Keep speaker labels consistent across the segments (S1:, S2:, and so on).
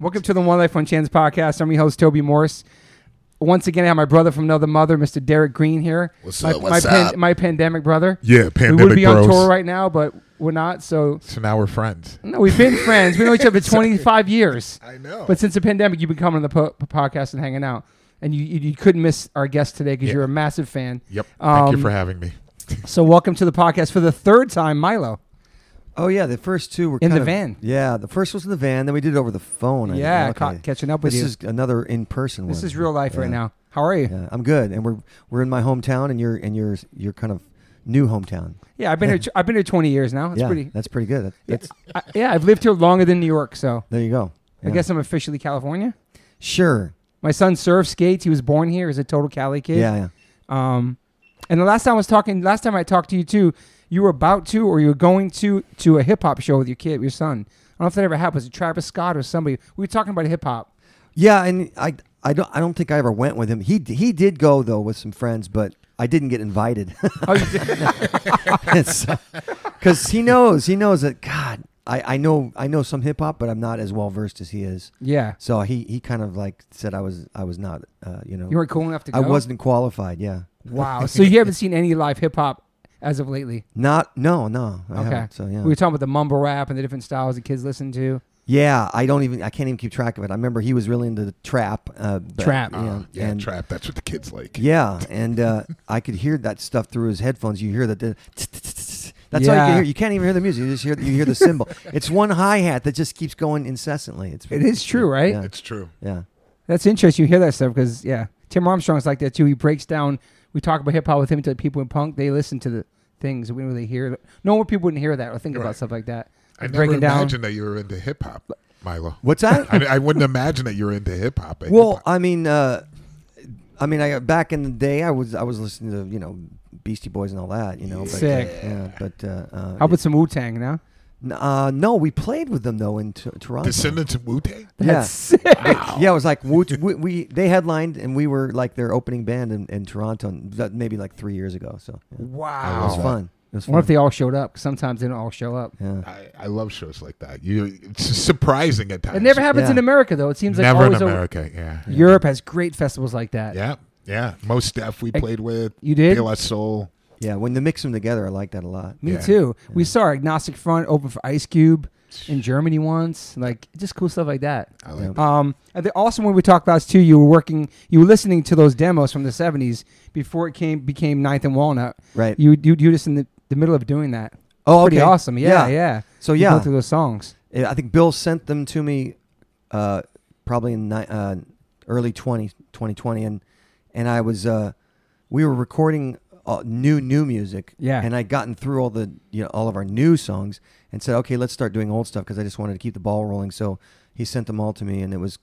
S1: Welcome to the One Life One Chance podcast. I'm your host Toby Morse. Once again, I have my brother from another mother, Mr. Derek Green here.
S2: What's
S1: my,
S2: up? What's
S1: my, pan-
S2: up?
S1: my pandemic brother.
S3: Yeah,
S1: we would
S3: pandemic
S1: be
S3: bros.
S1: on tour right now, but we're not. So
S3: so now we're friends.
S1: no, we've been friends. We know each other for 25 years.
S3: I know.
S1: But since the pandemic, you've been coming to the po- podcast and hanging out, and you you, you couldn't miss our guest today because
S3: Yeah.
S1: you're a massive fan.
S3: yep. Thank
S1: Um,
S3: you for having me.
S1: So welcome to the podcast for the third time, Milo.
S4: Oh yeah, the first two were
S1: In the
S4: kind of-
S1: van.
S4: Yeah, the first was in the van. Then we did it over the phone. I
S1: Yeah,
S4: think.
S1: ca- catching up with
S4: this
S1: you.
S4: is another in person.
S1: This is real life right now. How are you? Yeah,
S4: Yeah, I'm good, and we're we're in my hometown, and you're and you're you're kind of new hometown.
S1: I've been here. tw- I've been here 20 years now. It's
S4: yeah,
S1: pretty.
S4: that's pretty good. That- that's
S1: I, yeah, I've lived here longer than New York, so
S4: there you go.
S1: I
S4: Yeah.
S1: guess I'm officially California.
S4: sure.
S1: My son surf skates. He was born here. He's a total Cali kid.
S4: Yeah, yeah.
S1: Um, and the last time I was talking, last time I talked to you too, you were about to or you were going to to a hip hop show with your kid, your son. I don't know if that ever happened. Was it Travis Scott or somebody? We were talking about hip hop.
S4: Yeah, and I I don't I don't think I ever went with him. He d- he did go though with some friends, but I didn't get invited
S1: Oh, you did?
S4: because he knows he knows that God. I, I know I know some hip hop, but I'm not as well versed as he is.
S1: yeah.
S4: So he, he kind of like said I was I was not uh, you know
S1: You weren't cool enough to go.
S4: I wasn't qualified. Yeah.
S1: Wow. So you haven't seen any live hip hop as of lately.
S4: Not no no. I
S1: Okay.
S4: haven't. So yeah.
S1: We were talking about the mumble rap and the different styles that kids listen to.
S4: yeah. I don't even. I can't even keep track of it. I remember he was really into the trap. Uh, but-
S1: Trap.
S4: Yeah.
S3: Uh, yeah,
S4: and,
S3: trap. That's what the kids like.
S4: Yeah, and uh, I could hear that stuff through his headphones. You hear that. the That's all you
S1: Yeah.
S4: can hear. You can't even hear the music. You just hear you hear the cymbal. it's one hi hat that just keeps going incessantly. It's
S1: It is true, right?
S4: Yeah.
S3: It's true.
S4: yeah.
S1: That's interesting. You hear that stuff because yeah, Tim Armstrong's like that too. He breaks down. We talk about hip hop with him to the people in punk. They listen to the things we don't really hear. Normal people wouldn't hear that or think about
S3: Right.
S1: stuff like that.
S3: I never
S1: breaking down.
S3: imagined that you were into hip hop, Milo.
S4: What's that?
S3: I, I wouldn't imagine that you were into hip hop.
S4: Well, I mean, uh, I mean, I back in the day, I was I was listening to you know Beastie Boys and all that, you know. But, uh,
S1: Sick.
S4: yeah, but uh, uh,
S1: How about some Wu Tang now?
S4: n- uh, no, we played with them though in t-
S1: uh,
S4: Toronto.
S3: Descendants of Wu Tang.
S4: yeah,
S1: That's sick.
S4: yeah, it was like Wu- we, we they headlined and we were like their opening band in, in Toronto and that maybe like three years ago. So yeah.
S1: Wow.
S4: it was fun. It was
S1: I wonder
S4: fun.
S1: if they all showed up. 'cause Sometimes they don't all show up.
S4: yeah.
S3: I, I love shows like that. You, it's surprising at times.
S1: It never happens
S4: Yeah.
S1: in America though. It seems like
S3: Never in
S1: always over-
S3: America. yeah. yeah.
S1: Europe has great festivals like that.
S3: Yeah. Yeah. Most stuff we
S1: I-
S3: played with.
S1: You did?
S3: De La Soul.
S4: yeah, when they mix them together, I like that a lot.
S1: Me
S3: Yeah.
S1: too. We saw Agnostic Front open for Ice Cube in Germany once. Like just cool stuff like that.
S3: I like
S4: Yeah.
S3: that.
S1: Um, and then also when we talked last too, you were working, you were listening to those demos from the '70s before it came became Ninth and Walnut.
S4: Right.
S1: You you you just in the, the middle of doing that.
S4: Oh,
S1: Pretty
S4: okay.
S1: awesome. Yeah, yeah.
S4: Yeah.
S1: So
S4: So,
S1: you
S4: yeah.
S1: go through those songs.
S4: Yeah, I think Bill sent them to me uh, probably in ni- uh, early 20, 2020 and and I was uh, we were recording uh, new new music
S1: Yeah.
S4: and I'd gotten through all the you know all of our new songs and said okay let's start doing old stuff because I just wanted to keep the ball rolling so he sent them all to me and it was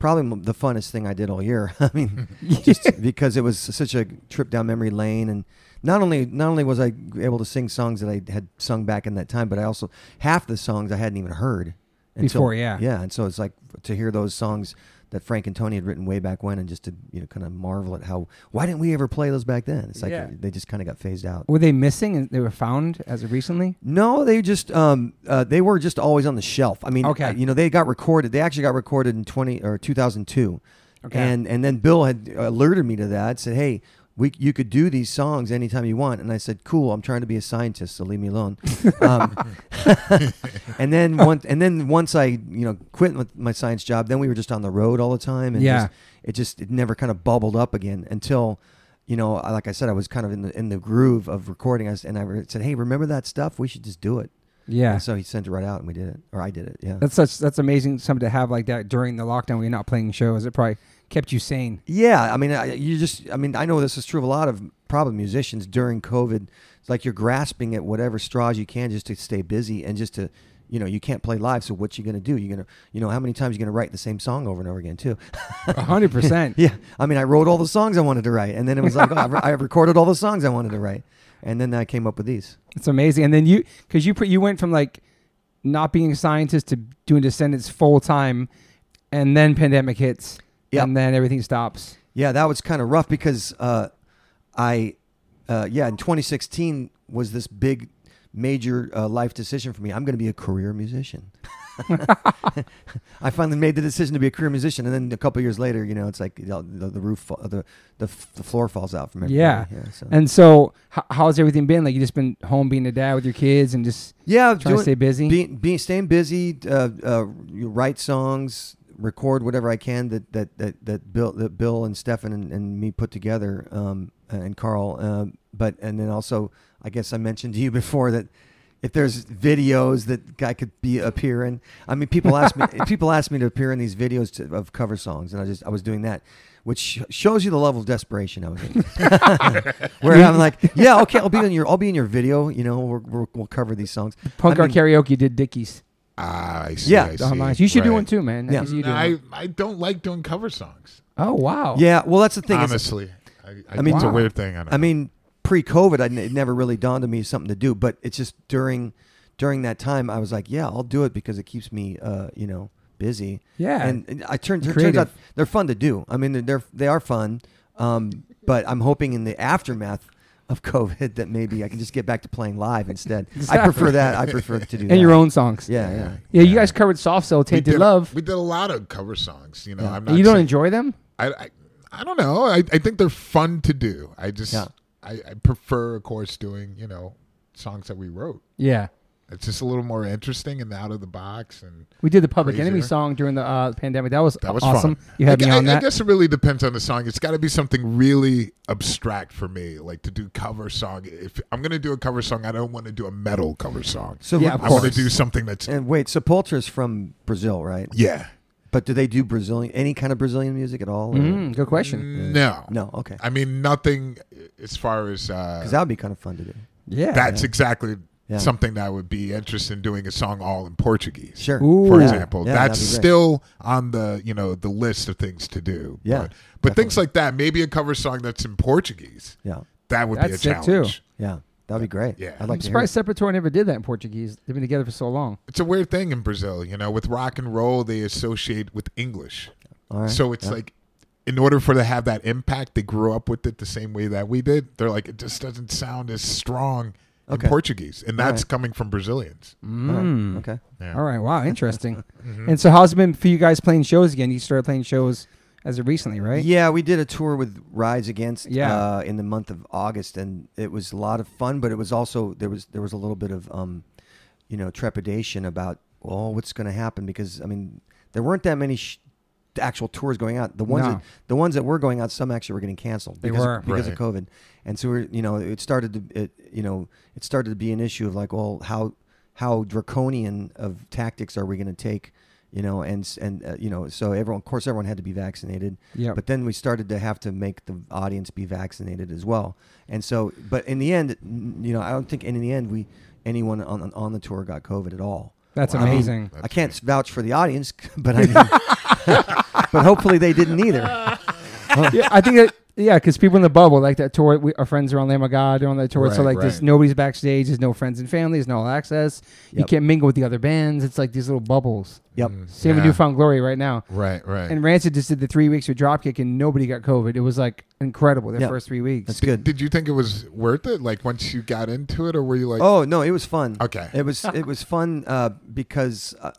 S4: probably m- the funnest thing I did all year I mean just because it was such a trip down memory lane and not only not only was I able to sing songs that I had sung back in that time but I also half the songs I hadn't even heard
S1: Before, yeah.
S4: yeah, and so it's like to hear those songs that Frank and Tony had written way back when, and just to you know kind of marvel at how why didn't we ever play those back then? It's like
S1: Yeah.
S4: they just kind of got phased out.
S1: Were they missing and they were found as of recently?
S4: No, they just um, uh, they were just always on the shelf. I mean,
S1: Okay.
S4: uh, you know, they got recorded. They actually got recorded in twenty or two thousand two,
S1: Okay.
S4: and and then Bill had alerted me to that. Said, hey. We, you could do these songs anytime you want, and I said, "Cool, I'm trying to be a scientist, so leave me alone." Um, and then once, and then once I, you know, quit with my science job, then we were just on the road all the time, and
S1: Yeah.
S4: just, it just it never kind of bubbled up again until you know I- like i said i was kind of in the in the groove of recording us and i re- said hey remember that stuff we should just do it
S1: Yeah.
S4: and so he sent it right out and we did it or i did it yeah
S1: That's such that's amazing something to have like that during the lockdown when you're not playing shows. It probably kept you sane.
S4: yeah i mean I, you just i mean i know this is true of a lot of probably musicians during covid it's like you're grasping at whatever straws you can just to stay busy and just to you know you can't play live so what you gonna do you're gonna you know how many times you gonna write the same song over and over again too
S1: A hundred percent.
S4: Yeah, I mean, I wrote all the songs I wanted to write, and then it was like, oh, I, re- I recorded all the songs I wanted to write, and then I came up with these.
S1: It's amazing. And then you, because you put, you went from like not being a scientist to doing Descendants full time, and then pandemic hits,
S4: Yep.
S1: and then everything stops.
S4: Yeah, that was kind of rough because uh, I, uh, yeah, in 2016 was this big, major uh, life decision for me. I'm going to be a career musician. I finally made the decision to be a career musician, and then a couple years later, you know, it's like you know, the, the roof, fa- the, the f- the floor falls out from everybody.
S1: Yeah.
S4: yeah. So.
S1: And so, h- how's everything been? Like, you just been home being a dad with your kids and just
S4: yeah,
S1: trying to
S4: doing-
S1: stay busy.
S4: being, being staying busy, uh, uh, you write songs, record whatever I can that that that, that Bill that Bill and Stefan and, and me put together, um, and Carl. Um, but and then also, I guess I mentioned to you before that if there's videos that I could be appear in, I mean, people ask me people ask me to appear in these videos to, of cover songs, and I just I was doing that. Which sh- shows you the level of desperation I was in, where I'm like, yeah, okay, I'll be in your, I'll be in your video, you know, we're, we're, we'll cover these songs.
S1: Punk
S4: I
S1: Rock
S4: mean-
S1: Karaoke did Dickies.
S3: Ah, I see.
S4: Yeah,
S3: I
S1: the whole
S3: see.
S1: nine. You should do
S3: Right.
S1: one too, man. I
S4: Yeah.
S1: can see you
S3: No,
S1: doing
S3: I,
S1: one.
S3: I don't like doing cover songs.
S1: oh wow.
S4: Yeah, well, that's the thing. is,
S3: Honestly, I, I,
S4: I mean-
S3: it's
S1: Wow.
S3: a weird thing. I, don't
S4: I mean, pre-COVID, I, it never really dawned on me something to do. But it's just during during that time, I was like, yeah, I'll do it because it keeps me, uh, you know, busy.
S1: Yeah.
S4: and, and I turned turns
S1: Creative.
S4: out they're fun to do. I mean, they're, they're they are fun. Um, but I'm hoping in the aftermath of COVID that maybe I can just get back to playing live instead. I prefer that. I prefer to do that.
S1: And your own songs.
S4: Yeah, yeah.
S1: Yeah, you guys covered Soft Cell,
S3: we
S1: Tainted
S3: did-
S1: Love.
S3: We did a lot of cover songs. You know,
S4: Yeah.
S3: I'm not.
S1: You don't
S3: saying-
S1: enjoy them?
S3: I, I, I don't know. I, I think they're fun to do. I just
S4: Yeah.
S3: I, I prefer, of course, doing you know songs that we wrote.
S1: Yeah.
S3: It's just a little more interesting and out of the box. And
S1: We did the Public Enemy
S3: Crazier.
S1: song during the uh, pandemic. That was,
S3: that was
S1: awesome.
S3: fun.
S1: You had
S3: I,
S1: me
S3: I-
S1: on
S3: I,
S1: that.
S3: guess it really depends on the song. It's got to be something really abstract for me, like to do cover song. If I'm gonna do a cover song, I don't want to do a metal cover song.
S4: So
S1: Yeah,
S4: we-
S1: of
S3: I want to
S1: course.
S3: do something that's
S4: And wait, Sepultura's from Brazil, right?
S3: yeah.
S4: But do they do Brazilian any kind of Brazilian music at all? or-
S1: Mm, good question.
S3: No,
S4: No, okay.
S3: I mean nothing as far as uh,
S4: Because that would be kind of fun to do.
S1: Yeah.
S3: that's exactly
S4: Yeah.
S3: something that I would be interested in doing a song all in Portuguese.
S4: Sure.
S1: Ooh.
S3: For
S1: Yeah.
S3: example,
S4: Yeah,
S3: that's
S4: that'd be great.
S3: still on the you know the list of things to do.
S4: Yeah,
S3: but, but things like that, maybe a cover song that's in Portuguese,
S4: Yeah.
S3: that would
S1: That's
S3: be a
S1: sick, too.
S3: challenge.
S4: Yeah, that'd be great.
S3: Yeah.
S4: I'd
S3: I'm
S4: like
S1: I'm
S4: to hear
S1: surprised Sepultura never did that in Portuguese. They've been together for so long.
S3: It's a weird thing in Brazil, you know, with rock and roll they associate with English,
S4: it. All right.
S3: so it's
S4: Yeah.
S3: like. In order for to have that impact, they grew up with it the same way that we did. They're like, it just doesn't sound as strong
S4: Okay.
S3: in Portuguese, and
S4: All
S3: that's
S4: right.
S3: coming from Brazilians.
S4: All right,
S1: Mm.
S4: Oh, okay. Mm.
S3: Yeah. Mm-hmm.
S1: All right. Wow. Interesting. And so, how's it been for you guys playing shows again? You started playing shows as of recently, right?
S4: Yeah, we did a tour with Rise Against
S1: Yeah.
S4: uh, in the month of August, and it was a lot of fun. But it was also there was there was a little bit of um, you know trepidation about oh what's going to happen because I mean there weren't that many sh- actual tours going out. The ones
S1: No.
S4: that, the ones that were going out, some actually were getting canceled.
S1: They
S4: because,
S1: were.
S4: because of
S3: Right.
S4: COVID, and so we're you know it started to it you know it started to be an issue of like well how how draconian of tactics are we going to take. You know, and s- and uh, you know, so everyone, of course, everyone had to be vaccinated.
S1: Yep.
S4: But then we started to have to make the audience be vaccinated as well. And so, but in the end, n- you know, I don't think in the end we anyone on on- on the tour got COVID at all.
S1: That's
S4: I mean,
S1: amazing.
S4: I can't s- vouch for the audience, but I mean, but hopefully they didn't either.
S1: yeah, I think that yeah, because people in the bubble like that tour. We, our friends are on Lamb of God. They're on that tour. so
S3: Right,
S1: like, there's
S3: right.
S1: nobody's backstage. There's no friends and family. There's no access. You
S4: Yep.
S1: can't mingle with the other bands. It's like these little bubbles.
S4: Yep.
S1: Same with
S3: Mm-hmm. Yeah.
S1: Newfound Glory right now.
S3: Right, right.
S1: And Rancid just did the three weeks with Dropkick, and nobody got COVID. It was like incredible. Their
S4: Yeah.
S1: first three weeks.
S4: That's good.
S3: Did you think it was worth it? Like once you got into it, or were you like,
S4: Oh no, it was fun.
S3: Okay.
S4: It was it was fun uh, because uh,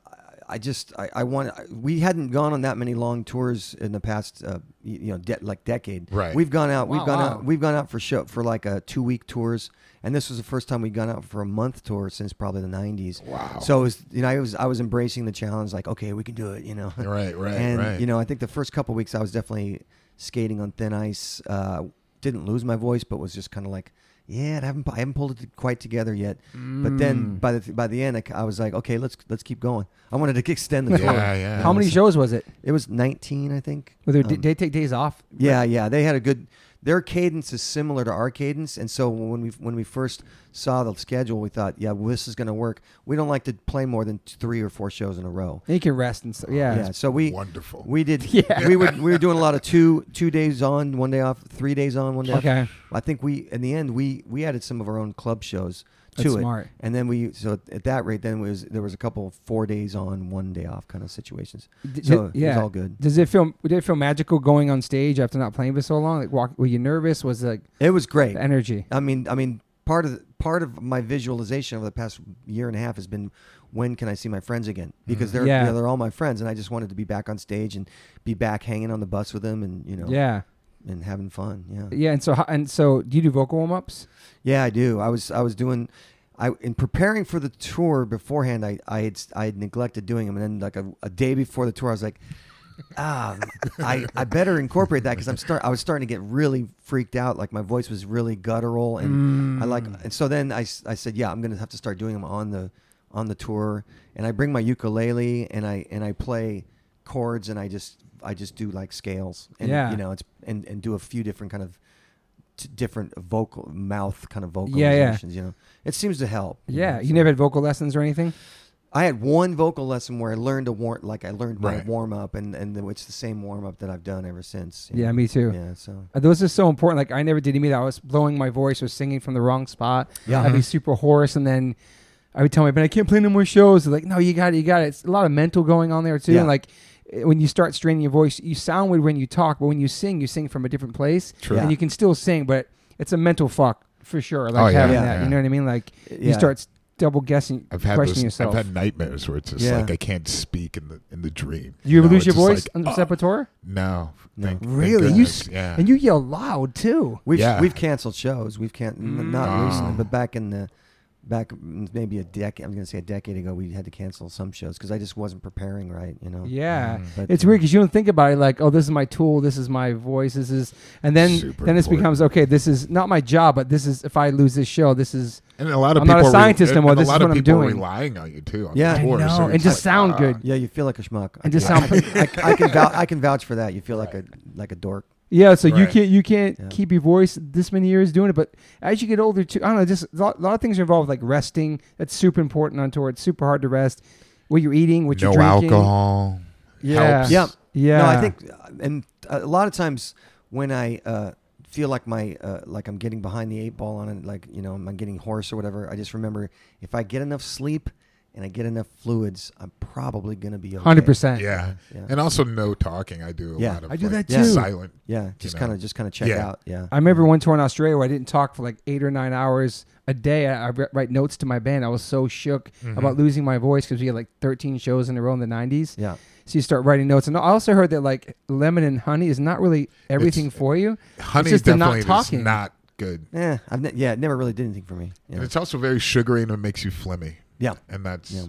S4: I just I, I want we hadn't gone on that many long tours in the past uh, you you know de- like decade.
S3: Right.
S4: We've gone out.
S1: Wow,
S4: we've gone
S1: wow.
S4: out. We've gone out for show for like a two week tours, and this was the first time we'd gone out for a month tour since probably the nineties.
S3: Wow.
S4: So it was you know I was I was embracing the challenge like okay we can do it you know.
S3: Right, right,
S4: and,
S3: right.
S4: You know I think the first couple weeks I was definitely skating on thin ice. Uh, didn't lose my voice, but was just kind of like. Yeah, I haven't I haven't pulled it t- quite together yet. But
S3: Mm.
S4: then by the by the end, I, c- I was like, okay, let's let's keep going. I wanted to extend the tour.
S3: Yeah, yeah.
S1: How many
S4: So
S1: shows was it?
S4: It was 19, I think.
S1: Were there,
S4: Um,
S1: did they take days off?
S4: yeah, yeah, they had a good. Their cadence is similar to our cadence, and so when we when we first saw the schedule, we thought, yeah, well, this is going to work. We don't like to play more than t- three or four shows in a row.
S1: And you can rest and stuff. Yeah.
S4: Yeah, so we
S3: wonderful?
S4: we did.
S1: Yeah.
S4: we were we were doing a lot of two two days on, one day off, three days on, one day. off.
S1: Okay.
S4: I think we in the end we we added some of our own club shows to
S1: That's
S4: it,
S1: smart.
S4: and then we so at that rate then was there was a couple of four days on, one day off kind of situations.
S1: Did-
S4: so
S1: did- yeah.
S4: it was all good.
S1: Does it feel? Did it feel magical going on stage after not playing for so long? Like, walk, were you nervous? Was it, like
S4: It was great.
S1: the energy?
S4: I mean, I mean, part of the, part of my visualization over the past year and a half has been when can I see my friends again? Because they're
S1: Mm-hmm. Yeah.
S4: you know, they're all my friends, and I just wanted to be back on stage and be back hanging on the bus with them, and you know,
S1: Yeah.
S4: and having fun. Yeah,
S1: Yeah. And so, ho- and so, do you do vocal warm ups?
S4: yeah, I do. I was I was doing. I, in preparing for the tour beforehand, I, I had I had neglected doing them, and then like a, a day before the tour, I was like, ah, I, I better incorporate that because I'm start I was starting to get really freaked out, like my voice was really guttural, and I like, and so then I, s- I said, yeah, I'm gonna have to start doing them on the on the tour, and I bring my ukulele and I and I play chords, and I just I just do like scales, and
S1: Yeah.
S4: you know it's and and do a few different kind of t- different vocal mouth kind of vocalizations.
S1: Yeah, yeah.
S4: You know, it seems to help. you
S1: Yeah.
S4: know,
S1: You
S4: so-
S1: never had vocal lessons or anything?
S4: I had one vocal lesson where I learned to warm, like I learned my
S3: Right.
S4: warm up, and and it's the same warm up that I've done ever since. you
S1: Yeah,
S4: know.
S1: me too.
S4: Yeah, so
S1: Uh, Those are so important. Like I never did any of that. I was blowing my voice or singing from the wrong spot.
S4: Yeah.
S1: I'd be
S3: Uh-huh.
S1: super hoarse, and then I would tell my band, "I can't play no more shows." They're like, no, you got it, you got it. It's a lot of mental going on there too.
S4: Yeah.
S1: And like eh, when you start straining your voice, you sound weird when you talk, but when you sing, you sing from a different place,
S3: True.
S1: and
S4: Yeah.
S1: you can still sing, but it's a mental fuck for sure. Like
S3: Oh, yeah.
S1: having
S4: Yeah.
S1: that,
S3: Yeah.
S1: you know what I mean? Like you
S4: yeah.
S1: start s- double guessing,
S3: I've had
S1: questioning
S3: those,
S1: yourself.
S3: I've had nightmares where it's just
S4: Yeah.
S3: like I can't speak in the in the dream.
S1: you ever
S3: know,
S1: lose your
S3: it's just
S1: voice
S3: like,
S1: on the
S3: "Oh,
S1: Sepultura?
S3: no,
S4: No.
S3: Thank- thank
S1: Really? You
S3: goodness,
S1: s-
S3: yeah.
S1: And you yell loud too.
S4: We've
S3: Yeah.
S4: we've canceled shows. We've can n- not
S3: Mm.
S4: recently,
S3: Oh.
S4: but back in the back m- maybe a decade. I'm gonna say a decade ago, we had to cancel some shows because I just wasn't preparing right. You know.
S1: Yeah.
S3: Mm.
S4: But,
S1: It's
S4: uh,
S1: weird because you don't think about it like, oh, this is my tool, this is my voice, this is, and then
S3: Super
S1: then this
S3: important.
S1: becomes okay. This is not my job, but this is if I lose this show, this is
S3: and a lot of
S1: I'm not a
S3: people, re-
S1: scientist
S3: and-
S1: anymore,
S3: and
S1: this is
S3: a lot
S1: what
S3: of
S1: I'm
S3: people
S1: doing.
S3: relying on you too. On
S4: Yeah.
S3: the
S4: I
S3: tour, so
S1: know, and
S3: it's
S1: just
S3: like,
S1: sound
S3: ah.
S1: good.
S4: Yeah, you feel like a schmuck.
S1: and just
S4: I,
S1: sound.
S4: I, I can vou- I can vouch for that. You feel like a like a dork.
S1: yeah, so you
S3: Right.
S1: can't you can't
S4: Yeah.
S1: keep your voice this many years doing it, but as you get older too, I don't know. Just a lot, lot of things are involved, like resting. That's super important on tour. It's super hard to rest. What you're eating, what
S3: no
S1: you're drinking.
S3: alcohol.
S1: Yeah.
S3: helps.
S4: Yeah.
S1: Yeah.
S4: No, I think, uh, and a lot of times when I uh, feel like my uh, like I'm getting behind the eight ball on it, like you know I'm getting hoarse or whatever, I just remember if I get enough sleep and I get enough fluids, I'm probably gonna be okay.
S1: hundred percent.
S3: Yeah.
S4: Yeah.
S3: and also no talking. I do a
S4: Yeah.
S3: lot of.
S1: I do
S3: like,
S1: that too.
S3: Silent.
S4: Yeah, just
S3: know.
S4: kind of just kind of check
S3: Yeah.
S4: out. Yeah.
S1: I remember one tour in Australia where I didn't talk for like eight or nine hours a day. I, I wr- write notes to my band. I was so shook
S3: Mm-hmm.
S1: about losing my voice because we had like 13 shows in a row in the 90s.
S4: yeah.
S1: So you start writing notes. And I also heard that like lemon and honey is not really everything for you.
S3: Honey
S1: just the not
S3: definitely is
S1: talking.
S3: not good.
S4: Yeah, Eh, I've ne- yeah, it never really did anything for me.
S3: And
S4: Yeah,
S3: it's also very sugary and it makes you phlegmy.
S4: yeah,
S3: And that's
S4: Yeah.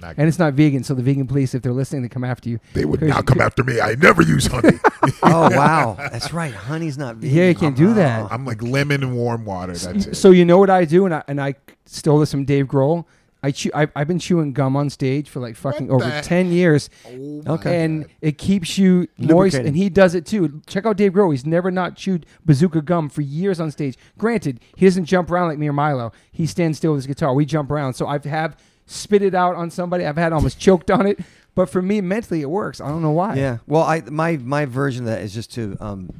S3: not
S1: And it's not vegan. So the vegan police, if they're listening, they come after you.
S3: They would
S1: Here's-
S3: not come after me. I never use honey.
S4: oh wow, that's right. Honey's not. Vegan. Oh.
S1: Yeah, you can't do that.
S3: I'm like lemon and warm water. That's it.
S1: So you know what I do? And I, and I stole this from Dave Grohl. I chew, I, I've been chewing gum on stage for like fucking
S3: What
S1: over
S3: the-
S1: 10 years.
S3: Oh my
S4: Okay.
S1: and it keeps you moist.
S4: Lubricated.
S1: And he does it too. Check out Dave Grohl; he's never not chewed bazooka gum for years on stage. Granted, he doesn't jump around like me or Milo. He stands still with his guitar. We jump around, so I've have spit it out on somebody. I've had almost choked on it, but for me, mentally, it works. I don't know why.
S4: Yeah. Well, I my my version of that is just to um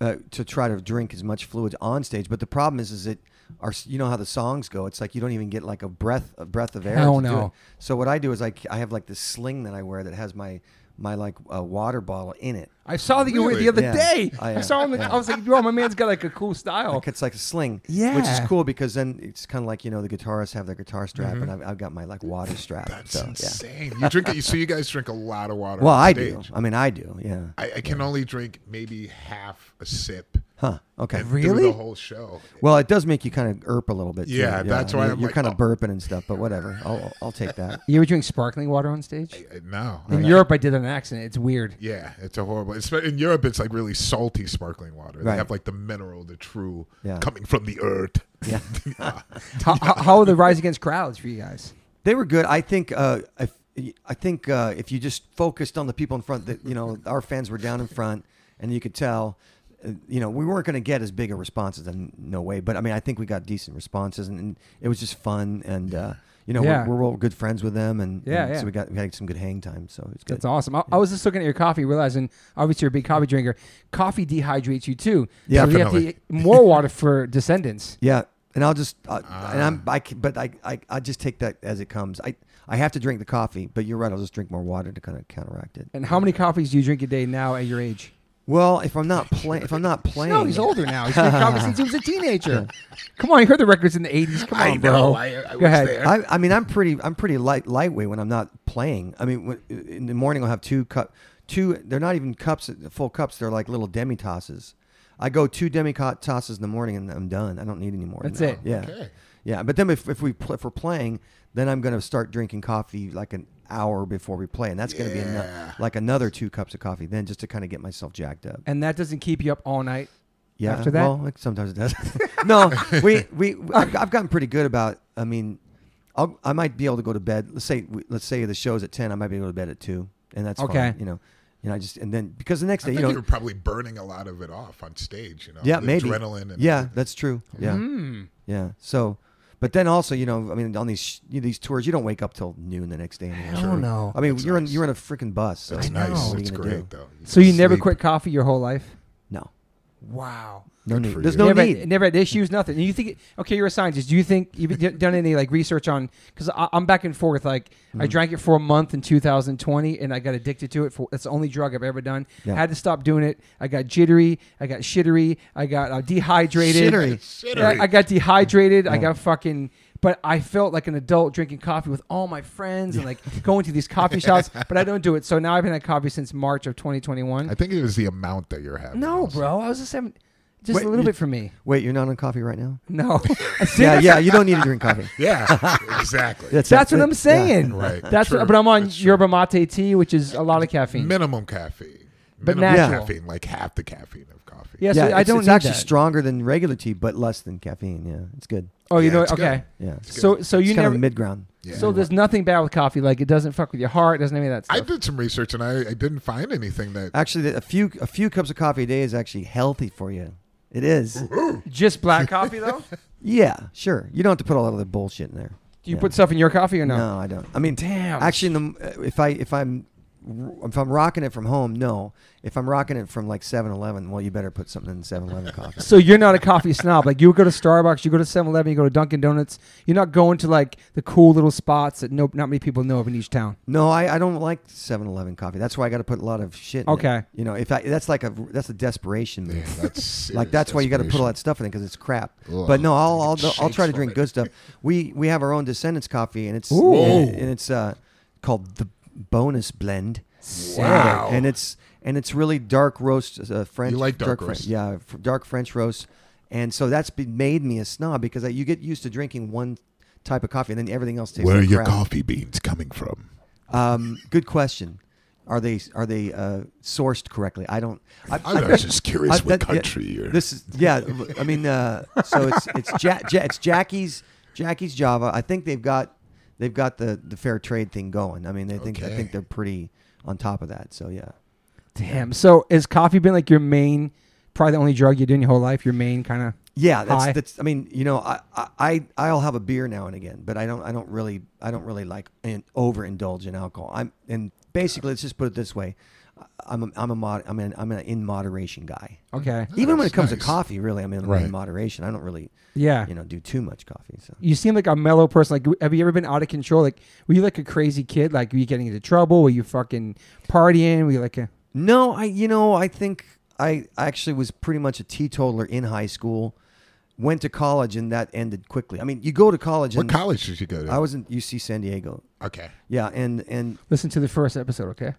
S4: uh, to try to drink as much fluid on stage. But the problem is, is it our you know how the songs go. It's like you don't even get like a breath a breath of air.
S1: Hell
S4: to do
S1: no.
S4: it. So what I do is I I have like this sling that I wear that has my my like uh, water bottle in it.
S1: I saw that you were
S3: Really?
S1: the other
S4: Yeah.
S1: day.
S4: I,
S1: I,
S4: uh,
S1: saw him.
S4: yeah.
S1: I was like, "Yo, my man's got like a cool style."
S4: Like it's like a sling, which is
S1: Oh. Yeah. Mm-hmm.
S4: cool because then it's kind of like you know the guitarists have their guitar strap, and I've, I've got my like water strap.
S3: That's
S4: so, yeah.
S3: insane. You drink it. You see, you guys drink a lot of water.
S4: Well,
S3: on
S4: I do.
S3: stage.
S4: I mean, I do. Yeah.
S3: I, I can only drink maybe half a sip.
S4: Huh. Okay.
S3: and Through
S1: Really?
S3: the whole show.
S4: Well, it does make you kind of burp a little bit. too.
S3: Yeah, that's why
S4: you're,
S3: I'm
S4: you're
S3: like,
S4: kind
S3: oh.
S4: of burping and stuff. But whatever, I'll I'll take that.
S1: you ever drink sparkling water on stage?
S3: Uh, No.
S1: In Europe, I did an accident. It's weird.
S3: Yeah, it's a horrible. It's, in Europe, it's like really salty sparkling water. They
S4: Right.
S3: have like the mineral, the true,
S4: Yeah.
S3: coming from the earth.
S4: Yeah,
S1: How, how, how are the Rise Against crowds for you guys?
S4: they were good. I think uh, if I think uh, if you just focused on the people in front, that you know our fans were down in front, and you could tell. uh, You know, we weren't going to get as big a responses, and no way. But I mean, I think we got decent responses, and, and it was just fun. And uh, you know,
S1: Yeah.
S4: we're, we're all good friends with them, and,
S1: Yeah,
S4: and
S1: yeah.
S4: so we got we had some good hang time. So it's good.
S1: That's awesome. I, I was just looking at your coffee, realizing obviously you're a big coffee drinker. Coffee dehydrates you too.
S4: Yeah.
S1: so you have to
S3: Definitely.
S1: eat more water for descendants.
S4: Yeah, and I'll just uh, and I'm I c- but I, I I just take that as it comes. I I have to drink the coffee, but you're right. I'll just drink more water to kind of counteract it.
S1: And how many coffees do you drink a day now at your age?
S4: Well, if I'm not playing, if I'm not playing,
S1: No, he's older now. He's been comics since he was a teenager. Come on, you heard the records in the '80s. Come on,
S3: I know.
S1: bro.
S3: I, I
S1: Go
S3: was
S1: ahead.
S3: there.
S4: I, I mean, I'm pretty, I'm pretty light, lightweight when I'm not playing. I mean, when, in the morning I'll have two cup, two. They're not even cups, full cups. They're like little demi tosses. I go two demi tosses in the morning and I'm done. I don't need any more. than
S1: That's
S4: that.
S1: it.
S4: Yeah,
S3: Okay.
S4: yeah. But then if, if we pl- if we're playing, then I'm gonna start drinking coffee like an hour before we play, and that's gonna be
S3: Yeah.
S4: ano- like another two cups of coffee then just to kind of get myself jacked up.
S1: And that doesn't keep you up all night.
S4: Yeah.
S1: after that?
S4: Well, like sometimes it does. no, we we I've, I've gotten pretty good about. I mean, I'll, I might be able to go to bed. Let's say we- let's say the show's at ten. I might be able to go to bed at two, and that's
S1: Okay.
S4: Fine, you know, you know, I just and then because the next
S3: I
S4: day, you
S3: think
S4: know,
S3: you were probably burning a lot of it off on stage. You know,
S4: yeah,
S3: the
S4: maybe
S3: adrenaline. And
S4: yeah, that's true. Yeah,
S1: Hmm.
S4: yeah. So, but then also, you know, I mean, on these sh- you know, these tours, you don't wake up till noon the next day. Anymore.
S1: I don't know.
S4: I mean,
S3: That's
S4: you're on
S3: nice.
S4: you're on a freaking bus. So
S3: that's
S1: I know.
S3: nice.
S4: What are you
S3: That's
S4: gonna do?
S3: great, though.
S1: So you never
S3: Sleep.
S1: quit coffee your whole life?
S4: No,
S1: Wow.
S4: no
S3: Good
S4: need.
S3: for
S4: There's
S3: you.
S4: no
S1: never,
S4: need.
S1: never had issues, nothing. And you think, it- okay, you're a scientist. Do you think you've d- done any like research on? Because I'm back and forth. Like I
S4: Mm-hmm.
S1: drank it for a month in 2020, and I got addicted to it. For that's the only drug I've ever done.
S4: Yeah.
S1: Had to stop doing it. I got jittery. I got shittery. I got uh, dehydrated.
S4: Shittery.
S1: Yeah,
S3: Shittery.
S1: I got dehydrated. I
S4: Yeah.
S1: got fucking. But I felt like an adult drinking coffee with all my friends and like going to these coffee shops. But I don't do it. So now I've been at coffee since March of 2021.
S3: I think it was the amount that you're having.
S1: no,
S3: also.
S1: bro, I was just having just
S4: Wait,
S1: a little
S4: you-
S1: bit for me.
S4: Wait, you're not on coffee right now.
S1: No,
S4: Yeah, yeah. You don't need to drink coffee.
S3: Yeah, exactly.
S1: That's what I'm
S4: yeah.
S1: saying.
S3: Right.
S1: That's
S3: True.
S1: what, but I'm on
S3: That's true.
S1: yerba mate tea, which is a lot of caffeine.
S3: minimum caffeine.
S1: But
S3: minimum
S1: natural.
S3: caffeine, like half the caffeine of coffee.
S1: yeah, so
S4: yeah,
S1: I
S4: it's,
S1: don't
S4: it's
S1: need
S4: actually
S1: that.
S4: stronger than regular tea, but less than caffeine. Yeah, it's good.
S1: Oh, you
S3: Yeah,
S1: know,
S3: it's good.
S1: okay.
S4: Yeah,
S1: So, so you
S4: it's kind
S1: never.
S4: of mid ground.
S3: Yeah.
S1: So there's nothing bad with coffee. Like it doesn't fuck with your heart. Doesn't any of that
S3: I
S1: stuff.
S3: did some research and I, I didn't find anything that.
S4: Actually, the- a few a few cups of coffee a day is actually healthy for you. It is.
S1: Just black coffee though.
S4: Yeah, sure. You don't have to put all that other bullshit in there.
S1: Do you
S4: Yeah.
S1: put stuff in your coffee or no?
S4: No, I don't. I mean,
S1: Damn.
S4: Actually, in the, m- uh, if I if I'm if I'm rocking it from home, no. If I'm rocking it from like 7-Eleven, well, you better put something in 7-Eleven coffee.
S1: So you're not a coffee snob. Like you go to Starbucks, you go to 7-Eleven, you go to Dunkin' Donuts. You're not going to like the cool little spots that no, not many people know of in each town.
S4: No, I, I don't like 7-Eleven coffee. That's why I got to put a lot of shit. in it.
S1: Okay.
S4: You know, if I, that's like a that's a desperation move.
S3: Yeah, that's
S4: like that's why you got to put all that stuff in it because it's crap. But no, I'll I'll, I'll, try to drink good stuff. We we have our own descendants coffee and it's
S1: Ooh.
S4: and, and it's uh, called the bonus blend.
S3: Wow.
S4: And it's and it's really dark roast uh, French.
S3: You like dark
S4: Fre-
S3: roast.
S4: yeah, f- dark French roast. And so that's be, made me a snob because I, you get used to drinking one type of coffee and then everything else tastes
S3: Where are
S4: like
S3: your
S4: crap.
S3: coffee beans coming from?
S4: Um, good question. Are they are they uh, sourced correctly? I don't. I,
S3: I
S4: think-
S3: was just curious
S4: I-
S3: what
S4: that- yeah,
S3: country you're.
S4: This is yeah. l- I mean, uh, so it's it's ja- ja- it's Jackie's Jackie's Java. I think they've got they've got the the fair trade thing going. I mean, they think I
S3: Okay.
S4: think they're pretty on top of that. So yeah.
S1: Damn. So has coffee been like your main, probably the only drug you do in your whole life? Your main kind of.
S4: Yeah,
S1: Hi.
S4: that's, that's. I mean, you know, I, I- I, I'll have a beer now and again, but I don't, I don't really, I don't really like and overindulge in alcohol. I'm, and basically, let's just put it this way, I'm, a, I'm a mod, I'm an, I'm an in moderation guy.
S1: Okay.
S4: Even when it
S3: That's
S4: comes to
S3: nice.
S4: coffee, really, I'm in,
S3: Right.
S4: in moderation. I don't really,
S1: Yeah.
S4: you know, do too much coffee. So
S1: you seem like a mellow person. Like, have you ever been out of control? Like, were you like a crazy kid? Like, were you getting into trouble? Were you fucking partying? Were you like a
S4: no, I, you know, I think I actually was pretty much a teetotaler in high school. Went to college and that ended quickly. I mean, you go to college.
S3: what
S4: and
S3: college did you go to?
S4: I was in UC San Diego.
S3: okay.
S4: Yeah, and and
S1: listen to the first episode? Okay,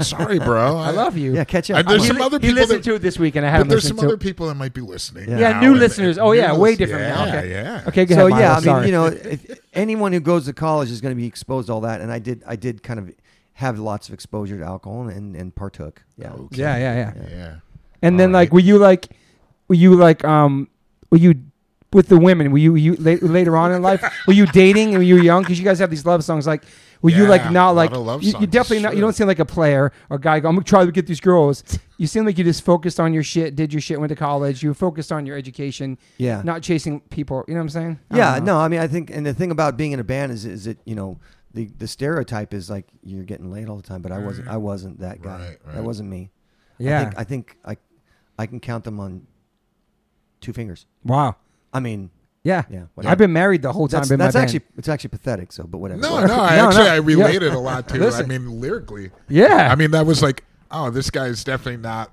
S3: Sorry, bro.
S1: I love you.
S4: yeah, catch up.
S3: And there's
S1: Uh, He
S3: some
S1: li-
S3: other
S1: he
S3: people
S1: listened
S3: that-
S1: to it this week, and I
S3: But
S1: haven't
S3: there's
S1: listened
S3: some
S1: to
S3: other
S1: it.
S3: people that might be listening.
S4: Yeah.
S1: Yeah,
S3: now
S1: new
S3: and-
S1: listeners. Oh, yeah,
S3: new
S1: way
S3: lis-
S1: different
S3: Yeah,
S1: now. Okay.
S3: yeah.
S1: Okay, go
S4: so
S1: ahead, Milo.
S4: yeah, I
S1: Sorry.
S4: mean, you know, if anyone who goes to college is going to be exposed to all that, and I did, I did kind of have lots of exposure to alcohol and and partook. Yeah,
S3: Okay.
S1: yeah, yeah, yeah.
S3: Yeah.
S1: And then
S3: All
S1: like,
S3: right.
S1: were you like, were you like, um, were you with the women? Were you you la- later on in life? Were you dating? Were you young? Because you guys have these love songs. Like, were you
S3: Yeah,
S1: like
S3: a
S1: not
S3: lot
S1: like
S3: of love
S1: you,
S3: songs,
S1: you
S3: it's
S1: definitely not? You
S3: true.
S1: don't seem like a player or a guy. Go, I'm gonna try to get these girls. You seem like you just focused on your shit, did your shit, went to college. You were focused on your education,
S4: yeah,
S1: not chasing people. You know what I'm saying? I
S4: yeah.
S1: don't know.
S4: No, I mean, I think, and the thing about being in a band is, is it you know, the the stereotype is like you're getting laid all the time, but I wasn't, I wasn't that guy.
S3: Right, right.
S4: That wasn't me.
S1: Yeah.
S4: I think, I think I, I can count them on two fingers.
S1: wow.
S4: I mean,
S1: Yeah.
S4: yeah, whatever.
S1: I've been married the whole time.
S4: That's,
S1: in my
S4: that's
S1: band.
S4: actually it's actually pathetic. So, but whatever.
S3: No, no, I
S1: No,
S3: actually
S1: no.
S3: I related a lot to. I
S1: Listen.
S3: mean, lyrically.
S1: Yeah.
S3: I mean, that was like, oh, this guy's definitely not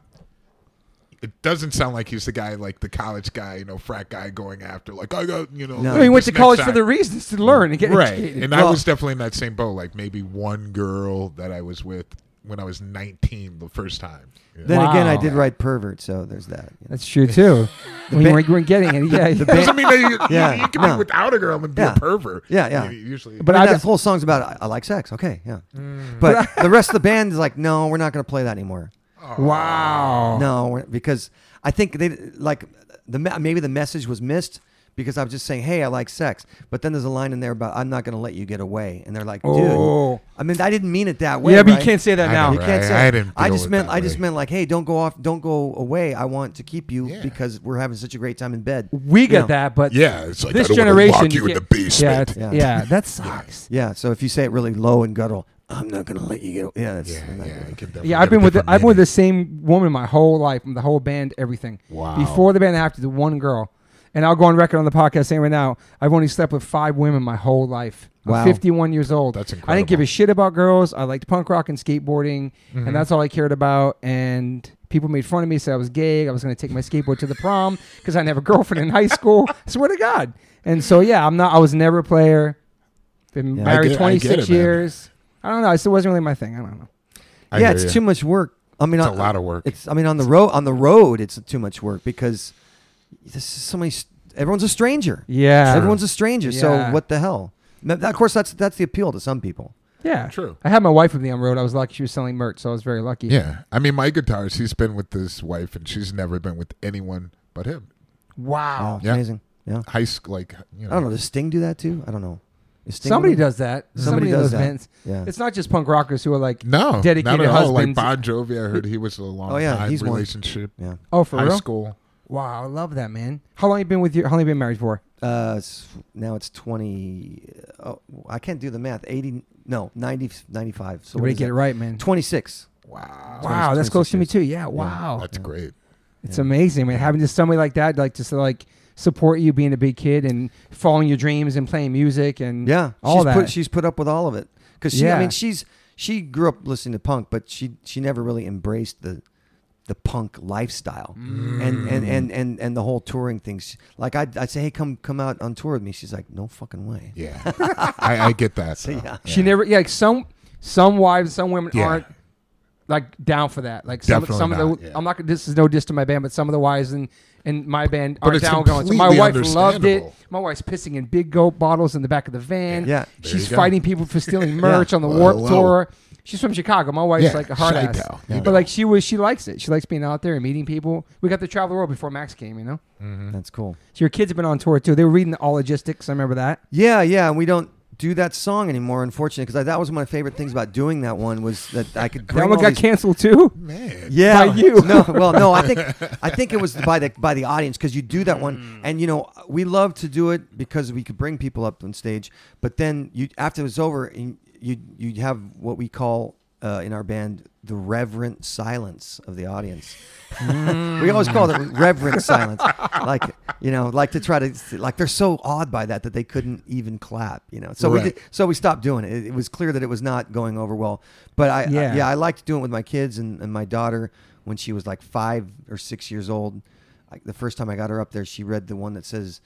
S3: it doesn't sound like he's the guy like the college guy, you know, frat guy going after like I got you know.
S4: No.
S1: I mean, he went
S3: this
S1: to
S3: next
S1: college for
S3: time.
S1: the reasons to learn and get
S3: right.
S1: educated.
S3: And I
S4: Well-
S3: was definitely in that same boat. Like maybe one girl that I was with when I was 19 the first time. Yeah.
S4: Then again, I
S1: Wow.
S4: did write pervert, so there's that. you know.
S1: That's true too. when
S4: ba-
S1: you weren't- you weren't getting it, yeah. yeah.
S3: doesn't mean that you,
S4: Yeah,
S3: you, you can
S4: no.
S3: be without a girl and be
S4: Yeah.
S3: a pervert.
S4: Yeah, yeah.
S3: You- you usually,
S1: But
S4: But
S1: I Mm.
S4: that whole song's about I, I like sex. Okay, yeah. But the rest of the band is like, no, we're not going to play that anymore.
S3: Uh-huh.
S1: wow.
S4: No, we're, because I think they like the me- maybe the message was missed because I was just saying, hey, I like sex. But then there's a line in there about I'm not going to let you get away, and they're like, dude,
S1: Oh.
S4: I mean, I didn't mean it that way.
S1: yeah, but
S4: right?
S1: you can't say that
S3: I
S1: now.
S3: know,
S4: You
S3: right?
S4: can't say.
S3: I didn't
S4: I
S3: feel
S4: just
S3: it
S4: meant.
S3: that
S4: I just
S3: way.
S4: meant like, hey, don't go off. Don't go away. I want to keep you
S3: Yeah.
S4: because we're having such a great time in bed.
S1: We got
S4: know.
S1: that, but
S3: yeah, it's like
S1: this
S3: I don't wanna
S1: generation
S3: lock you in the
S1: can't-
S3: basement.
S1: Yeah,
S4: Yeah.
S1: yeah. that sucks.
S4: Yeah. So if you say it really low and guttural, I'm not going to let you get. away. Yeah. That's,
S3: Yeah,
S4: I'm not
S3: yeah,
S4: gonna-
S3: I can definitely
S1: Yeah,
S3: get
S1: I've
S3: a
S1: been with the,
S3: different
S1: I've been with
S3: meaning.
S1: the same woman my whole life, from the whole band, everything.
S3: Wow.
S1: Before the band, after the one girl, and I'll go on record on the podcast saying right now, I've only slept with five women my whole life. I'm
S4: Wow.
S1: 51 years old.
S3: That's
S1: I didn't give a
S3: incredible. Mm-hmm.
S1: shit about girls. I liked punk rock and skateboarding, and that's all I cared about. And people made fun of me, said I was gay. I was going to take my skateboard to the prom because I didn't have a girlfriend in high school. swear to God. And so yeah, I'm not. I was never a player. Been
S4: Yeah. I
S1: married
S3: get- I get
S1: 26
S3: it, man.
S1: years. I don't know. It still wasn't really my thing. I don't know.
S3: I
S4: yeah,
S3: hear
S4: it's
S3: ya.
S4: too much work. I mean,
S3: It's
S4: on-
S3: a lot of work.
S4: It's I mean on the road on the road it's too much work because this is so many. s- Everyone's a stranger.
S1: Yeah.
S4: Everyone's a stranger.
S1: Yeah.
S4: So what the hell? Now, Of course, that's that's the appeal to some people.
S1: Yeah.
S3: True.
S1: I had my wife with me on road. I was lucky she was selling merch, so I was very lucky.
S3: Yeah, I mean, my guitarist, he's been with his wife, and she's never been with anyone but him.
S1: Wow.
S4: Wow,
S3: Yeah.
S4: amazing. Yeah,
S3: High school, like you
S4: I
S3: know,
S4: don't know. Does Sting do that too? I don't know. Is Sting
S1: Somebody
S4: one of
S1: does that.
S4: Somebody
S1: Somebody, does
S4: does that.
S1: Bands.
S4: Yeah.
S1: It's not just punk rockers who are like,
S3: no,
S1: Dedicated
S3: not at all. Like
S1: husbands.
S3: Bon Jovi, I heard he was a long
S4: Oh, yeah,
S3: time
S4: he's one.
S3: relationship,
S4: them? Yeah.
S1: oh, for
S3: high
S1: real?
S3: school.
S1: Wow, I love that man. How long you been with your? How long you been married for?
S4: Uh, it's, now it's 20. Oh, I can't do the math. 80, no, 90, 95. So
S1: You
S4: what
S1: better
S4: is
S1: get
S4: that?
S1: it right, man.
S4: 26.
S3: Wow,
S1: Wow, that's
S4: 26
S1: close to me
S4: years.
S1: too. Yeah. Wow,
S3: that's great.
S1: it's amazing, man. Having just somebody like that, like just to, like support you being a big kid and following your dreams and playing music and
S4: Yeah.
S1: all
S4: she's
S1: that.
S4: Put, she's put up with all of it. Because she,
S1: Yeah.
S4: I mean, she's, she grew up listening to punk, but she, she never really embraced the, the punk lifestyle and, and, and, and, and the whole touring thing. She- Like I'd, I'd say, Hey, come, come out on tour with me. She's like, no fucking way.
S3: Yeah, I, I get that. though.
S4: yeah.
S1: She never, yeah, like some some wives, some women
S3: Yeah.
S1: aren't like down for that. Like some,
S3: Definitely
S1: some of
S3: not,
S1: the,
S3: yeah.
S1: I'm not. gonna This is no diss to my band, but some of the wives in in my band
S3: But
S1: are
S3: it's
S1: down going. So my
S3: completely
S1: wife loved it.
S3: understandable.
S1: My wife's pissing in big goat bottles in the back of the van.
S4: Yeah.
S3: There
S1: she's
S3: you go.
S1: fighting people for stealing merch on the
S3: Well,
S1: Warp
S3: hello.
S1: Tour. She's from Chicago. My wife's
S3: Yeah,
S1: like a hard ass,
S3: Chi-town, you
S1: but
S3: know.
S1: like she was, she likes it. She likes being out there and meeting people. We got to travel the world before Max came. You know,
S4: That's cool.
S1: so your kids have been on tour too. They were reading the all logistics. I remember that.
S4: Yeah, yeah, and we don't do that song anymore, unfortunately, because that was one of my favorite things about doing that one was that I could bring
S1: That one
S4: all
S1: got
S4: these-
S1: canceled too.
S3: man.
S4: yeah,
S1: by you.
S4: No, well, no, I think I think it was by the by the audience because you do that
S1: Mm.
S4: one, and you know we love to do it because we could bring people up on stage, but then you after it was over, you you you have what we call uh, in our band the reverent silence of the audience.
S1: Mm.
S4: we always call it reverent silence, like you know, like to try to like they're so awed by that that they couldn't even clap, you know. So we
S3: Right.
S4: did, so we stopped doing it. it. It was clear that it was not going over well, but I
S1: Yeah.
S4: yeah, I liked doing it with my kids and, and my daughter when she was like five or six years old. I, the first time I got her up there, she read the one that says,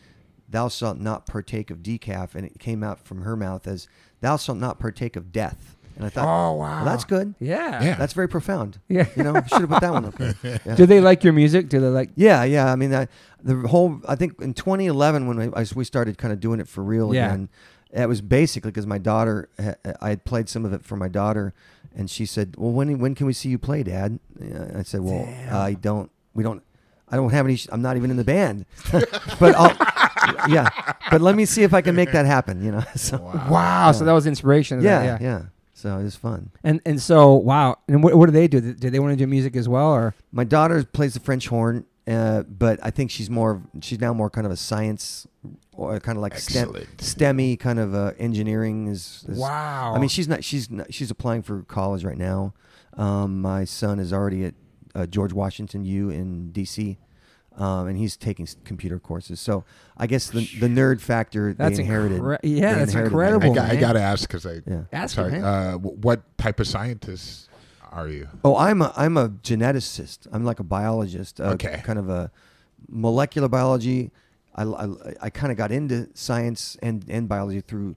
S4: "Thou shalt not partake of decaf," and it came out from her mouth as, "Thou shalt not partake of death." And I thought,
S1: Oh, wow.
S4: well, that's good.
S1: Yeah.
S3: Yeah.
S4: That's very profound.
S1: Yeah.
S4: you know, should have put that one up there. Yeah.
S1: Do they like your music? Do they like?
S4: Yeah, yeah. I mean, I, the whole. I think in 2011 when we, I, we started kind of doing it for real
S1: Yeah.
S4: again, it was basically because my daughter. ha- I had played some of it for my daughter, and she said, "Well, when when can we see you play, Dad?" And I said, "Well, I don't. We don't. I don't have any. sh- I'm not even in the band, but I'll." yeah, but let me see if I can make that happen. You know, so
S1: Wow. So that was inspiration.
S4: yeah,
S1: yeah.
S4: yeah, So it was fun.
S1: And and so wow. And what, what do they do? Do they want to do music as well, or
S4: My daughter plays the French horn, uh, but I think she's more. She's now more kind of a science, or kind of like STEM,
S3: Excellent.
S4: STEMmy kind of uh, engineering is, is.
S1: Wow.
S4: I mean, she's not. She's not, she's applying for college right now. Um, my son is already at uh, George Washington U in D.C. Um, and he's taking s- computer courses, so I guess the, the nerd factor
S1: That's
S4: they inherited.
S1: incre- yeah,
S4: they
S1: that's
S4: inherited that.
S1: incredible.
S3: I got, I
S1: man.
S3: got to ask because I
S4: Yeah.
S1: ask
S3: sorry.
S1: him, man.
S3: Uh, wh- what type of scientists are you?
S4: Oh, I'm a I'm a geneticist. I'm like a biologist. A,
S3: Okay.
S4: Kind of a molecular biology. I, I, I kind of got into science and, and biology through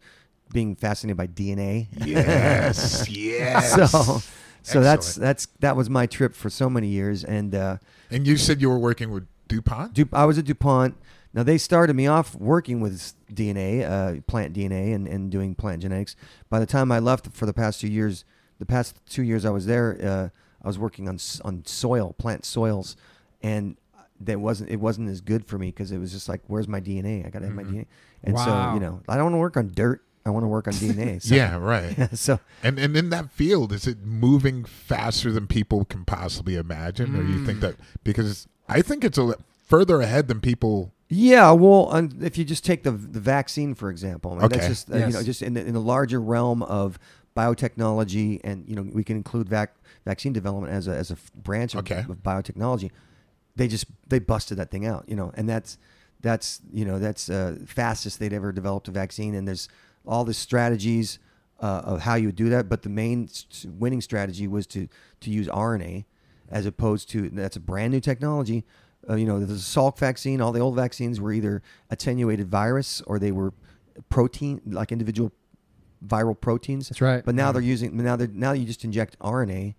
S4: being fascinated by DNA.
S3: Yes, yes.
S4: So so that's
S3: Excellent.
S4: that's that was my trip for so many years. And uh,
S3: And you said you were working with DuPont?
S4: Du- I was at DuPont. Now they started me off working with DNA, uh, plant DNA, and, and doing plant genetics. By the time I left for the past two years, the past two years I was there, uh, I was working on s- on soil, plant soils, and that wasn't it wasn't as good for me because it was just like, where's my DNA? I gotta have my DNA. And so
S1: Wow.
S4: you know, I don't want to work on dirt. I want to work on DNA. So,
S3: yeah, right.
S4: so
S3: and and in that field, is it moving faster than people can possibly imagine? Or you think that because I think it's a li- further ahead than people.
S4: Yeah, well, um, if you just take the the vaccine for example, I mean, that's
S3: Okay.
S4: just uh, you
S1: Yes.
S4: know just in the, in the larger realm of biotechnology, and you know we can include vac- vaccine development as a as a f- branch of,
S3: Okay.
S4: of biotechnology. They just they busted that thing out, you know, and that's that's you know that's uh, fastest they'd ever developed a vaccine, and there's all the strategies uh, of how you would do that, but the main s- winning strategy was to to use RNA as opposed to that's a brand new technology. Uh, you know, the Salk vaccine, all the old vaccines were either attenuated virus or they were protein, like individual viral proteins.
S1: That's right.
S4: But now they're using now they are now you just inject RNA,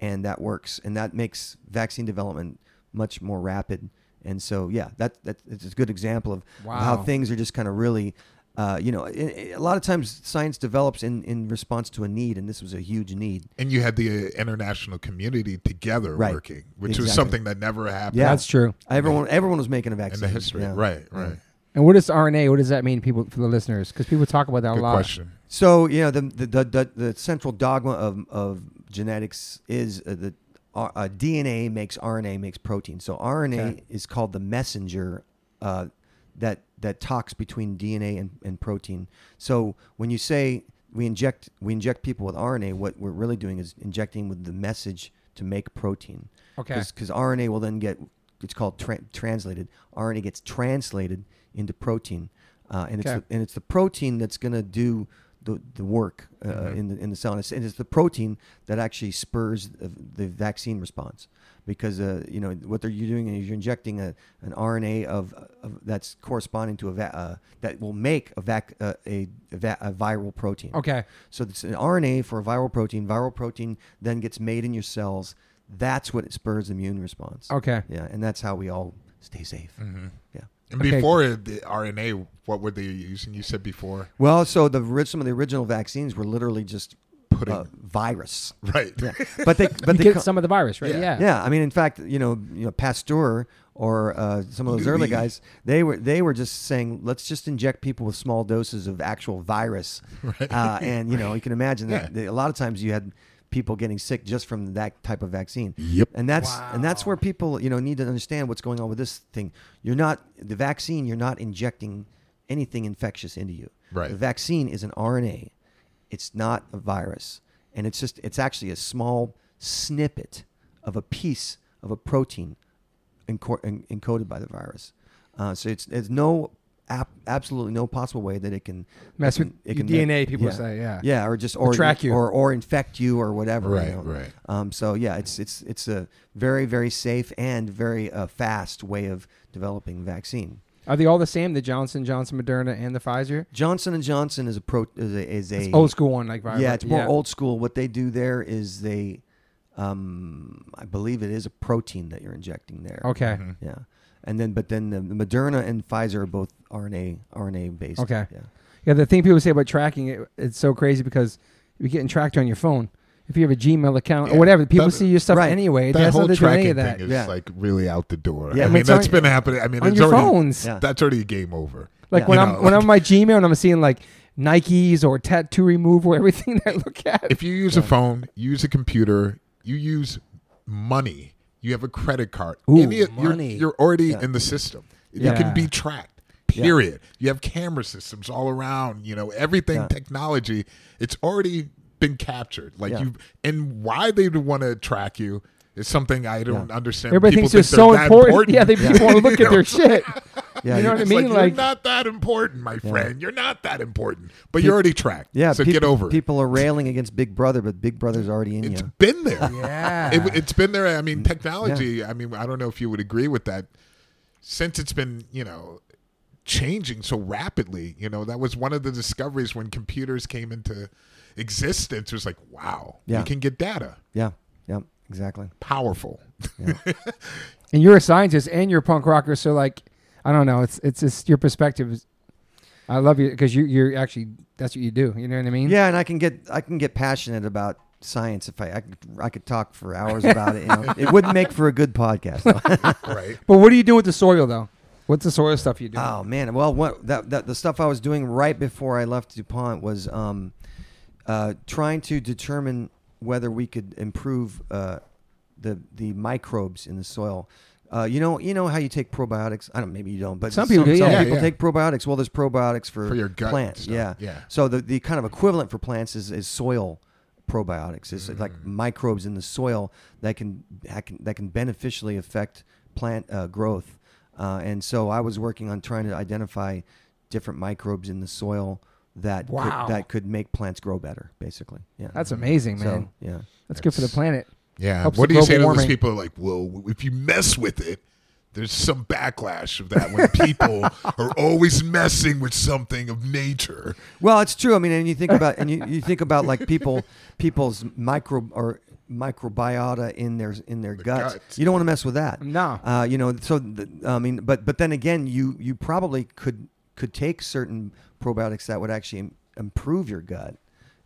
S4: and that works, and that makes vaccine development much more rapid. And so, yeah, that that it's a good example of how
S1: Wow.
S4: things are just kind of really. Uh, you know, i i- a lot of times science develops in, in response to a need, and this was a huge need.
S3: And you had the uh, international community together
S4: Right.
S3: working, which was
S4: Exactly.
S3: something that never happened
S4: Yeah.
S1: That's true.
S4: Everyone, everyone was making a
S3: in
S4: vaccine.
S3: the history.
S4: yeah.
S3: Right, right.
S1: And what is RNA? What does that mean, people for the listeners? Because people talk about that
S3: Good
S1: a lot.
S3: question.
S4: So you know the the the, the, the central dogma of of genetics is uh, the uh, uh, DNA makes RNA makes protein. So RNA
S1: Okay.
S4: is called the messenger uh, that that talks between DNA and, and protein. So when you say we inject we inject people with RNA, what we're really doing is injecting with the message to make protein.
S1: Okay.
S4: Because RNA will then get it's called tra- translated. RNA gets translated into protein, uh, and it's
S1: Okay.
S4: the, and it's the protein that's going to do the, the work uh,
S1: Mm-hmm.
S4: in the in the cell, and it's, and it's the protein that actually spurs the, the vaccine response because uh, you know what they're you're doing is you're injecting a, an RNA of, of that's corresponding to a va- uh, that will make a vac uh, a, a, va- a viral protein.
S1: Okay.
S4: So it's an RNA for a viral protein. Viral protein then gets made in your cells. That's what spurs the immune response.
S1: Okay. Mm-hmm.
S4: Yeah, and that's how we all stay safe. Yeah.
S3: And
S1: Okay.
S3: before the RNA, what were they using? You said before
S4: Well, so the ri- some of the original vaccines were literally just
S3: putting
S4: uh, virus.
S3: right.
S4: Yeah. But they but
S1: You
S4: they
S1: get
S4: co-
S1: some of the virus, right?
S3: Yeah.
S1: Yeah.
S4: Yeah, I mean, in fact, you know, you know, Pasteur or uh, some of those early
S3: Louis.
S4: guys, they were they were just saying, let's just inject people with small doses of actual virus, uh, and you know, you can imagine that, that a lot of times you had people getting sick just from that type of vaccine.
S3: Yep.
S4: And that's and that's where people you know need to understand what's going on with this thing. You're not the vaccine. You're not injecting anything infectious into you.
S3: Right.
S4: The vaccine is an RNA. It's not a virus, and it's just it's actually a small snippet of a piece of a protein enco- en- encoded by the virus. Uh, so it's there's no ap- absolutely no possible way that it can
S1: Mess
S4: it can-
S1: with
S4: it
S1: your
S4: can make-
S1: DNA, people say, yeah.
S4: yeah, or just or
S1: track you.
S4: or or infect you or whatever. you
S3: Right,
S4: know.
S3: right.
S4: Um, so yeah, it's it's it's a very very safe and very uh, fast way of developing vaccine.
S1: Are they all the same? The Johnson Johnson, Moderna, and the Pfizer?
S4: Johnson and Johnson is a pro is a, is a
S1: It's old school one, like virus.
S4: yeah, it's more old school. What they do there is they, um, I believe it is a protein that you're injecting there.
S1: Okay.
S4: Yeah, and then but then the, the Moderna and Pfizer are both RNA RNA based.
S1: Okay.
S4: Yeah.
S1: Yeah, the thing people say about tracking it, it's so crazy because you're getting tracked on your phone. If you have a Gmail account
S3: Yeah,
S1: or whatever, people
S3: that-
S1: see your stuff
S4: right.
S1: anyway. It
S3: that
S1: has
S3: whole
S1: nothing to do with any
S3: tracking
S1: of that.
S3: thing is
S4: Yeah.
S3: like really out the door. I
S4: Yeah, I mean,
S3: mean,
S1: it's on-
S3: that's been happening. I mean,
S1: on
S3: it's
S1: your
S3: already,
S1: phones.
S4: Yeah.
S3: That's already game over.
S1: Like
S4: Yeah.
S1: when
S3: You
S1: I'm
S3: know,
S1: when I'm on my Gmail and I'm seeing like Nikes or tattoo removal, everything that I look at.
S3: If you use a phone, use a computer, you use money, you have a credit card.
S1: Ooh,
S3: you're-
S1: money.
S3: You're, already
S4: Yeah.
S3: in the system.
S1: Yeah.
S3: You can be tracked. Period. You have camera systems all around. You know everything
S4: Yeah.
S3: technology. It's already been captured. Like
S4: Yeah.
S3: you and why they would want to track you is something I don't understand.
S1: Everybody
S3: People
S1: thinks they're
S3: think
S1: so
S3: that
S1: important. Yeah, they
S3: important.
S1: people want to look at their shit.
S4: Yeah,
S1: You know what I
S3: It's
S1: mean?
S3: like,
S1: Like-
S3: you're not that important, my friend. You're not that important, but you're already tracked.
S4: yeah.
S3: so
S4: peop-
S3: get over it.
S4: People are railing against Big Brother, but Big Brother's already in
S3: It's
S4: you.
S3: been there.
S1: Yeah.
S3: It, it's been there. I
S1: Mm,
S3: mean, technology. I mean, I don't know if you would agree with that. Since it's been, you know, changing so rapidly, you know, that was one of the discoveries when computers came into existence. It was like, wow,
S4: Yeah.
S3: you can get data.
S4: Yeah, yeah, exactly.
S3: Powerful.
S1: and you're a scientist and you're a punk rocker, so like, I don't know. It's it's just your perspective. Is, I love you because you you're actually that's what you do. You know what I mean?
S4: Yeah, and I can get I can get passionate about science if I I, could- I could talk for hours about it. You know? it wouldn't make for a good podcast. though.
S3: right.
S1: But what do you do with the soil though? What's the soil stuff you do?
S4: Oh man, well, what that, that the stuff I was doing right before I left DuPont was um, uh, trying to determine whether we could improve uh, the the microbes in the soil. Uh, you know, you know how you take probiotics. I don't. Maybe you don't, but
S1: Some people do, yeah. Yeah,
S4: people
S3: yeah.
S4: take probiotics. Well, there's probiotics for,
S3: For your gut
S4: plants.
S3: stuff,
S4: Yeah,
S3: yeah.
S4: So the, the kind of equivalent for plants is, is soil probiotics. It's
S1: Mm.
S4: like microbes in the soil that can that can, that can beneficially affect plant uh, growth. Uh, and so I was working on trying to identify different microbes in the soil that
S1: Wow.
S4: could, that could make plants grow better. Basically, yeah.
S1: that's amazing, man.
S4: so yeah.
S1: that's good for the planet.
S3: Yeah.
S1: Helps
S3: what
S1: with
S3: do you say
S1: global
S3: to
S1: warming.
S3: those people? Like, well, if you mess with it, there's some backlash of that when people are always messing with something of nature.
S4: Well, it's true. I mean, and you think about and you, you think about like people people's micro or microbiota in their in their guts.
S3: guts.
S4: You don't want to mess with that.
S1: No.
S4: Uh, you know, so th- I mean, but but then again, you you probably could could take certain probiotics that would actually im- improve your gut.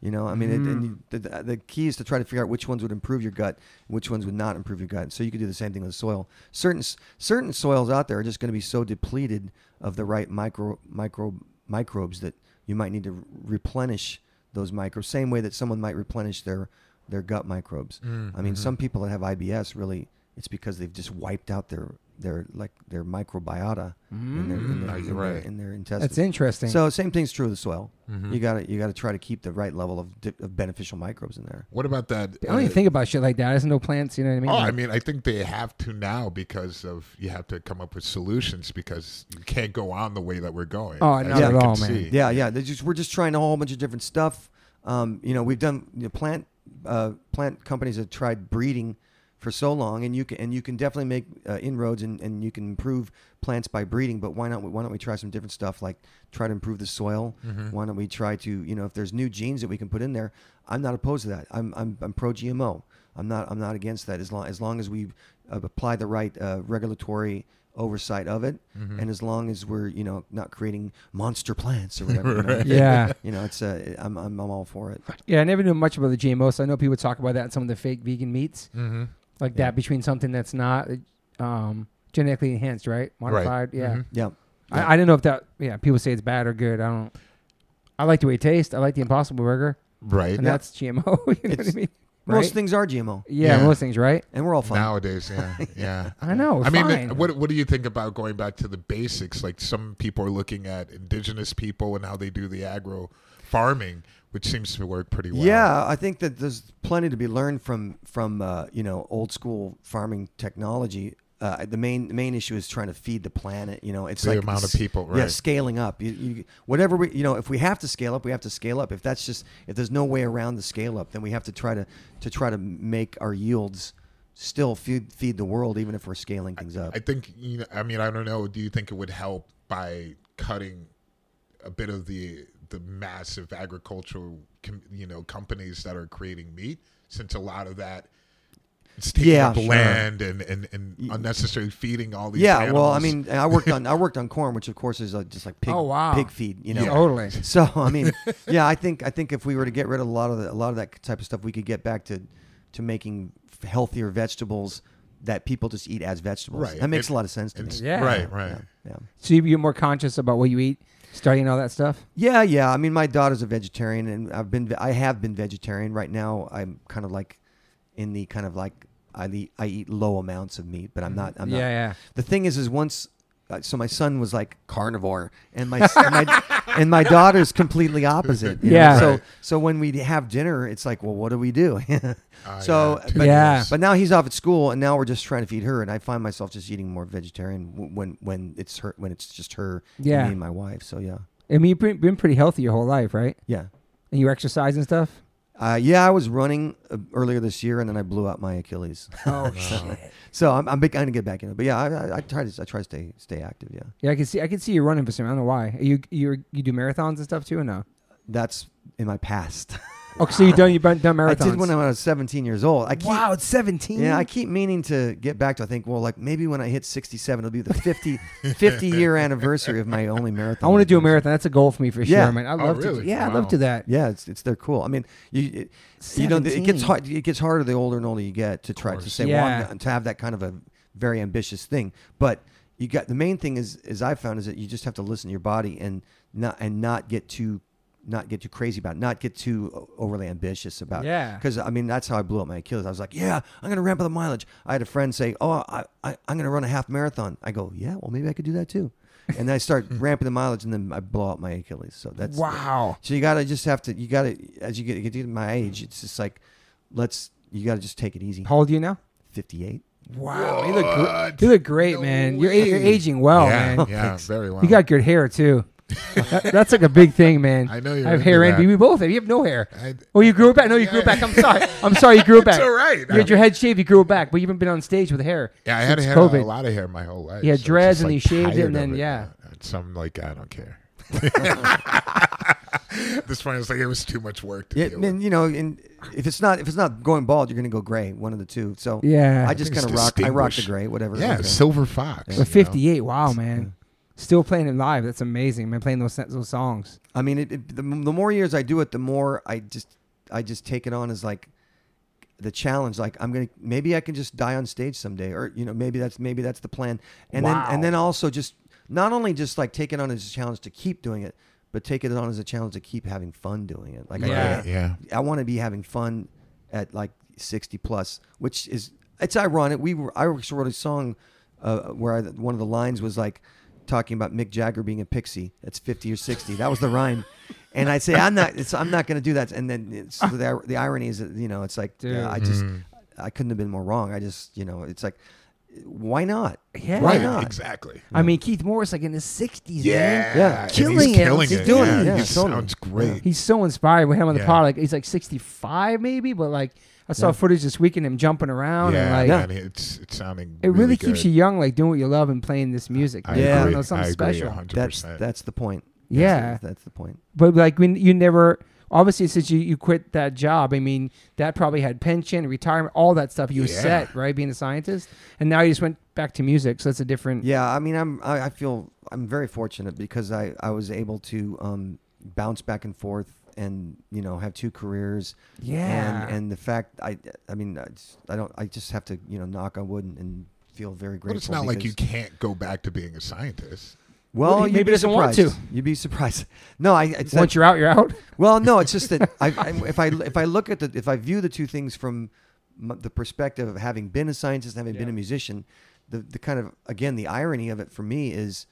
S4: You know, I mean, it, and you, the, the the key is to try to figure out which ones would improve your gut, which ones would not improve your gut. So you could do the same thing with soil. Certain s- certain soils out there are just going to be so depleted of the right micro micro microbes that you might need to re- replenish those microbes. Same way that someone might replenish their their gut microbes.
S3: Mm,
S4: I mean,
S3: mm-hmm.
S4: some people that have IBS really it's because they've just wiped out their their like their microbiota in their in their,
S3: Mm,
S4: in
S3: you're
S4: their-
S3: right.
S4: in their intestines.
S1: That's interesting.
S4: So same Mm-hmm. thing's true of the soil. You got to you got to try to keep the right level of, di- of beneficial microbes in there.
S3: What about that?
S1: I don't
S3: uh,
S1: even think about shit like that. There's no plants. You know what I mean?
S3: Oh, I
S1: Like,
S3: mean, I think they have to now because of you have to come up with solutions because you can't go on the way that we're going.
S1: Oh,
S3: as
S1: not
S3: we
S1: at
S3: can
S1: all, man.
S3: see.
S4: Yeah, yeah. They just we're just trying a whole bunch of different stuff. Um, you know, we've done you know, plant uh, plant companies have tried breeding for so long, and you can and you can definitely make uh, inroads and, and you can improve plants by breeding. But why not? Why don't we try some different stuff like try to improve the soil? Why don't we try to you know if there's new genes that we can put in there? I'm not opposed to that. I'm I'm, I'm pro GMO. I'm not I'm not against that as long as long as we uh, apply the right uh, regulatory oversight of it, and as long as we're you know not creating monster plants or whatever. you know.
S1: yeah.
S4: You know, it's uh, I'm, I'm I'm all for it.
S1: Yeah, I never knew much about the GMOs. I know people talk about that in some of the fake vegan meats,
S3: Mhm.
S1: like that between something that's not um, genetically enhanced, right? Modified. Yeah.
S3: Mhm.
S4: Yeah, Yeah.
S1: I, I didn't know if that. Yeah, people say it's bad or good. I don't. I like the way it tastes. I like the Impossible Burger,
S3: Right.
S1: and
S4: Yeah.
S1: that's GMO. you know what I
S4: It's-
S1: mean?
S4: most
S1: Right?
S4: things are GMO,
S1: Yeah,
S3: Yeah.
S1: most things, right?
S4: and we're all fine.
S3: Nowadays, yeah, yeah.
S1: I know.
S3: I mean,
S1: fine.
S3: what what do you think about going back to the basics? Like some people are looking at indigenous people and how they do the agro farming, which seems to work pretty well.
S4: Yeah, I think that there's plenty to be learned from from uh, you know old school farming technology. Uh, the main the main issue is trying to feed the planet. You know, it's
S3: The
S4: like
S3: amount of
S4: s-
S3: people,
S4: Yeah,
S3: right.
S4: scaling up. You, you, whatever we you know, if we have to scale up, we have to scale up. If that's just if there's no way around the scale up, then we have to try to to try to make our yields still feed feed the world, even if we're scaling things up.
S3: I think you know, I mean I don't know. Do you think it would help by cutting a bit of the the massive agricultural com, you know companies that are creating meat? Since a lot of that it's taking
S4: Yeah,
S3: up
S4: sure.
S3: land and and, and unnecessarily feeding all these.
S4: yeah, well, I
S3: animals.
S4: mean, I worked on I worked on corn, which of course is uh, just like pig
S1: Oh, wow.
S4: pig feed. You know,
S1: Totally.
S4: So I mean, yeah, I think I think if we were to get rid of a lot of the, a lot of that type of stuff, we could get back to to making f- healthier vegetables that people just eat as vegetables.
S3: Right.
S4: That makes
S3: It-
S4: a lot of sense to me.
S3: It's-
S1: Yeah.
S3: right, right.
S4: Yeah.
S1: So you- you're more conscious about what you eat, studying all that stuff.
S4: Yeah, yeah. I mean, my daughter's a vegetarian, and I've been I have been vegetarian. Right now, I'm kind of like in the kind of like I eat, I eat low amounts of meat, but I'm not. I'm
S1: Mm-hmm. yeah,
S4: not.
S1: yeah.
S4: The thing is, is once uh, so my son was like carnivore, and my, and my and my daughter's completely opposite. you know?
S1: Yeah.
S4: So
S3: Right.
S4: so when we have dinner, it's like, well, what do we do?
S3: Ah,
S4: so
S3: yeah, two
S4: but,
S1: Yeah.
S3: years.
S4: but now he's off at school, and now we're just trying to feed her, and I find myself just eating more vegetarian w- when when it's her when it's just her, and
S1: Yeah.
S4: me and my wife. So yeah,
S1: I mean, you've been- been pretty healthy your whole life, right?
S4: yeah.
S1: And you exercise and stuff.
S4: Uh, yeah, I was running uh, earlier this year, and then I blew out my Achilles.
S1: Oh shit!
S4: so I'm, I'm trying to get back in it. But yeah, I, I, I try to I try to stay stay active. Yeah,
S1: Yeah, I can see. I can see you running for some. I don't know why. You you you do marathons and stuff too, or no?
S4: that's in my past.
S1: Oh, so you done you have done marathons?
S4: I did when I was 17 years old. I keep,
S1: wow, it's seventeen.
S4: Yeah, I keep meaning to get back to. I think well, like maybe when I hit 67, it'll be the 50 50 year anniversary of my only marathon.
S1: I want to do a
S4: race.
S1: marathon. That's a goal for me for
S4: Yeah.
S1: sure, man. I
S3: Oh,
S1: love to.
S3: really?
S1: Yeah, I love
S3: Wow.
S1: to that.
S4: Yeah, it's it's they're cool. I mean, you it, you know it gets
S1: 17.
S4: hard it gets harder the older and older you get to try to
S3: course.
S4: say well, I'm
S1: Yeah.
S4: not- to have that kind of a very ambitious thing. But you got the main thing is is I found is that you just have to listen to your body and not and not get too not get too crazy about it, not get too o- overly ambitious about
S1: Yeah.
S4: because I mean that's how I blew up my Achilles. I was like, yeah, I'm gonna ramp up the mileage. I had a friend say, oh, I, I I'm gonna run a half marathon. I go, yeah, well maybe I could do that too. And then I start ramping the mileage, and then I blow out my Achilles. So that's
S1: Wow.
S4: so you gotta just have to. You gotta as you get you get to my age, it's just like let's. You gotta just take it easy.
S1: How old are you now?
S4: Fifty-eight.
S1: Wow, you look
S3: What?
S1: gr- you look great,
S3: No
S1: man. You're a- you're
S3: way.
S1: aging well,
S3: yeah,
S1: man.
S3: Yeah, very well.
S1: You got good hair too. That- that's like a big thing, man.
S3: I know you're
S1: I have
S3: into
S1: hair
S3: that.
S1: envy. We both have. You have no hair.
S3: I-
S1: oh, you grew it back. No, you grew it
S3: Yeah.
S1: back. I'm sorry. I'm sorry. You grew it back.
S3: all right.
S1: You had your head shaved. You grew it back, but you haven't been on stage with hair.
S3: Yeah, I had
S1: since
S3: hair, uh,
S1: COVID.
S3: a lot of hair my whole life.
S1: He had
S3: it's
S1: dreads
S3: just,
S1: and he shaved it
S3: tired
S1: and
S3: of
S1: then, yeah.
S3: So I'm like, I don't care. this point, it's like it was too much work to
S4: Yeah,
S3: deal with.
S4: and you know, and if it's not if it's not going bald, you're gonna go gray. One of the two. So
S1: Yeah.
S4: I just
S3: Things
S4: kind of rock. I rock the
S3: distinguish.
S4: gray, whatever.
S3: Yeah,
S4: Okay.
S3: Silver Fox. you know?
S1: But 58. Wow, man. Still playing it live. That's amazing, man. Playing those those songs.
S4: I mean, it, it, the, the more years I do it, the more I just I just take it on as like the challenge. Like I'm gonna maybe I can just die on stage someday, or you know maybe that's maybe that's the plan. And then
S1: Wow.
S4: and then also just not only just like take it on as a challenge to keep doing it, but take it on as a challenge to keep having fun doing it. Like I
S1: Yeah.
S4: gotta-
S3: Right, yeah.
S4: I want to be having fun at like 60 plus, which is it's ironic. We were I actually wrote a song uh, where I, one of the lines was like talking about Mick Jagger being a pixie. That's 50 or 60. That was the rhyme. And I say I'm not. It's, I'm not going to do that. And then it's, the, the irony is, that, you know, it's like
S1: Dude.
S4: yeah, I just I couldn't have been more wrong. I just you know, it's like why not?
S1: Yeah.
S4: why
S3: Right,
S4: not?
S3: exactly.
S1: I mean, Keith Morris, like in his 60s.
S3: Yeah,
S1: man.
S4: Yeah.
S3: and
S1: Killing
S3: he's
S1: it.
S3: Killing
S1: He's
S3: it.
S1: doing
S3: yeah.
S1: it.
S4: Yeah,
S3: he
S4: totally.
S3: sounds great.
S1: He's so inspired. We had him on the
S3: Yeah.
S1: pod. Like he's like 65 maybe, but like I saw footage this weekend him jumping around and
S3: Yeah,
S1: like
S3: man, it's it's sounding.
S1: it really, keeps
S3: good.
S1: you young, like doing what you love and playing this music.
S3: I
S1: man. I
S4: Yeah.
S1: don't
S3: agree.
S1: know something
S3: I agree
S1: special.
S3: 100%.
S4: That's that's the point. That's
S1: Yeah.
S4: the- that's the point.
S1: But like when you never obviously since you, you quit that job, I mean that probably had pension, retirement, all that stuff. You were
S3: Yeah.
S1: set, right? Being a scientist. And now you just went back to music, so that's a different
S4: Yeah, I mean, I'm I, I feel I'm very fortunate because I I was able to um, bounce back and forth and you know have two careers.
S1: Yeah.
S4: and, and the fact I I mean I, just- I don't I just have to you know knock on wood and, and feel very grateful.
S3: But it's not like you
S4: because-
S3: can't go back to being a scientist.
S4: Well,
S1: Well, he
S4: you'd
S1: maybe
S4: be
S1: doesn't want
S4: surprised.
S1: to.
S4: You'd be surprised. No, I. It's
S1: once you're out, you're out.
S4: Well, no, it's just that I, I, if I if I look at the if I view the two things from m- the perspective of having been a scientist, having been
S1: Yeah.
S4: a musician, the the kind of again the irony of it for me is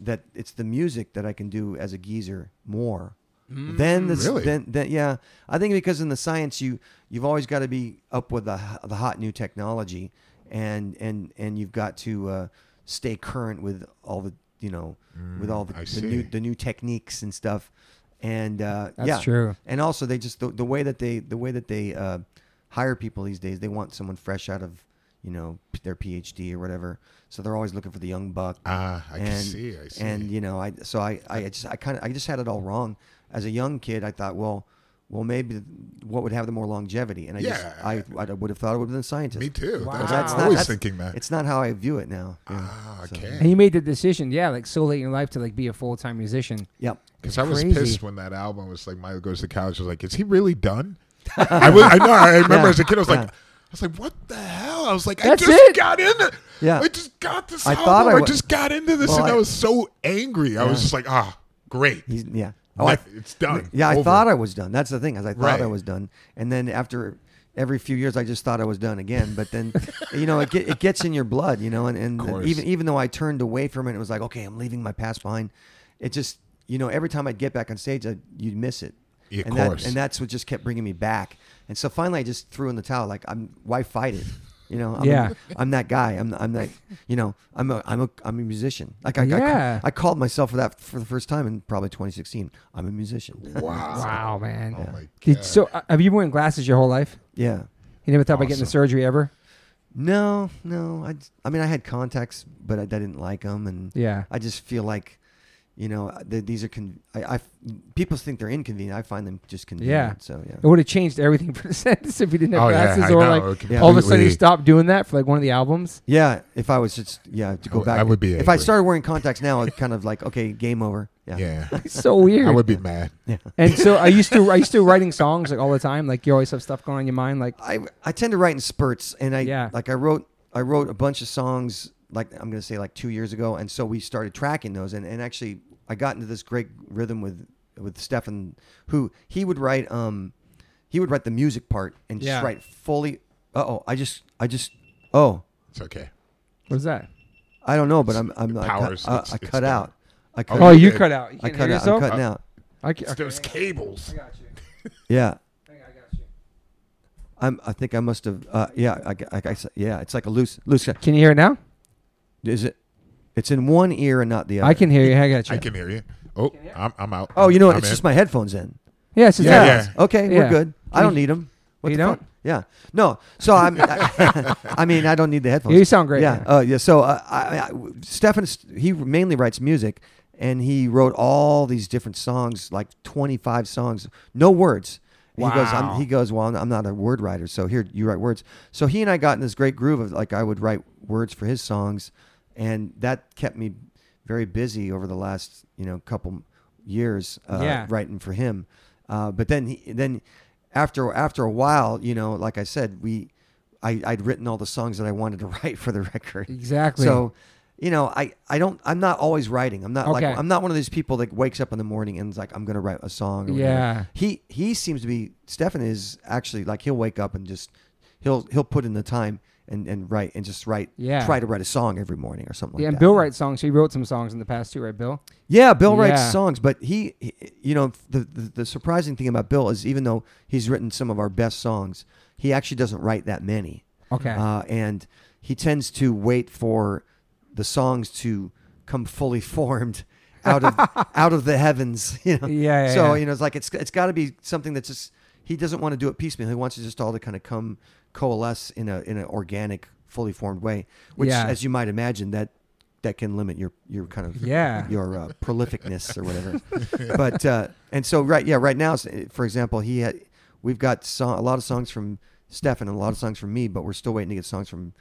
S4: that it's the music that I can do as a geezer more than the
S3: Mm, Really?
S4: than, than yeah. I think because in the science you you've always got to be up with the h- the hot new technology and and and you've got to uh, stay current with all the you know with all the,
S3: Mm, I
S4: the new
S3: see.
S4: the new techniques and stuff and uh,
S1: That's
S4: yeah.
S1: true.
S4: And also, they just the, the way that they the way that they uh, hire people these days, they want someone fresh out of you know p- their PhD or whatever. So they're always looking for the young buck.
S3: Ah, I
S4: and,
S3: can see. I see.
S4: And you know, I so I I just I kind of I just had it all wrong as a young kid. I thought, well, well maybe what would have the more longevity? And I just
S3: Yeah.
S4: I I would have thought it would have been a scientist.
S3: Me too.
S1: Wow.
S3: That's,
S1: That's
S3: I'm
S1: not-
S3: always
S4: that's-
S3: thinking that.
S4: It's not how I view it now. Yeah.
S3: ah,
S4: So-
S3: okay.
S1: And you made the decision, yeah, like so late in your life to like be a full time musician.
S4: Yep.
S3: Because I was
S1: Crazy.
S3: pissed when that album was like Milo Goes to College. I was like, is he really done? I, was, I know. I remember
S4: Yeah,
S3: as a kid, I was like,
S4: yeah.
S3: I was like, what the hell? I was like,
S1: That's
S3: I just
S1: it.
S3: got into.
S4: Yeah.
S3: I just got this
S4: I
S3: album.
S4: thought I
S3: I,
S4: would-
S3: just got into this,
S4: Well,
S3: and I,
S4: I-
S3: was so angry. I was just like, ah, great.
S4: He's yeah.
S3: Oh,
S4: I-
S3: it's done.
S4: Yeah, I
S3: Over.
S4: thought I was done. That's the thing, is I thought I
S3: Right.
S4: was done, and then after every few years I just thought I was done again. But then, you know, it, get, it gets in your blood, you know, and, and
S3: course.
S4: even even though I turned away from it, it was like, okay, I'm leaving my past behind. It just, you know, every time I'd get back on stage, I, you'd miss it.
S3: Yeah, of
S4: and
S3: course.
S4: That, and that's what just kept bringing me back. And so finally, I just threw in the towel. Like, I'm why fight it? You know, I'm,
S1: Yeah.
S4: I'm that guy. I'm I'm that. You know, I'm a I'm a I'm a musician. Like I, I-
S1: Yeah.
S4: I, called myself for that for the first time in probably 2016. I'm a musician.
S3: Wow.
S1: Wow, man.
S3: Oh my
S1: Did,
S3: God.
S1: so, uh, have you been wearing glasses your whole life?
S4: yeah.
S1: You never thought about getting the
S3: Awesome.
S1: surgery ever?
S4: No, no. I, I mean, I had contacts, but I, I didn't like them, and
S1: Yeah.
S4: I just feel like, you know, uh, th- these are con- I, I people think they're inconvenient. I find them just convenient. So yeah,
S1: It would have changed everything for the sentence if you didn't have
S3: Oh, yeah,
S1: glasses,
S3: I
S1: or
S3: know.
S1: like
S3: Completely.
S1: all of a sudden you stopped doing that for like one of the albums.
S4: yeah. If I was just yeah to go
S3: I-
S4: back,
S3: I would be
S4: If I
S3: angry.
S4: started wearing contacts now, it's kind of like okay, game over. Yeah.
S3: Yeah.
S1: It's so weird.
S3: I would be mad.
S1: and so, are you still are you still writing songs like all the time? Like you always have stuff going on in your mind. Like
S4: I I tend to write in spurts, and I
S1: Yeah.
S4: like I wrote I wrote a bunch of songs like I'm gonna say like two years ago, and so we started tracking those, and, and actually I got into this great rhythm with with Stefan, who he would write um he would write the music part and just
S1: Yeah.
S4: write fully. Uh oh, I just I just oh
S3: It's okay.
S1: what's that?
S4: I don't know, but I'm I'm I cut-
S3: Powers,
S4: I, I
S3: it's- it's
S4: cut
S3: done.
S4: out. I cut,
S1: Oh,
S4: out.
S1: you
S3: good.
S1: cut out. You
S4: I
S1: can't
S4: cut
S1: hear
S4: out. I'm
S1: yourself. Oh.
S4: cutting out.
S1: I ca-
S3: It's
S1: okay,
S3: those cables.
S1: I got you.
S4: Yeah.
S1: I got you.
S4: I'm, I think I must have. Uh, yeah, I, I, I, yeah. It's like a loose, loose.
S1: Can you hear it now?
S4: Is it? It's in one ear and not the other.
S1: I can hear you. I got you.
S3: I can hear you. Oh, I'm, I'm out.
S4: Oh, you know what?
S3: I'm
S4: It's
S3: in.
S4: just my headphones in.
S1: Yeah, it's just
S3: Yeah,
S1: that.
S4: Okay,
S1: Yeah.
S4: we're good. I
S1: You-
S4: don't need them. What
S1: you
S4: the
S1: don't?
S4: Fuck? Yeah. No. So I'm. I, mean, I don't need the headphones.
S1: Yeah, you sound great,
S4: Yeah.
S1: man.
S4: Uh, yeah. So uh, I, I, Stefan, is- he mainly writes music, and he wrote all these different songs, like twenty five songs, no words. And He goes.
S1: Wow.
S4: I'm, he goes. Well, I'm not a word writer, so here you write words. So he and I got in this great groove of like I would write words for his songs, and that kept me very busy over the last you know couple years uh,
S1: Yeah.
S4: writing for him. Uh, but then he, then after after a while, you know, like I said, we I, I'd written all the songs that I wanted to write for the record.
S1: Exactly.
S4: So, you know, I, I don't I'm not always writing. I'm not
S1: Okay.
S4: like I'm not one of these people that wakes up in the morning and is like I'm gonna write a song. Or whatever.
S1: Yeah.
S4: He he seems to be Stefan is actually like he'll wake up and just he'll he'll put in the time and, and write and just write
S1: Yeah.
S4: try to write a song every morning or something like
S1: Yeah, and
S4: that.
S1: Bill writes songs. So he wrote some songs in the past too, right, Bill?
S4: Yeah, Bill
S1: Yeah.
S4: writes songs, but he, he- you know, the, the the surprising thing about Bill is even though he's written some of our best songs, he actually doesn't write that many.
S1: Okay.
S4: Uh, and he tends to wait for the songs to come fully formed out of out of the heavens. You know?
S1: Yeah, yeah,
S4: so
S1: yeah.
S4: you know, it's like it's it's got to be something that's just he doesn't want to do it piecemeal. He wants it just all to kind of come coalesce in a in an organic, fully formed way. Which,
S1: Yeah.
S4: as you might imagine, that that can limit your your kind of
S1: Yeah.
S4: your uh, prolificness or whatever. but uh, and so right yeah right now s- for example he had we've got so, a lot of songs from Stefan and a lot of songs from me, but we're still waiting to get songs from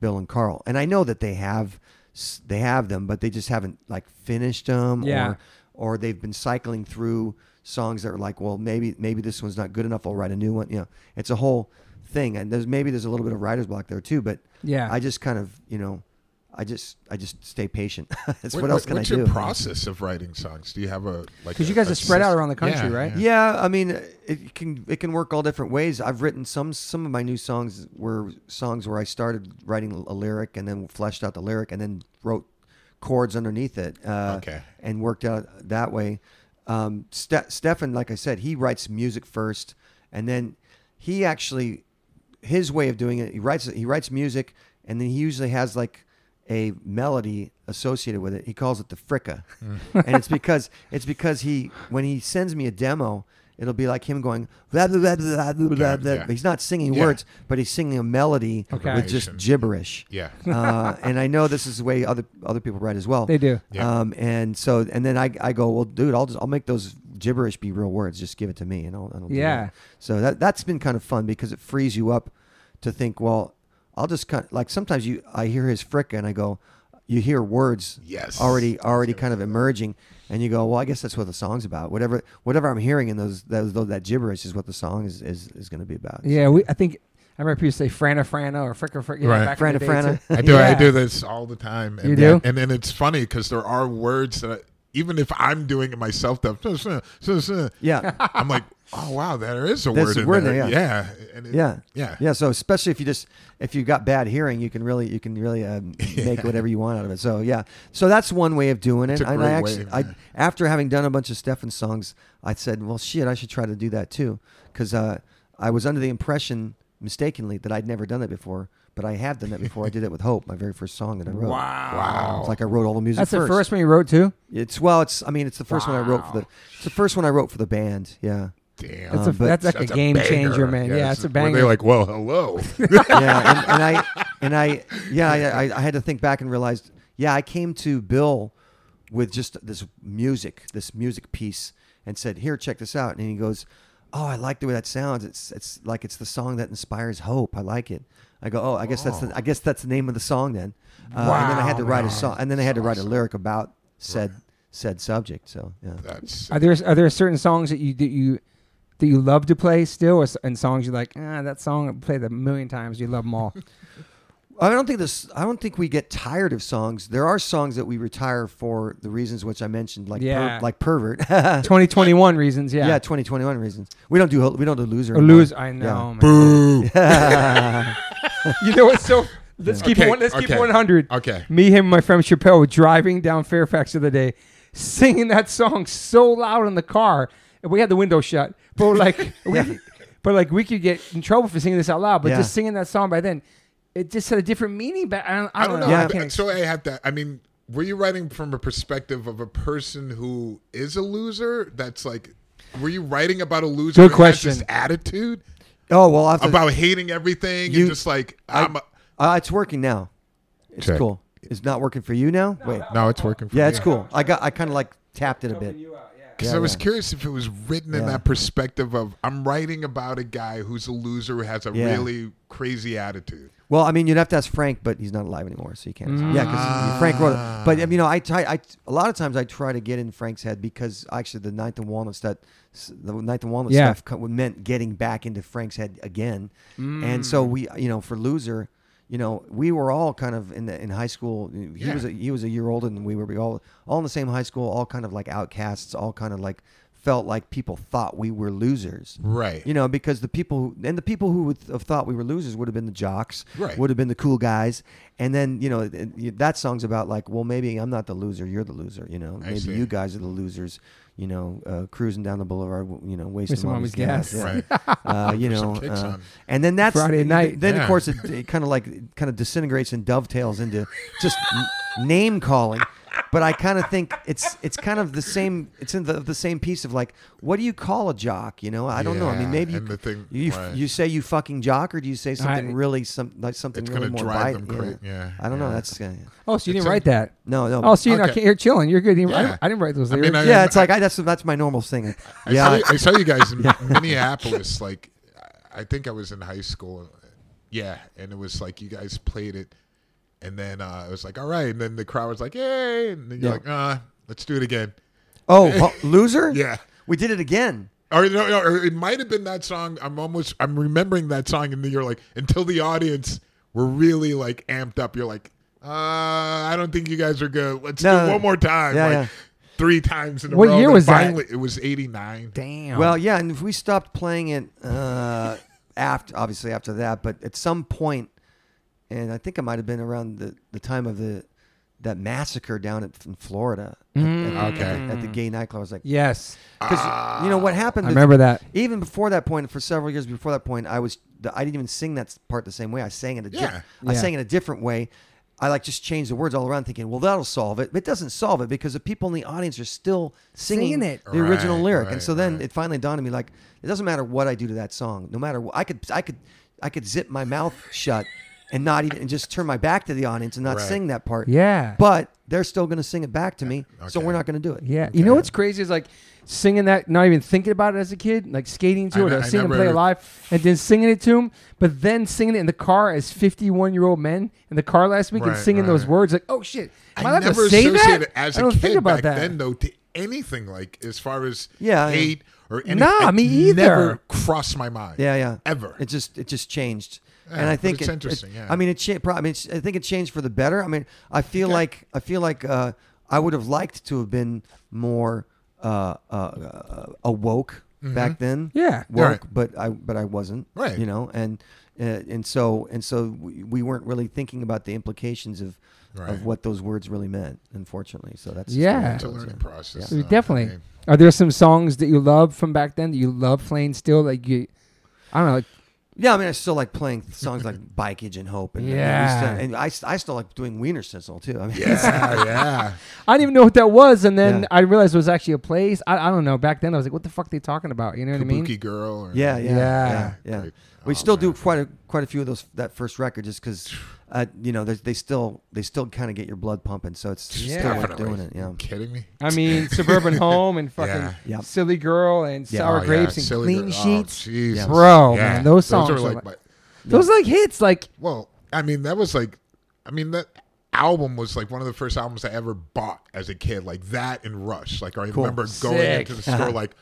S4: Bill and Carl. And I know that they have s- they have them, but they just haven't like finished them
S1: Yeah.
S4: or or they've been cycling through songs that are like well maybe maybe this one's not good enough I'll write a new one you know it's a whole thing and there's maybe there's a little bit of writer's block there too but
S1: Yeah.
S4: I just kind of you know I just I just stay patient that's what,
S3: What-
S4: else
S3: what-
S4: can
S3: what's
S4: I do
S3: your process of writing songs? Do you have a like?
S1: 'Cause you
S3: a-
S1: guys
S3: a
S1: are spread out
S3: syst-
S1: around the country,
S3: Yeah,
S1: right?
S3: Yeah.
S4: Yeah, I mean, it can it can work all different ways. I've written some some of my new songs were songs where I started writing a lyric and then fleshed out the lyric and then wrote chords underneath it. Uh,
S3: Okay.
S4: and worked out that way. Um, Ste- Stefan, like I said, he writes music first, and then he actually his way of doing it. He writes he writes music, and then he usually has like a melody associated with it. He calls it the fricka,
S3: Mm.
S4: and it's because it's because he when he sends me a demo. It'll be like him going blah blah blah blah blah blah. blah.
S3: Yeah.
S4: He's not singing
S3: Yeah.
S4: words, but he's singing a melody
S1: Okay.
S4: with just
S3: Variation.
S4: gibberish.
S3: Yeah.
S4: uh, and I know this is the way other other people write as well.
S1: They do.
S3: Yeah.
S4: Um, and so, and then I, I go, well, dude, I'll just, I'll make those gibberish be real words. Just give it to me, and I'll, and I'll do
S1: Yeah.
S4: that. So that that's been kind of fun because it frees you up to think. Well, I'll just kind of, like sometimes you, I hear his fricka, and I go, you hear words,
S3: Yes.
S4: already already kind of emerging, and you go, well, I guess that's what the song's about. Whatever whatever I'm hearing in those those, those that gibberish is what the song is is, is going to be about.
S1: Yeah, we, I think I remember people say Frana Frana or Fricker Fricker. you know,
S3: Right.
S1: back in the
S4: Frana
S1: day,
S4: Frana.
S1: too.
S3: I do. I
S1: Yeah.
S3: do this all the time. And
S1: You
S3: then,
S1: do?
S3: And then it's funny because there are words that I, even if I'm doing it myself, the
S4: Yeah.
S3: I'm like, oh wow, there is a
S4: There's
S3: word
S4: a
S3: in
S4: word
S3: there.
S4: there,
S3: yeah. And it-
S4: Yeah.
S3: yeah,
S4: Yeah. So especially if you just if you've got bad hearing, you can really you can really um, make whatever you want out of it. So yeah. So that's one way of doing it.
S3: It's a
S4: And
S3: great
S4: I
S3: way,
S4: actually I
S3: yeah.
S4: after having done a bunch of Stefan songs, I said, well, shit, I should try to do that too, because uh, I was under the impression mistakenly that I'd never done that before, but I have done that before. I did it with Hope, my very first song that I wrote.
S3: Wow.
S4: It's like I wrote all the music.
S1: That's the first one you wrote too.
S4: It's well, it's I mean, it's the first one I wrote for the. It's the first one I wrote for the band. Yeah.
S3: Damn.
S1: That's a
S4: Um, but-
S1: that's like
S3: That's
S1: a game
S3: banger.
S1: changer, man. Yeah,
S3: this
S1: it's a
S3: is- Were
S1: banger.
S3: they like, well, hello.
S4: yeah, and, and I and I yeah, I, I, I had to think back and realized yeah, I came to Bill with just this music, this music piece, and said, "Here, check this out," and he goes. Oh, I like the way that sounds. It's it's like it's the song that inspires hope. I like it. I go, oh, I guess that's the, I guess that's the name of the song then. Uh, and then I had to
S1: Wow,
S4: write
S1: man.
S4: a song, and then I had to write a lyric about said said subject. So yeah,
S3: That's
S1: Are there are there certain songs that you that you that you love to play still, or, s- and songs you're like, ah, that song I played a million times. You love them all.
S4: I don't think this. I don't think we get tired of songs. There are songs that we retire for the reasons which I mentioned, like
S1: Yeah.
S4: per, like pervert.
S1: 2021 reasons. Yeah.
S4: yeah. 2021 reasons. We don't do we don't do loser.
S1: Or
S4: anymore.
S1: lose. I know. man.
S3: boo.
S1: You know what's so? Let's keep
S3: Okay,
S1: it. One, let's keep
S3: okay,
S1: it 100.
S3: okay.
S1: Me, him, and my friend Chappelle were driving down Fairfax the other day, singing that song so loud in the car, and we had the window shut. But we're like, we, but like we could get in trouble for singing this out loud. But
S4: Yeah.
S1: just singing that song by then, it just had a different meaning. But I don't, I
S3: I
S1: don't
S3: don't
S1: know.
S3: know.
S4: Yeah.
S1: I can't
S3: so I have to. I mean, were you writing from a perspective of a person who is a loser? That's like, were you writing about a loser?
S1: Good
S3: who has this
S1: question.
S3: attitude
S4: Oh well, after,
S3: about hating everything
S4: You-
S3: and just like
S4: I-
S3: I'm. a,
S4: uh, it's working now. It's
S3: Check.
S4: cool. It's not working for you now. Wait,
S3: no, it's working. for
S4: yeah,
S3: me.
S4: it's cool. I got I kind of like tapped it a bit.
S3: Because
S4: Yeah,
S3: I was
S4: yeah.
S3: curious if it was written in
S4: Yeah.
S3: that perspective of I'm writing about a guy who's a loser who has a
S4: Yeah.
S3: really crazy attitude.
S4: Well, I mean, you'd have to ask Frank, but he's not alive anymore, so you can't. Yeah, 'cause Yeah, because Frank wrote it. But um, you know, I try. I a lot of times I try to get in Frank's head because actually the ninth and walnut stuff, the ninth and walnut
S1: Yeah.
S4: stuff co- meant getting back into Frank's head again, and so we, you know, for loser. You know, we were all kind of in the, in high school. He
S3: Yeah.
S4: was a, he was a year older than we were. We all all in the same high school. All kind of like outcasts. All kind of like felt like people thought we were losers.
S3: Right.
S4: You know, because the people who, and the people who would have thought we were losers would have been the jocks,
S3: Right.
S4: would have been the cool guys, and then you know it- it- that song's about like, well, maybe I'm not the loser, you're the loser, you know,
S3: I
S4: maybe
S3: see.
S4: you guys are the losers, you know, uh, cruising down the boulevard, w- you know, wasting
S1: Wasting
S4: mommy's
S1: mommy's
S4: gas,
S3: gas.
S4: yeah. uh, you
S3: Put some
S4: know,
S3: kicks
S4: uh,
S3: on.
S4: and then that's
S1: Friday night.
S4: Then
S3: Yeah.
S4: of course it, it kind of like kind of disintegrates and dovetails into just n- name calling. But I kind of think it's it's kind of the same. It's in the, the same piece of like, what do you call a jock? You know, I don't know. I
S3: Yeah,
S4: mean, maybe you,
S3: and the thing-
S4: you,
S3: right.
S4: you say you fucking jock, or do you say something
S1: I-
S4: really some like something
S3: It's
S4: really
S3: gonna
S4: more
S3: drive them
S4: bite-
S3: cra- yeah,
S4: I don't
S3: yeah.
S4: know. That's uh,
S1: Oh, so you
S3: It's
S1: didn't
S3: in-
S1: write that?
S4: no, no.
S1: Oh, so you're not
S3: Um, Okay.
S1: you're chilling. You're good. You- I,
S3: Yeah.
S1: didn't, I didn't write those
S3: I
S1: lyrics.
S3: mean, I,
S4: yeah, it's like I, that's that's my normal thing.
S3: I
S4: Yeah,
S3: saw, you- I saw you guys in Minneapolis. Like, I I think I was in high school. Yeah, and it was like you guys played it, and then uh, it was like, all right, and then the crowd was like, yay, and then you're
S4: Yeah.
S3: like, uh, let's do it again.
S4: Oh, ho- loser.
S3: Yeah.
S4: we did it again.
S3: Or, no, no, or it might have been that song. I'm almost, I'm remembering that song, and then you're like, until the audience were really like amped up, you're like, uh, I don't think you guys are good. Let's
S4: No.
S3: do it one more time.
S4: Yeah,
S3: like,
S4: yeah.
S3: Three times in a
S1: What
S3: row.
S1: year
S3: Then
S1: was that?
S3: finally, It was 89.
S1: Damn.
S4: Well, yeah, and if we stopped playing it uh, after, obviously after that, but at some point, and I think it might have been around the, the time of the that massacre down at, in Florida at, at the,
S3: Okay.
S4: at, the, at the gay nightclub. I was like,
S1: yes,
S4: because you know what happened.
S1: Mm. I
S4: is-
S1: remember that.
S4: Even before that point, for several years before that point, I was the, I didn't even sing that part the same way. I sang it a di-
S3: Yeah.
S4: I
S1: Yeah.
S4: sang it a different way. I like just changed the words all around, thinking, well, that'll solve it. But it doesn't solve it because the people in the audience are still singing,
S1: Singing it.
S4: the original
S3: Right,
S4: lyric.
S3: right,
S4: and so then
S3: right.
S4: it finally dawned on me, like it doesn't matter what I do to that song. No matter what, I could I could I could zip my mouth shut and not even and just turn my back to the audience and not
S3: Right.
S4: sing that part.
S1: Yeah.
S4: but they're still going to sing it back to me, so
S3: Okay.
S4: we're not going to do it.
S1: Yeah, you know what's crazy is like singing that, not even thinking about it as a kid, like skating
S3: I
S1: to it,
S3: ne-
S1: or
S3: I
S1: seeing him play
S3: never-
S1: live, and then singing it to him, but then singing it in the car as fifty-one-year-old men in the car last week and
S3: Right,
S1: singing
S3: right,
S1: those
S3: right.
S1: words, like, oh shit, am I,
S3: I
S1: allowed
S3: never
S1: to say
S3: associated
S1: that?
S3: it as
S1: I don't
S3: a kid
S1: think about
S3: back
S1: that.
S3: then, though, to anything like as far as
S4: Yeah, yeah.
S3: hate or anything.
S1: Nah,
S3: it
S1: me either.
S3: Never crossed my mind.
S4: Yeah, yeah.
S3: Ever.
S4: It just it just changed.
S3: Yeah,
S4: and I
S3: but
S4: think
S3: it's
S4: it- it-
S3: interesting, yeah.
S4: I mean, it changed. I mean, it's- I think it changed for the better. I mean, I feel like I feel like uh, I would have liked to have been more uh, uh, uh, awoke back then.
S1: Yeah.
S4: woke,
S3: Mm-hmm. Right.
S4: but I but I wasn't.
S3: Right.
S4: You know, and uh, and so and so we, we weren't really thinking about the implications of
S3: Right.
S4: of what those words really meant. Unfortunately, so that's just
S1: Yeah.
S4: one of
S3: It's a
S4: those,
S3: learning
S4: yeah.
S3: process.
S1: So
S3: uh, I
S1: definitely.
S3: mean,
S1: Are there some songs that you love from back then that you love playing still? Like you, I don't know. Like,
S4: Yeah, I mean, I still like playing songs like "Bikeage and Hope," and
S1: Yeah.
S4: and I, I still like doing Wiener Sizzle too. I mean,
S3: yeah, yeah.
S1: I didn't even know what that was, and then
S4: Yeah.
S1: I realized it was actually a place. I, I don't know. Back then, I was like, "What the fuck are they talking about?" You know what I mean?
S3: Kabuki girl. Or,
S4: Yeah, yeah,
S1: Yeah.
S4: yeah, yeah.
S3: Great.
S4: We
S3: Oh,
S4: still do
S3: man.
S4: quite a quite a few of those that first record, just because, uh, you know, there's- they still they still kind of get your blood pumping, so it's
S1: Yeah.
S4: still worth
S3: Definitely.
S4: doing it. Yeah,
S3: You kidding me?
S1: I mean, suburban home and fucking
S3: Yeah.
S4: Yep.
S1: silly girl and
S4: Yeah.
S1: sour
S3: Oh, yeah,
S1: grapes and
S3: Silly
S1: clean
S3: Girl. Oh,
S1: sheets.
S3: Jesus.
S1: Bro, man, those songs
S3: are
S1: are
S3: like,
S1: like-
S3: my,
S1: Those are like hits. Like
S3: well, I mean, that was like, I mean, that album was like one of the first albums I ever bought as a kid. Like that and Rush. Like I remember going
S1: Sick.
S3: into the store like.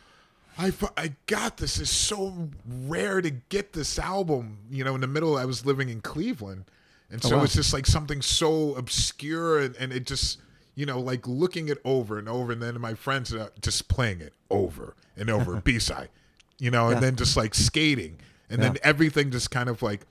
S3: I, fu- I got this. It's so rare to get this album. You know, in the middle, I was living in Cleveland.
S4: Oh,
S3: And so it's just like something so obscure. And, and it just, you know, like looking it over and over. And then my friends uh, just playing it over and over, B side, you know, and then just like skating. And then everything just kind of like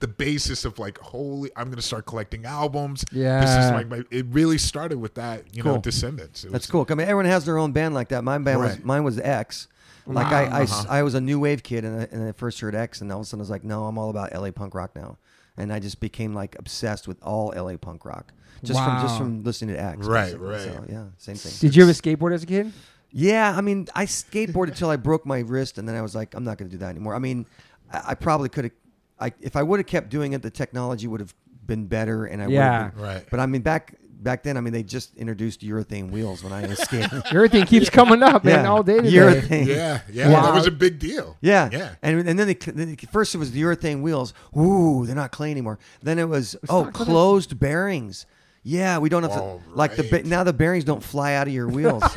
S3: the basis of like, holy, I'm going to start collecting albums. This
S1: Yeah.
S3: is like my, it really started with that, you know,
S4: Cool.
S3: Descendants. It
S4: that's
S3: was-
S4: cool. I mean, everyone has their own band like that. My band was
S3: Right. Uh-huh.
S4: mine was X. Like I, I s- I was a new wave kid, and I, and I first heard X, and all of a sudden I was like, no, I'm all about LA punk rock now, and I just became like obsessed with all LA punk rock just from
S1: Wow.
S4: just from listening to X.
S3: Right,
S4: basically.
S3: right.
S4: So, yeah, same thing.
S1: Did you ever skateboard as a kid?
S4: Yeah, I mean, I skateboarded till I broke my wrist, and then I was like, I'm not going to do that anymore. I mean, I, I probably could have, I if I would have kept doing it, the technology would have been better, and I
S1: Yeah.
S4: would have
S3: Right.
S4: But I mean, back back then, I mean, they just introduced urethane wheels when I was skating.
S1: Everything keeps coming up, man, all day today.
S4: Urethane.
S3: Yeah, yeah,
S1: Wow.
S3: that was a big deal.
S4: Yeah.
S3: yeah.
S4: And, and then, they, then they- first it was the urethane wheels. Ooh, they're not clay anymore. Then it was, oh,
S1: not clay.
S4: closed bearings. Yeah, we don't have to
S3: All
S4: like the ba-
S3: right.
S4: now the bearings don't fly out of your wheels.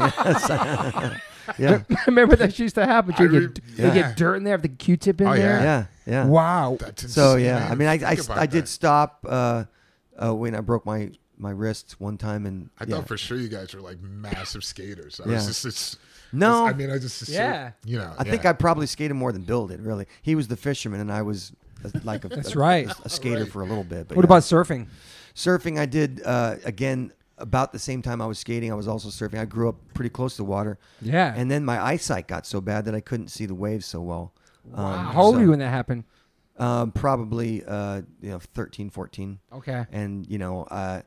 S4: yeah,
S1: Remember that used to happen. You
S3: I
S1: get,
S3: re-
S1: you
S4: yeah.
S1: get dirt in there, have the Q-tip in
S3: Oh,
S1: there.
S4: yeah, yeah.
S1: Wow.
S3: That's insane.
S4: So yeah, I mean, I I,
S3: Think about
S4: I did
S3: that.
S4: stop uh, uh, when I broke my my wrist one time, and
S3: I
S4: yeah.
S3: thought for sure you guys were like massive skaters. I
S4: Yeah.
S3: was just, it's-
S4: No.
S3: I mean, I just assumed,
S1: Yeah.
S3: You know,
S4: I think I probably skated more than Bill did. Really, he was the fisherman, and I was uh, like a,
S1: That's right.
S4: a skater for a little bit. But
S1: What
S4: yeah.
S1: about surfing?
S4: surfing? I did uh, again about the same time I was skating. I was also surfing. I grew up pretty close to water.
S1: Yeah.
S4: And then my eyesight got so bad that I couldn't see the waves so well. Um,
S1: How old
S4: so,
S1: were you when that happened?
S4: Um, probably uh, you know 13, 14.
S1: Okay.
S4: and you know uh,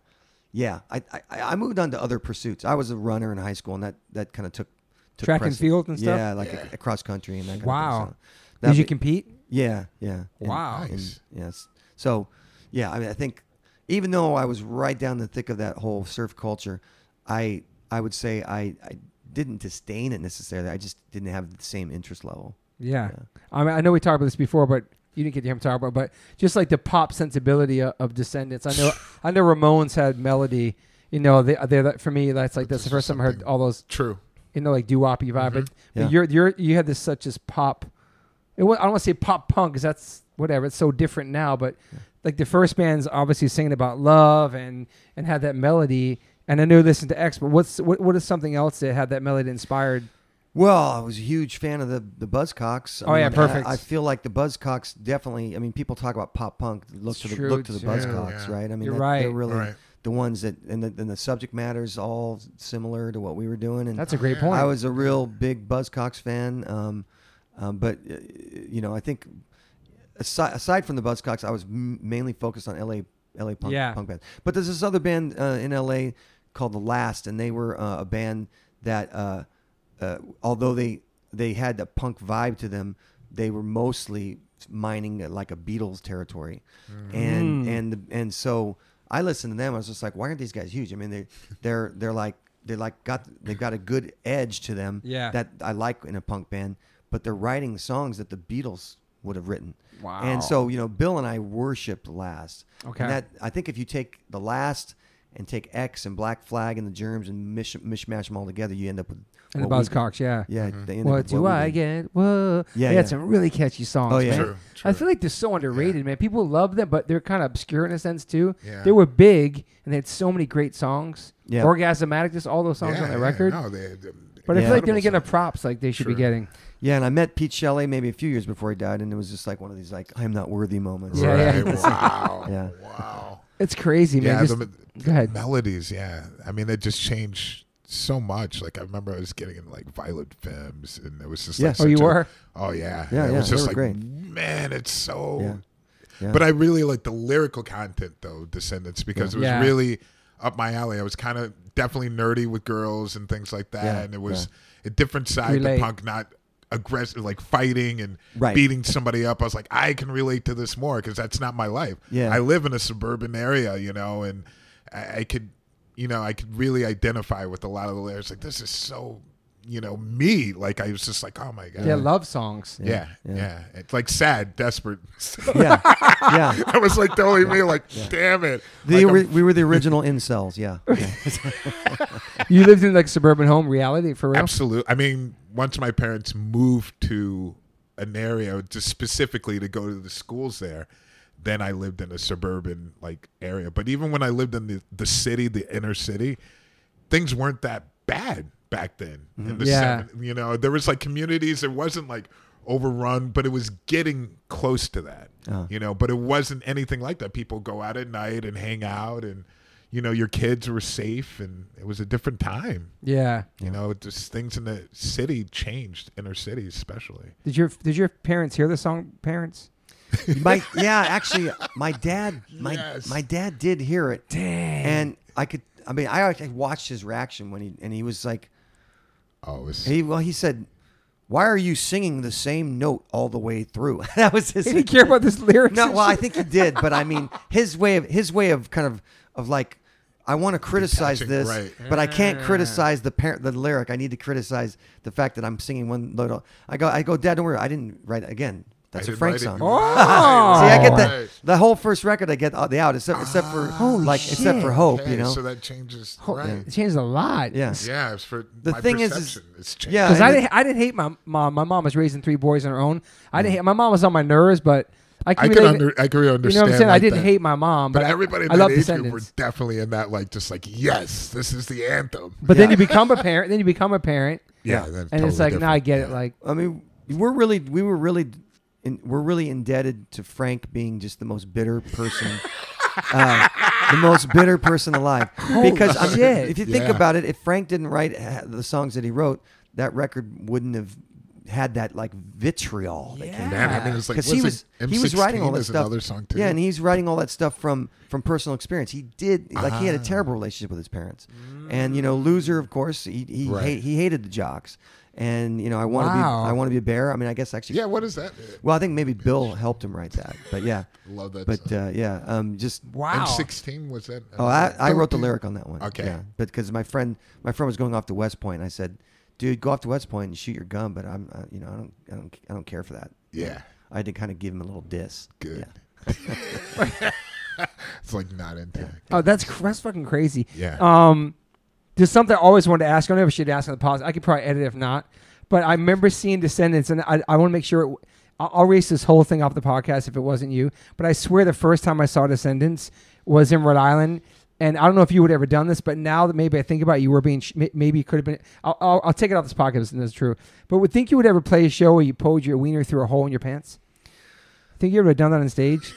S4: yeah I, I i moved on to other pursuits i was a runner in high school and that that kind of took, took
S1: Track and
S4: precedent.
S1: field and stuff?
S4: yeah like a- a cross country and that kind of
S1: Wow.
S4: thing, so that
S1: Did you
S4: be-
S1: compete?
S4: yeah yeah and-
S1: Wow.
S3: Nice.
S4: and, yes so yeah i mean i think even though i was right down the thick of that whole surf culture i i would say i i didn't disdain it necessarily i just didn't have the same interest level
S1: Yeah. I mean, I know we talked about this before, but you didn't get to hear him talk about. it, But just like the pop sensibility of, of Descendants, I know, I know Ramones had melody. You know, they, they're that, for me. That's like that's the
S3: this
S1: first
S3: is
S1: time I heard
S3: something-
S1: all those.
S3: true.
S1: You know, like doo-wop vibe. But,
S4: Mm-hmm. Yeah.
S1: but you're you're you had this such as pop. It was, I don't want to say pop punk because that's whatever. It's so different now, but like the first band's obviously singing about love and and had that melody. And I know you listened to X, but what's what, what is something else that had that melody inspired?
S4: Well, I was a huge fan of the the Buzzcocks. I
S1: Oh, yeah,
S4: I-
S1: perfect.
S4: I, feel like the Buzzcocks definitely. I mean, people talk about pop punk. Look to the
S1: True,
S4: look to the
S1: too.
S4: Buzzcocks,
S3: Yeah.
S4: right? I mean,
S1: You're
S4: that-
S1: right.
S4: they're really
S3: Right.
S4: the ones that and the, and the subject matter is all similar to what we were doing. And
S1: That's a great
S3: yeah.
S1: point.
S4: I was a real big Buzzcocks fan, um, um, but uh, you know, I think aside, aside from the Buzzcocks, I was m- mainly focused on LA LA punk,
S1: Yeah.
S4: punk band. But there's this other band uh, in LA called The Last, and they were uh, a band that, uh, uh, although they they had a punk vibe to them, they were mostly mining uh, like a Beatles territory,
S1: Mm. Hmm.
S4: and and and so I listened to them. I was just like, why aren't these guys huge? I mean, they they're they're like they like got they've got a good edge to them
S1: Yeah.
S4: that I like in a punk band, but they're writing songs that the Beatles would have written.
S1: Wow.
S4: And so, you know, Bill and I worshiped Last.
S1: Okay.
S4: And that I think if you take the Last and take X and Black Flag and the Germs and mish, mishmash them all together, you end up with
S1: And the
S4: what we did.
S1: Buzzcocks, yeah.
S4: Yeah. They end up
S1: What
S4: with
S1: do
S4: we
S1: I
S4: did.
S1: get? Whoa.
S4: Yeah,
S1: They had
S4: yeah.
S1: some really catchy songs.
S4: Oh, yeah.
S1: man.
S3: True,
S1: I
S3: true.
S1: feel like they're so underrated, man. People love them, but they're kind of obscure in a sense too.
S3: Yeah.
S1: They were big and they had so many great songs.
S4: Yeah.
S1: Orgasmatic, just all those songs
S3: yeah,
S1: on that
S3: yeah,
S1: record.
S3: No, they, they-
S1: But I feel like they
S3: incredible
S1: didn't get
S3: song.
S1: enough props like they should be
S3: Sure.
S1: getting.
S4: Yeah, and I met Pete Shelley maybe a few years before he died, and it was just like one of these like I'm not worthy moments.
S1: Yeah, yeah.
S3: Right, Wow.
S4: Yeah.
S3: Wow.
S1: It's crazy, man.
S3: Yeah,
S1: Just-
S3: the,
S1: go ahead.
S3: melodies. Yeah, I mean, it just changed so much. Like I remember I was getting in like Violet Femmes, and it was just
S4: Yeah.
S3: like
S1: Oh, you
S3: such a-
S1: were?
S3: Oh yeah,
S4: Yeah,
S3: It
S4: yeah,
S3: was
S4: they
S3: just
S4: were
S3: like
S4: great.
S3: man, it's so.
S4: Yeah. Yeah.
S3: But I really like the lyrical content though, Descendants, because it was
S1: Yeah.
S3: really up my alley. I was kind of definitely nerdy with girls and things like that,
S4: Yeah,
S3: and it was a different side
S1: Relate.
S3: to punk, not aggressive, like fighting and
S4: Right.
S3: beating somebody up. I was like, I can relate to this more because that's not my life.
S4: Yeah.
S3: I live in a suburban area, you know, and I, I could, you know, I could really identify with a lot of the lyrics. Like, this is so, you know, me. Like, I was just like, oh my god,
S1: yeah, love songs.
S3: yeah,
S4: yeah.
S3: yeah. It's like sad, desperate.
S4: yeah, yeah.
S3: I was like the only me, like, damn it.
S4: The,
S3: Like,
S4: ori-
S3: I'm-
S4: we were the original incels. Yeah. yeah.
S1: You lived in like suburban home reality for real.
S3: absolute. I mean, once my parents moved to an area just specifically to go to the schools there, then I lived in a suburban like area. But even when I lived in the, the city, the inner city, things weren't that bad back then. In the
S1: Mm-hmm. Yeah.
S3: seven- you know, there was like communities. It wasn't like overrun, but it was getting close to that.
S1: Uh.
S4: Uh-huh.
S3: You know, but it wasn't anything like that. People go out at night and hang out, and you know, your kids were safe, and it was a different time.
S1: Yeah.
S3: You know, just things in the city changed, inner cities especially.
S1: Did your Did your parents hear the song? Parents.
S4: my yeah, actually, my dad, my
S3: Yes.
S4: my dad did hear it, and I could. I mean, I actually watched his reaction when he and he was like,
S3: Oh, it's,
S4: he well, he said, "Why are you singing the same note all the way through?" that was his.
S1: They didn't care about this lyrics.
S4: No,
S1: and
S4: well, I
S1: shit.
S4: think he did, but I mean, his way of his way of kind of of like, I want to criticize
S3: Detaching,
S4: this,
S3: right.
S4: but I can't criticize the parent the lyric. I need to criticize the fact that I'm singing one note. I go, I go, Dad, don't worry, I didn't write it." again. That's a
S3: didn't
S4: Frank
S3: write it.
S4: song.
S1: Oh.
S4: See, I get
S3: Right.
S4: that. The whole first record, I get the out, except except for
S1: Oh,
S4: like except for hope,
S3: Okay,
S4: you know.
S3: So that changes, right?
S1: It changes a lot.
S4: Yeah.
S3: Yeah, it's for
S4: The
S3: my
S4: thing is- is-
S3: perception. it's changed.
S4: yeah.
S1: Because I
S4: and it-
S1: didn't, I didn't hate my mom. My mom was raising three boys on her own. I didn't hate my mom was on my nerves, but I can,
S3: I can
S1: relate-
S3: under, I can understand.
S1: You know what I'm saying? I
S3: like
S1: didn't
S3: that.
S1: hate my mom, but,
S3: but everybody in
S1: I, I
S3: that
S1: love
S3: age group
S1: Descendants.
S3: were definitely in that like just like yes, this is the anthem.
S1: But then you become a parent. Then you become a parent,
S3: yeah,
S1: and it's like, now I get it. Like,
S4: I mean, we're really we were really in, we're really indebted to Frank being just the most bitter person. uh, the most bitter person alive because I mean,
S1: shit.
S4: if you think
S3: Yeah.
S4: about it if Frank didn't write uh, the songs that he wrote that record wouldn't have had that like vitriol that came
S3: Man, I mean, it's like
S4: because he was he was writing all that
S3: this
S4: stuff.
S3: Another song too.
S4: Yeah, and he's writing all that stuff from from personal experience. He did like he had a
S3: Ah.
S4: terrible relationship with his parents, and you know, loser of course. He he
S3: Right.
S4: hate, he hated the jocks, and you know, I want to
S1: Wow.
S4: be I want to be a bear. I mean, I guess actually,
S3: yeah. What is that?
S4: Well, I think maybe Bill helped him write that, but yeah,
S3: Love that.
S4: but
S3: song.
S4: uh, yeah, um, just
S1: wow,
S3: M16 was that?
S4: Oh, I, I wrote the
S3: lyric.
S4: lyric on that one.
S3: Okay.
S4: Yeah, but because my friend, my friend was going off to West Point, and I said, "Dude, go off to West Point and shoot your gun." But I'm, uh, you know, I don't, I don't, I don't care for that.
S3: Yeah.
S4: I had to kind of give him a little diss.
S3: Good.
S4: Yeah.
S3: It's like not intact.
S1: oh, that's cr- that's fucking crazy.
S3: Yeah.
S1: Um, there's something I always wanted to ask. I never should ask on the pause. I could probably edit if not. But I remember seeing Descendants, and I, I want to make sure. It, w- I'll I'll erase this whole thing off the podcast if it wasn't you. But I swear the first time I saw Descendants was in Rhode Island. And I don't know if you would have ever done this, but now that maybe I think about it, you were being, sh- may- maybe you could have been. I'll, I'll, I'll take it off this podcast, and that's true. But would think you would ever play a show where you pulled your wiener through a hole in your pants? Think you ever done that on stage?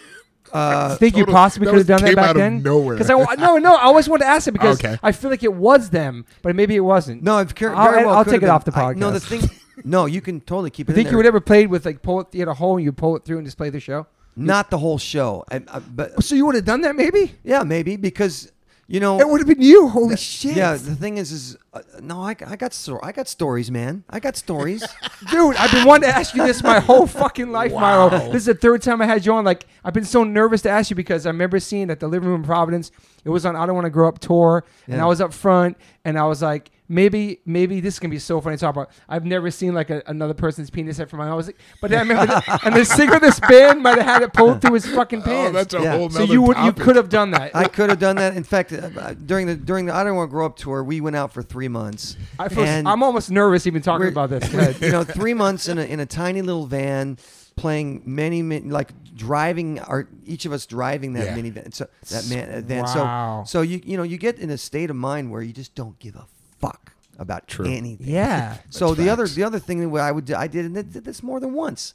S4: Uh,
S1: think you
S3: total-
S1: possibly
S3: that
S1: could have
S3: was-
S1: done that
S3: came
S1: back
S3: out of
S1: then?
S3: nowhere.
S1: Because I wa- no no I always wanted to ask it because
S3: Okay.
S1: I feel like it was them, but maybe it wasn't.
S4: no, I've car-
S1: I'll,
S4: very well
S1: I'll
S4: could
S1: take it
S4: have
S1: off the
S4: been.
S1: podcast.
S4: I- no, the thing, no, you can totally keep it.
S1: think
S4: in
S1: you
S4: there.
S1: would ever played with like pull it. You had a hole and you pull it through and just play the show.
S4: Not the whole show, I, I, but
S1: So you would have done that maybe.
S4: yeah, maybe because you know.
S1: It would have been you. Holy shit,
S4: yeah, the thing is, is uh, no, I, I got so I got stories, man. I got stories.
S1: dude! I've been wanting to ask you this my whole fucking life,
S3: Wow.
S1: Milo. This is the third time I had you on. Like I've been so nervous to ask you because I remember seeing at the living room in Providence. It was on I Don't Want to Grow Up tour, and
S4: Yeah.
S1: I was up front, and I was like, maybe, maybe this is gonna be so funny to talk about. I've never seen like a, another person's penis head from my. I was like, but then I remember, the, and the singer of this band might have had it pulled through his fucking
S3: Oh,
S1: pants.
S3: that's a
S4: Yeah.
S3: whole.
S1: so you would, you could have done that.
S4: I could have done that. In fact, uh, uh, during the during the I don't want to grow up tour, we went out for three months.
S1: I feel,
S4: and
S1: I'm almost nervous even talking
S4: we're-
S1: about this. Go ahead.
S4: you know, three months in a in a tiny little van, playing many, many like driving our each of us driving that
S3: Yeah.
S4: minivan. So that man then
S1: Wow.
S4: so so you you know you get in a state of mind where you just don't give a fuck about
S3: True.
S4: anything.
S1: Yeah.
S4: So
S3: That's
S4: the other
S3: facts.
S4: the other thing that I would do, I did and I did this more than once.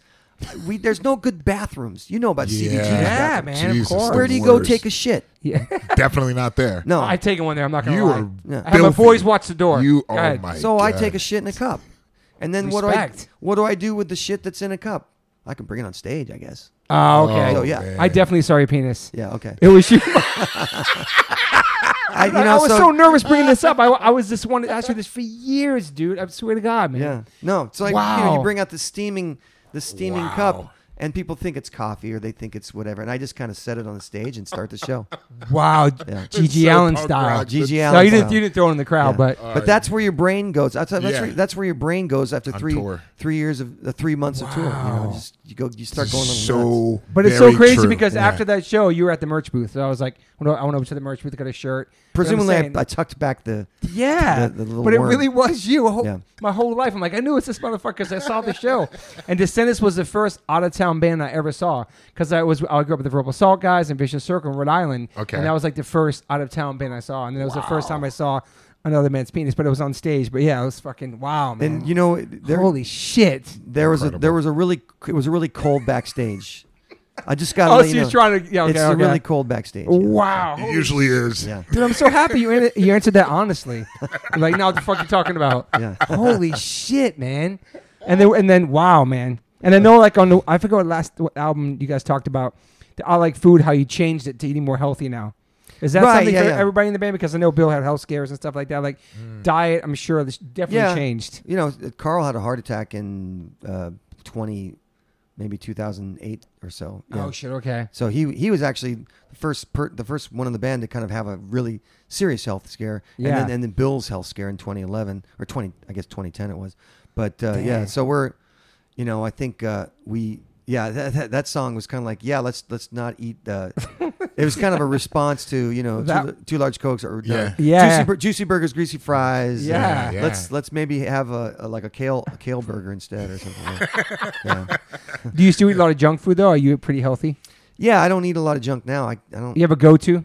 S4: We there's no good bathrooms. You know about CBG.
S1: Yeah,
S4: bathrooms.
S1: man, of course.
S4: Where do you go take a shit?
S1: Yeah.
S3: Definitely not there.
S4: No.
S1: I've taken one there. I'm not gonna
S3: You
S1: lie.
S3: are
S4: Yeah.
S1: I have my
S3: filthy.
S1: boys watch the door.
S3: You
S1: Go
S3: are
S1: ahead.
S3: my.
S4: so I
S3: God.
S4: take a shit in a cup. And then
S1: Respect.
S4: what do I what do I do with the shit that's in a cup? I can bring it on stage, I guess.
S1: Oh, okay.
S4: Oh, yeah.
S1: I definitely saw your penis.
S4: Yeah, okay.
S1: It was you.
S4: I, you
S1: I
S4: know,
S1: was so,
S4: so-
S1: nervous bringing this up. I, I was just wanted to ask you this for years, dude. I swear to God, man.
S4: Yeah. No, it's like you, know,
S1: Wow.
S4: you bring out the steaming the steaming
S3: Wow.
S4: cup and people think it's coffee or they think it's whatever. And I just kind of set it on the stage and start the show.
S1: Wow.
S3: It's
S1: G.G.
S3: so
S1: Allen
S3: punk
S1: style.
S3: rock.
S4: GG
S3: No,
S4: Allen.
S1: No, you didn't,
S4: style.
S1: you didn't throw it in the crowd,
S4: Yeah. Uh,
S1: but
S4: but that's where your brain goes. That's, that's,
S3: Yeah.
S4: where, that's where your brain goes after
S3: On
S4: three
S3: tour.
S4: three years of uh, three months of tour. You, know,
S1: Wow.
S4: just, you go, you start going a little nuts.
S3: so.
S1: but it's
S3: very
S1: so crazy
S3: true.
S1: because
S3: Yeah.
S1: after that show, you were at the merch booth. So I was like, I went- I went over to the merch booth, got a shirt. But I'm
S4: Presumably, I,
S1: saying-
S4: I tucked back the.
S1: Yeah,
S4: the- the little
S1: but it
S4: worm.
S1: really was you. a whole-
S4: Yeah.
S1: My whole life, I'm like, I knew it's this motherfucker because I saw the show. and Descendants was the first out of town band I ever saw because I was I grew up with the Verbal Salt guys and Vicious Circle in Rhode Island.
S3: Okay.
S1: and that was like the first out of town band I saw, and it was the first time I saw another man's penis, but it was on stage. But yeah, it was fucking wow, man.
S4: And you know, there,
S1: Holy shit!
S4: there was a
S3: Incredible.
S4: there was a really it was a really cold backstage. I just got.
S1: Oh,
S4: let
S1: so
S4: you
S1: you're
S4: know.
S1: trying to- yeah, okay,
S4: it's a
S1: okay.
S4: really cold backstage. yeah.
S1: Wow,
S3: It
S1: holy
S3: usually is.
S4: Yeah.
S1: Dude, I'm so happy you an- you answered that honestly. like, now what the fuck you talking about?
S4: Yeah.
S1: Holy shit, man! And then and then wow, man! And I know like on the I forgot what last what album you guys talked about. The I like food. How you changed it to eating more healthy now. Is that
S4: Right,
S1: something
S4: yeah,
S1: for
S4: yeah.
S1: everybody in the band? Because I know Bill had health scares and stuff like that. Like diet, I'm sure this definitely
S4: Yeah.
S1: changed.
S4: You know, Carl had a heart attack in uh, twenty, maybe two thousand eight or so. Yeah.
S1: Oh shit! Okay.
S4: So he he was actually the first per, the first one in the band to kind of have a really serious health scare,
S1: Yeah.
S4: and then and then Bill's health scare in 2011 or 20 I guess 2010 it was, but uh, yeah.
S1: Dang.
S4: So we're, you know, I think uh, we yeah that, that, that song was kind of like yeah let's let's not eat. Uh, it was kind of a response to you know
S1: That-
S4: two, two large cokes or no,
S3: Yeah.
S1: Yeah.
S4: Juicy, bur- juicy burgers greasy fries uh,
S1: Yeah.
S3: Yeah.
S4: let's let's maybe have a, a like a kale a kale burger instead or something. Like yeah.
S1: Do you still eat a lot of junk food though? Are you pretty healthy?
S4: yeah, I don't eat a lot of junk now. I, I don't.
S1: You have a go-to Sh-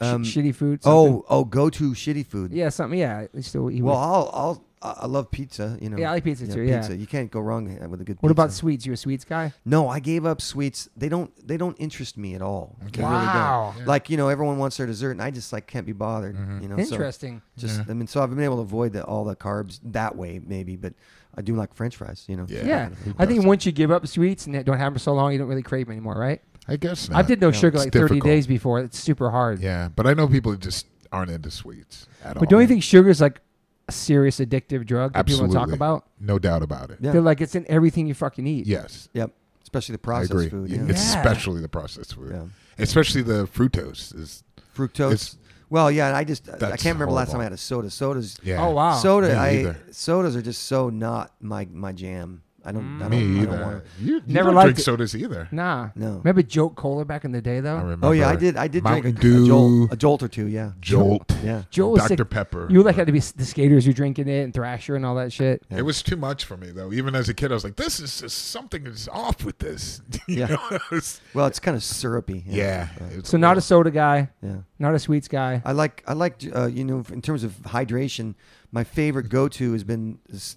S4: Um,
S1: shitty food. something?
S4: Oh, oh, go to shitty food.
S1: yeah, something. Yeah, I still eat.
S4: Well,
S1: weird.
S4: I'll, I'll, I I love pizza. You know.
S1: Yeah, I like pizza too, yeah.
S4: pizza. You can't go wrong with a good.
S1: what about
S4: pizza.
S1: sweets? You a sweets guy?
S4: No, I gave up sweets. They don't, they don't interest me at all. They really don't.
S1: Wow.
S3: Yeah.
S4: Like you know, everyone wants their dessert, and I just like can't be bothered.
S3: Mm-hmm.
S4: You know. so
S1: Interesting.
S4: just, I mean, so I've been able to avoid the, all the carbs that way, maybe. But I do like French fries. You know.
S3: Yeah.
S1: Yeah, I think once you give up sweets and don't have them for so long, you don't really crave them anymore, right?
S3: I guess not.
S1: I did no sugar
S3: It's
S1: like thirty
S3: difficult.
S1: days before. It's super hard.
S3: Yeah, but I know people who just aren't into sweets at all.
S1: But don't you think sugar is like a serious addictive drug that people don't talk
S3: Absolutely.
S1: about?
S3: No doubt about it.
S4: Yeah.
S1: They're like it's in everything you fucking eat.
S3: Yes,
S4: Yep. Especially the
S3: I
S4: processed
S3: agree.
S4: food.
S3: Yeah.
S4: Yeah.
S3: It's
S1: Yeah.
S3: especially the processed food,
S4: Yeah.
S3: especially the fructose. Is
S4: Fructose.
S3: It's-
S4: well, yeah. And I just, I
S3: That's
S4: can't remember last time
S3: horrible.
S4: I had a soda. Sodas.
S3: yeah.
S1: Oh wow.
S4: soda
S3: Me
S4: I,
S3: either.
S4: sodas are just so not my my jam. I don't Oh, I don't,
S3: Me
S4: I
S3: either.
S4: don't want
S3: you, you
S1: Never
S3: don't
S1: liked
S3: drink
S1: it.
S3: sodas either.
S1: Nah.
S4: No.
S1: Remember Jolt Cola back in the day
S3: I
S1: though?
S3: remember.
S4: Oh yeah, I did I did drink a,
S3: Mountain
S4: a
S3: Dew,
S4: jolt a jolt or two, yeah.
S3: Jolt,
S4: Yeah.
S1: Jolt was
S3: Dr
S1: sick.
S3: Pepper.
S1: You like had to be s- the skaters. You're drinking it and Thrasher and all that shit.
S4: Yeah.
S3: It was too much for me though. Even as a kid, I was like, "This is just something is off with this." You
S4: Yeah.
S3: know? It was-
S4: Well, it's kind of syrupy.
S3: yeah. it's
S1: So not a
S3: little-
S1: soda guy,
S4: Yeah.
S1: not a sweets guy.
S4: I like I like uh, you know in terms of hydration, my favorite go to has been is-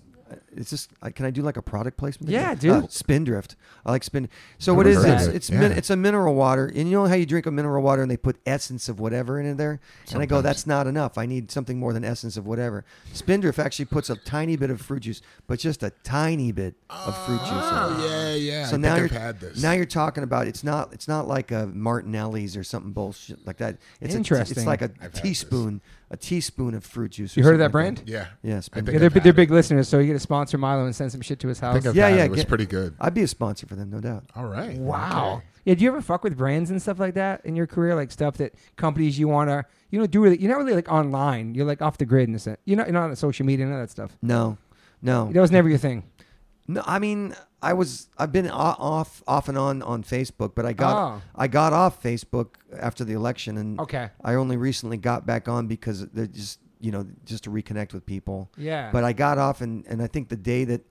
S4: it's just uh, can I do like a product placement?
S1: Yeah,
S4: dude.
S1: dude.
S4: Spindrift. I like spin. So
S3: Never
S4: what is
S1: heard
S4: it?
S1: of
S4: It's
S1: it.
S4: it's, min-
S3: Yeah.
S4: it's a mineral water, and you know how you drink a mineral water and they put essence of whatever in there, and I go
S3: Sometimes.
S4: that's not enough. I need something more than essence of whatever. Spindrift actually puts a tiny bit of fruit juice, but just a tiny bit of fruit juice. in it.
S3: Oh yeah, yeah.
S4: So
S3: I
S4: now
S3: think
S4: you're
S3: I've had this.
S4: now you're talking about it's not it's not like a Martinelli's or something bullshit like that. It's a-
S1: Interesting.
S4: it's like a
S3: had this.
S4: teaspoon a teaspoon of fruit juice. or
S1: You heard of
S4: something
S1: that
S4: like
S1: brand?
S3: yeah,
S4: Yeah,
S3: I
S1: Yeah,
S4: Spindrift.
S3: think
S1: they're,
S3: I've had
S1: they're
S3: it.
S1: big listeners, so you get to sponsor Milo and send some shit to his
S3: I
S1: house.
S3: think I've
S4: Yeah,
S3: had
S4: yeah,
S3: it. It was
S4: get-
S3: pretty good.
S4: I'd be a sponsor for them, no doubt.
S3: All right.
S1: Wow.
S3: Okay.
S1: Yeah, do you ever fuck with brands and stuff like that in your career? Like stuff that companies you want to, you don't do really, you're not really like online. You're like off the grid in a sense. You're not, you're not on social media, none of that stuff.
S3: Oh.
S4: No, no,
S1: That was never your thing.
S4: no. I mean, I was I've been o- off off and on on Facebook, but I got
S1: Oh.
S4: I got off Facebook after the election, and
S1: Okay.
S4: I only recently got back on because they're just you know just to reconnect with people.
S1: Yeah.
S4: But I got off, and and I think the day that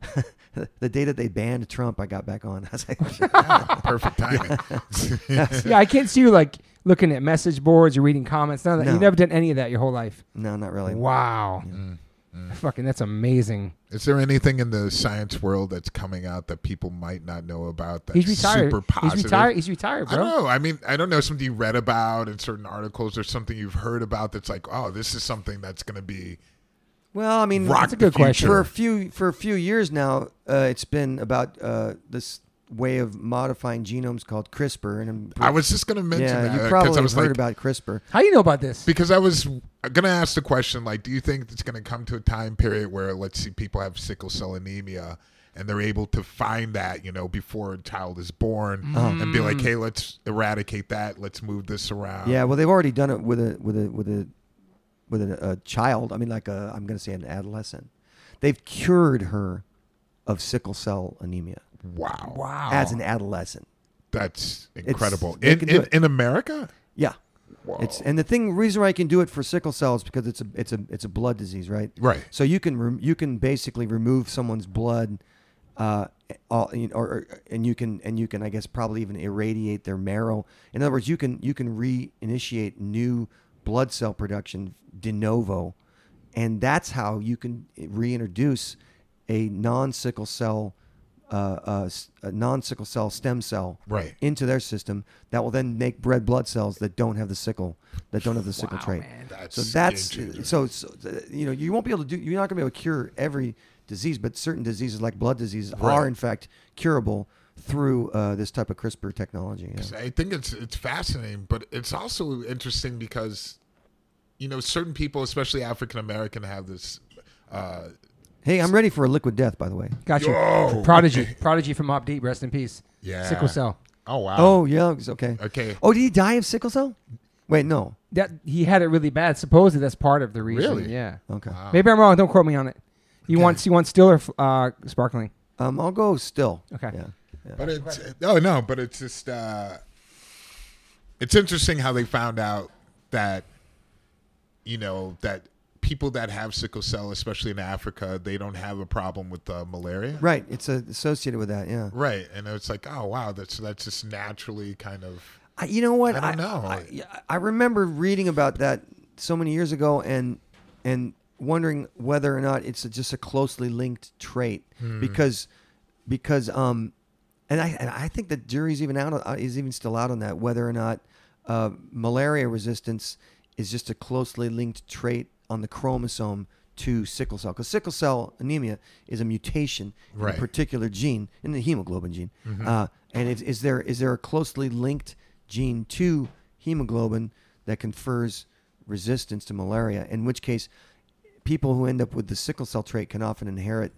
S4: the day that they banned Trump, I got back on. I was like,
S3: Yeah, perfect timing.
S1: yeah, I can't see you like looking at message boards or reading comments. None of that.
S4: No.
S1: You've never done any of that your whole life.
S4: no, not really.
S1: Wow. Mm-hmm. Fucking, that's amazing.
S3: Is there anything in the science world that's coming out that people might not know about that's
S1: He's retired.
S3: super positive?
S1: He's retired. He's retired,
S3: I
S1: bro.
S3: don't know. I mean, I don't know something you read about in certain articles or something you've heard about that's like, oh, this is something that's going to be
S4: Well, I mean,
S3: rock
S1: a good
S3: the future.
S1: question.
S4: for a few for a few years now, uh, it's been about uh, this way of modifying genomes called CRISPR. And
S3: I was just going to mention
S4: yeah,
S3: that
S4: you
S3: uh,
S4: probably
S3: I
S4: have
S3: was
S4: heard
S3: like,
S4: about CRISPR.
S1: How do you know about this?
S3: because I was going to ask the question, like, do you think it's going to come to a time period where, let's see, people have sickle cell anemia and they're able to find that, you know, before a child is born and be
S4: Mm.
S3: like, hey, let's eradicate that. Let's move this around.
S4: Yeah, well, they've already done it with a with a with a with a, a child. I mean, like a I'm going to say an adolescent. They've cured her of sickle cell anemia
S3: Wow.
S1: wow.
S3: Oh.
S4: as an adolescent.
S3: That's incredible.
S4: they
S3: In,
S4: can do
S3: in,
S4: it.
S3: in America?
S4: Yeah, it's and the thing reason why I can do it for sickle cell is because it's a it's a it's a blood disease, right?
S3: Right.
S4: So you can rem you can basically remove someone's blood, uh, all, you know, or, or and you can and you can I guess probably even irradiate their marrow. In other words, you can you can reinitiate new blood cell production de novo, and that's how you can reintroduce a non-sickle cell. Uh, uh, s- a non-sickle cell stem cell
S3: Right.
S4: into their system that will then make red blood cells that don't have the sickle that don't have
S1: Mm.
S4: the sickle trait.
S3: That's
S4: So that's
S3: game changer.
S4: so, so uh, you know you won't be able to do you're not going to be able to cure every disease, but certain diseases like blood diseases are
S3: Right.
S4: in fact curable through uh, this type of CRISPR technology. yeah.
S3: I think it's it's fascinating, but it's also interesting because, you know, certain people, especially African American, have this. Uh,
S4: Hey, I'm ready for a liquid death, by the way.
S1: Gotcha.
S3: Yo.
S1: Prodigy. Prodigy from Mob Deep. Rest in peace.
S3: Yeah.
S1: Sickle cell.
S3: oh wow!
S4: Oh yeah, it's okay.
S3: Okay.
S4: Oh, did he die of sickle cell? Wait, no.
S1: That he had it really bad. Supposedly that's part of the reason.
S3: Really?
S1: Yeah.
S4: Okay.
S1: Maybe I'm wrong. Don't quote me on it. You want you want still or uh, sparkling?
S4: Um, I'll go still.
S1: Okay.
S4: Yeah. yeah.
S3: But it's oh no, but it's just uh, it's interesting how they found out that you know that people that have sickle cell, especially in Africa, they don't have a problem with uh, malaria.
S4: Right. It's uh, associated with that. Yeah.
S3: Right, and it's like, oh wow, that's that's just naturally kind of
S4: I, you know what?
S3: I don't know.
S4: I, yeah, I remember reading about that so many years ago, and and wondering whether or not it's just a closely linked trait
S3: Hmm.
S4: because because um and I and I think the jury's even out on, is even still out on that whether or not uh, malaria resistance is just a closely linked trait on the chromosome to sickle cell because sickle cell anemia is a mutation in
S3: Right.
S4: a particular gene in the hemoglobin gene
S3: Mm-hmm.
S4: uh, and is, is there is there a closely linked gene to hemoglobin that confers resistance to malaria in which case people who end up with the sickle cell trait can often inherit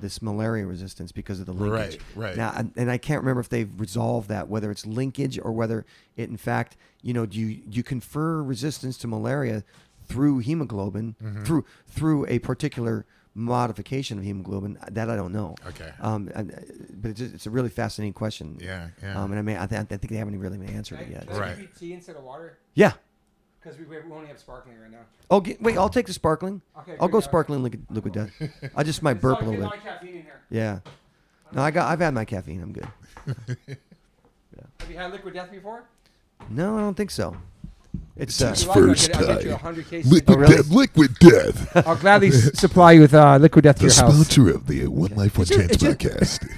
S4: this malaria resistance because of the linkage.
S3: Right, right.
S4: Now, and- and I can't remember if they've resolved that, whether it's linkage or whether it, in fact, you know, do you, you confer resistance to malaria through hemoglobin,
S3: Mm-hmm.
S4: through through a particular modification of hemoglobin? uh, That I don't know.
S3: Okay.
S4: Um, and, uh, but it's, it's a really fascinating question.
S3: Yeah, yeah.
S4: Um, and I mean, I, th- I think they haven't really answered it yet.
S3: I Right.
S1: you tea instead of water?
S4: Yeah.
S1: Because we, we only have sparkling right now.
S4: Oh, get, wait, I'll take the sparkling.
S1: Okay,
S4: I'll
S1: good,
S4: go
S1: yeah.
S4: sparkling liquid, liquid death. I just might burp a little bit.
S1: caffeine in here.
S4: Yeah. No, I got. I've had my caffeine. I'm good.
S1: Have you had liquid death before?
S4: No, I don't think so. It's uh,
S3: It's First time. Liquid,
S4: Oh, really?
S3: death, liquid death.
S1: I'll gladly s- supply you with uh, liquid death to
S3: The
S1: your house.
S3: sponsor of the One Life One
S1: It's just-
S3: Chance
S1: it's
S3: podcast.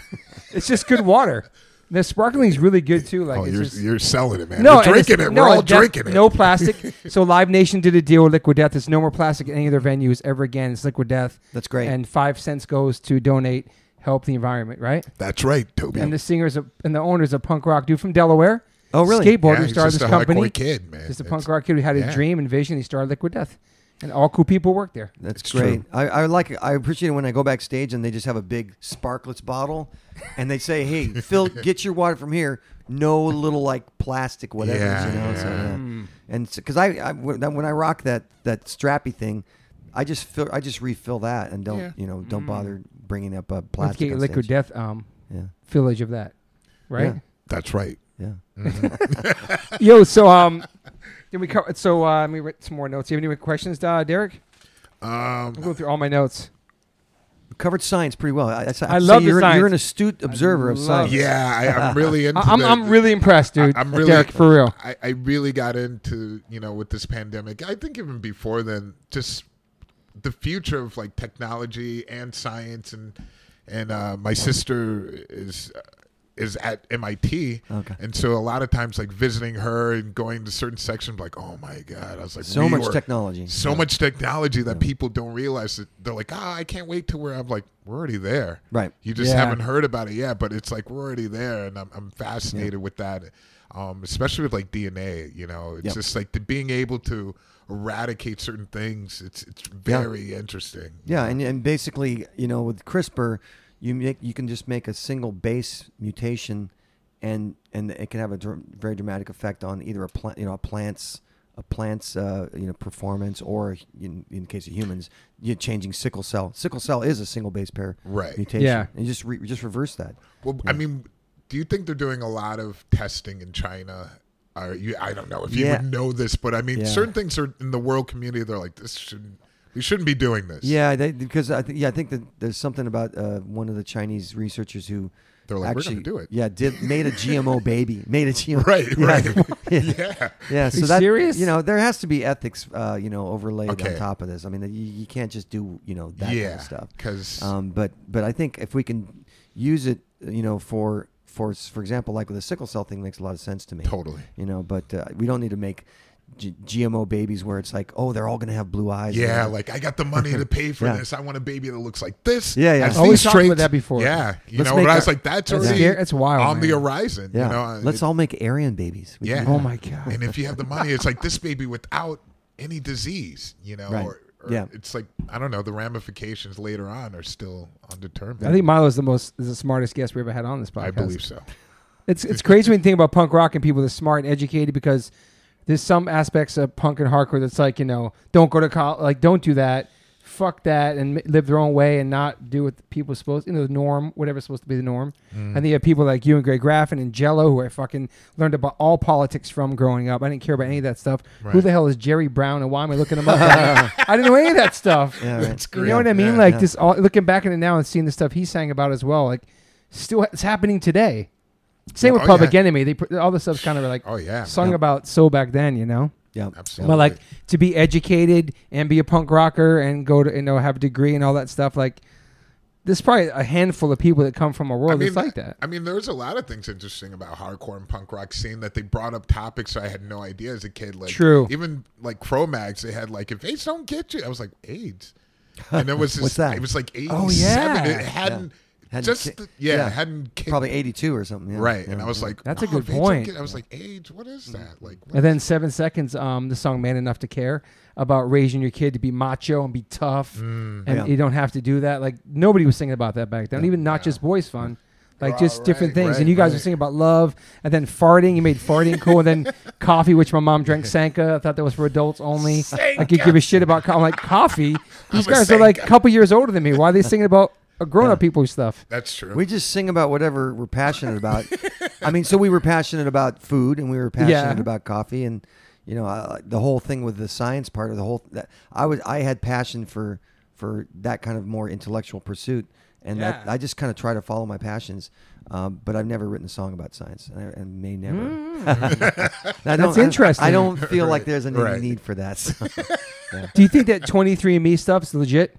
S1: It's just good water. The sparkling's really good too. Like
S3: oh,
S1: it's
S3: you're,
S1: just,
S3: you're selling it, man.
S1: no
S3: We're
S1: and it's-
S3: drinking it.
S1: no,
S3: We're all
S1: and def-
S3: drinking it.
S1: No plastic. so Live Nation did a deal with Liquid Death. It's no more plastic at any of their venues ever again. It's Liquid Death.
S4: That's great.
S1: And five cents goes to donate, help the environment. Right.
S3: That's right, Toby.
S1: And the singers of, and the owners of punk rock dude from Delaware.
S4: Oh, really?
S1: Skateboarder
S3: Yeah,
S1: who
S3: he's
S1: started
S3: just
S1: this
S3: a
S1: company.
S3: hardcore kid, man.
S1: Just a
S3: It's-
S1: punk rock kid who had a
S3: yeah.
S1: dream and vision. He started Liquid Death, and all cool people work there.
S4: that's
S3: It's
S4: great.
S3: true.
S4: I, I like. I appreciate it when I go backstage and they just have a big sparklets bottle, and they say, "Hey, Phil, get your water from here. No little like plastic whatever."
S3: Yeah,
S4: you know. So,
S3: yeah.
S4: yeah. And because I, I when when I rock that that strappy thing, I just fill. I just refill that and don't
S3: Yeah.
S4: you know don't bother bringing up
S1: Mm.
S4: a
S1: Let's
S4: plastic.
S1: get
S4: on
S1: Liquid
S4: stage.
S1: Death um,
S4: Yeah.
S1: village of that, right?
S4: Yeah.
S3: That's right.
S4: Yeah.
S1: Yo, so um, did we cover? So uh, let me write some more notes. You have any more questions, uh, Derek?
S3: Um,
S1: I'm going through all my notes.
S4: covered science pretty well. I, I,
S1: I love the
S4: you're,
S1: science.
S4: You're an astute observer of
S1: love
S4: science.
S3: Yeah, I, I'm really into.
S1: I, am
S3: the-
S1: I'm really impressed, dude.
S3: I- I'm really-
S1: Derek, for real.
S3: I, I really got into you know with this pandemic. I think even before then, just the future of like technology and science and and uh, my sister is is at MIT,
S4: Okay.
S3: and so a lot of times like visiting her and going to certain sections, like oh my god, I was like
S4: So
S3: we
S4: much
S3: were-
S4: technology.
S3: so
S4: Yeah.
S3: much technology that people don't realize that they're like ah I can't wait to where I'm like we're already there,
S4: Right.
S3: You just
S1: Yeah.
S3: haven't heard about it yet, but it's like we're already there, and I'm, I'm fascinated with that, um, especially with like DNA. You know, it's
S4: Yep.
S3: just like the being able to eradicate certain things. It's it's very interesting.
S4: Yeah, and and basically, you know, with CRISPR, you make you can just make a single base mutation, and and it can have a dr- very dramatic effect on either a plant, you know, a plant's a plant's uh, you know performance, or in, in the case of humans, you're changing sickle cell. Sickle cell is a single base pair
S3: Right.
S4: mutation.
S1: Yeah.
S4: and you just re- just reverse that.
S3: Well, I mean, do you think they're doing a lot of testing in China? Are you? I don't know if you
S4: Yeah.
S3: would know this, but I mean,
S4: Yeah.
S3: certain things are in the world community. They're like this shouldn't. We shouldn't be doing this.
S4: Yeah, they, because I think yeah, I think that there's something about uh, one of the Chinese researchers who
S3: They're like, "We're gonna
S4: actually
S3: do it."
S4: Yeah, did made a GMO baby, made a GMO.
S3: Right.
S4: Yeah.
S3: Right.
S4: Yeah.
S3: yeah.
S4: Yeah, so
S1: you
S4: that
S1: serious?
S4: you know there has to be ethics, uh, you know, overlaid
S3: Okay.
S4: on top of this. I mean, you, you can't just do you know that kind of stuff.
S3: Because
S4: Um, but but I think if we can use it, you know, for for for example, like with the sickle cell thing, makes a lot of sense to me.
S3: Totally.
S4: You know, but uh, we don't need to make G- GMO babies where it's like, oh, they're all gonna have blue eyes. or
S3: yeah,
S4: whatever.
S3: like I got the money to pay for
S4: Yeah.
S3: this. I want a baby that looks like this.
S4: Yeah, yeah.
S3: Has
S1: Always
S3: these
S1: talked about
S3: traits.
S1: that before.
S3: Yeah, you
S4: Let's
S3: know, but
S4: make
S3: I
S4: a-
S3: was like, that's
S1: That's
S3: already
S1: scary- that's wild,
S3: on the
S1: man.
S3: horizon.
S4: yeah.
S3: You know,
S4: Let's
S3: it-
S4: all make Aryan babies. We can
S3: Yeah.
S4: do
S1: Oh
S4: that.
S1: my god.
S3: and if you have the money, it's like this baby without any disease. You know,
S4: Right.
S3: or, or
S4: Yeah.
S3: it's like I don't know. The ramifications later on are still undetermined.
S1: I think Milo's the most is the smartest guest we ever had on this podcast.
S3: I believe so.
S1: It's it's crazy when you think about punk rock and people that's smart and educated because there's some aspects of punk and hardcore that's like you know don't go to college, like don't do that, fuck that, and m- live their own way and not do what the people supposed you know the norm whatever's supposed to be the norm.
S4: Mm.
S1: And then you have people like you and Greg Graffin and Jello who I fucking learned about all politics from growing up. I didn't care about any of that stuff. Who
S3: Right.
S1: the hell is Jerry Brown and why am I looking him up? I didn't know any of that stuff.
S4: Yeah, right.
S3: That's
S1: You know what I mean?
S3: Yeah.
S1: like
S4: yeah.
S1: this, all, looking back in it now and seeing the stuff he sang about as well, like still it's happening today. Same with
S3: Oh,
S1: Public
S3: yeah.
S1: Enemy. They pr- all the stuff's kind of like
S3: Oh yeah,
S1: sung
S4: Yeah.
S1: about so back then, you know.
S4: Yeah.
S3: absolutely.
S1: But like to be educated and be a punk rocker and go to you know have a degree and all that stuff. Like there's probably a handful of people that come from a world that's like that.
S3: I mean, there's a lot of things interesting about hardcore and punk rock scene that they brought up topics I had no idea as a kid. Like,
S1: True.
S3: Even like Cro-Mags, they had like, if AIDS don't get you, I was like, AIDS. And it was this,
S4: What's that?
S3: It was like 87.
S1: Oh, yeah.
S3: It hadn't,
S4: Hadn't
S3: just,
S4: ki-
S3: the- yeah,
S4: yeah.
S3: hadn't kicked.
S4: Probably 82 or something. yeah.
S3: Right.
S4: Yeah,
S3: and I was
S4: yeah.
S3: like,
S1: That's a
S3: "Oh,
S1: good
S3: if AIDS don't
S1: point."
S3: get-" I was like, AIDS, what
S4: Mm.
S3: is that? Like, what
S1: And then
S3: is-
S1: seven seconds, um, the song "Man Enough to Care" about raising your kid to be macho and be tough,
S3: Mm.
S1: and
S4: Yeah.
S1: you don't have to do that. Like nobody was thinking about that back then. Even not just boys fun, like just
S3: Right,
S1: different things.
S3: right,
S1: and you guys were
S3: right.
S1: singing about love, and then farting. You made farting cool, and then coffee, which my mom drank Sanka. I thought that was for adults only. I could give a shit about. Co- I'm like coffee. These
S3: I'm a
S1: guys are like a
S3: Sanka.
S1: couple years older than me. Why are they singing about uh, grown-up people stuff?
S3: that's true.
S4: We just sing about whatever we're passionate about. I mean, so we were passionate about food and we were passionate
S1: Yeah.
S4: about coffee and you know I, I- the whole thing with the science part of the whole that I was I had passion for for that kind of more intellectual pursuit and that
S1: Yeah.
S4: I just kind of try to follow my passions. Um, but I've never written a song about science, and, I, and may never. I don't-
S1: Mm. That's interesting.
S4: I, I don't feel like there's any
S3: Right.
S4: need for that. so.
S1: Do you think that 23andMe stuff's legit?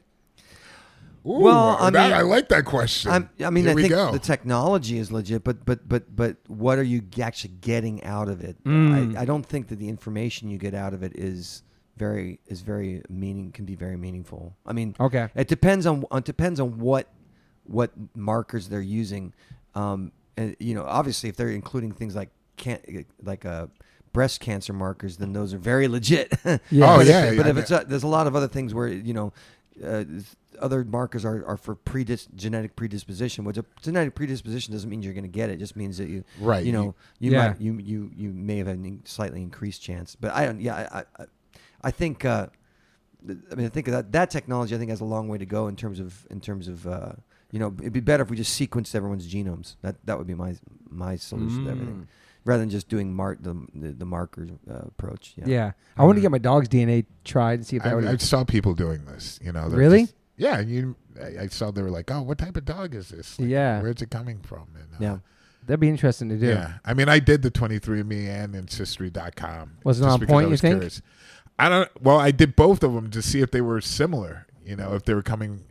S3: Ooh,
S4: well, I
S3: that-
S4: mean-
S3: I like that question.
S4: I'm, I mean,
S3: Here
S4: I
S3: we
S4: think
S3: go.
S4: the technology is legit, but but but but what are you g- actually getting out of it?
S3: Mm.
S4: I, I don't think that the information you get out of it is very is very meaning can be very meaningful. I mean,
S1: Okay.
S4: it depends on it depends on what what markers they're using. Um, and, you know, obviously, if they're including things like can like uh, breast cancer markers, then those are very legit.
S1: Yeah. Oh,
S4: But if-
S3: yeah,
S4: But
S3: yeah,
S4: if it's uh, there's a lot of other things where you know uh, other markers are, are for predis- genetic predisposition which a genetic predisposition doesn't mean you're going to get it it just means that you
S3: Right,
S4: you know
S3: you-
S4: you
S1: Yeah.
S4: might you you you may have an in- slightly increased chance but i don't yeah i i, I think uh, th- i mean i think that that technology i think has a long way to go in terms of in terms of uh, you know it'd be better if we just sequenced everyone's genomes that that would be my my solution
S3: Mm.
S4: to everything rather than just doing mar- the, the the marker uh, approach
S1: Yeah. I want to get my dog's DNA tried and see if that
S3: I,
S1: would.
S3: I saw people doing this. You know, they're
S1: Really?
S3: just- yeah, you I, I saw they were like, "Oh, what type of dog is this? Like,
S1: Yeah.
S3: where's it coming from?" And, uh,
S4: Yeah.
S1: That'd be interesting to do.
S3: yeah, I mean, I did the 23andMe and Ancestry.com.
S1: Was it
S3: just
S1: on
S3: because
S1: point,
S3: I
S1: you
S3: was
S1: think?
S3: Curious. I don't. Well, I did both of them to see if they were similar. You know, if they were coming,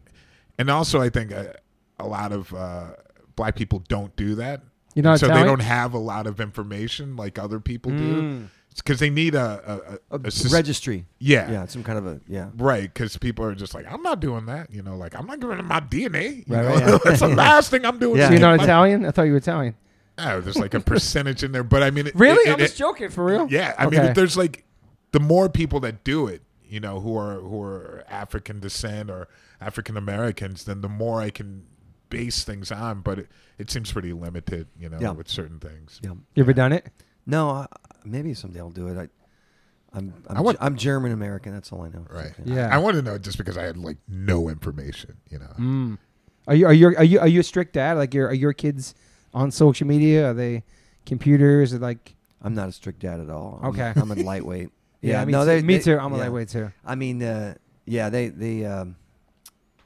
S3: and also I think a, a lot of uh, black people don't do that.
S1: You're not
S3: so
S1: Italian? Mm.
S3: they don't have a lot of information like other people do. It's because they need a a, a, a sys-
S4: registry.
S3: yeah.
S4: Yeah, it's some kind of a yeah.
S3: Right, because people are just like, I'm not doing that. You know, like I'm not giving them my DNA. You
S4: Right,
S3: know?
S4: right, yeah.
S3: That's the last thing I'm doing.
S4: Yeah.
S1: So you're
S4: Yeah.
S1: not
S3: My-
S1: Italian? I thought you were Italian.
S3: Oh, there's like a percentage in there, but I mean, it-
S1: Really?
S3: it-
S1: I'm
S3: it-
S1: just joking for real.
S3: yeah, I
S1: Okay.
S3: mean, there's like the more people that do it, you know, who are who are African descent or African Americans, then the more I can base things on. But it, it seems pretty limited, you know,
S4: Yeah.
S3: with certain things.
S4: Yeah.
S1: You ever done it?
S4: No, I, maybe someday I'll do it. I, I'm I'm,
S3: I want-
S4: am German American. That's all I know.
S3: Right.
S4: Okay.
S1: Yeah.
S3: I, want to know just because I had like no information, you know.
S1: Mm. Are you are you are you are you a strict dad? Like your are your kids on social media? Are they computers? Or like
S4: I'm not a strict dad at all. I'm,
S1: Okay.
S4: I'm a lightweight. Yeah.
S1: me
S4: no,
S1: too.
S4: they,
S1: me
S4: they-
S1: too. I'm a
S4: yeah.
S1: lightweight too.
S4: I mean, uh, yeah, they they um,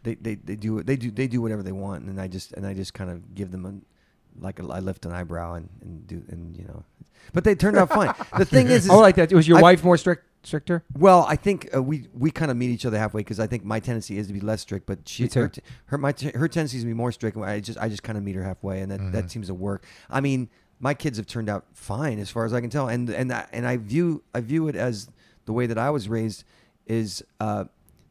S4: they, they they do they do they do whatever they want, and I just and I just kind of give them a like a, I lift an eyebrow and, and do and you know, but they turned out fine. The thing is, is
S1: Oh, like that. Was your
S4: I-
S1: wife more strict? Stricter?
S4: Well, I think uh, we we kind of meet each other halfway because I think my tendency is to be less strict, but she
S1: Me too.
S4: her, t- her my t- her tendency is to be more strict. and I just I just kind of meet her halfway, and that,
S1: Mm-hmm.
S4: that seems to work. I mean, my kids have turned out fine as far as I can tell, and and I, and I view I view it as the way that I was raised is uh,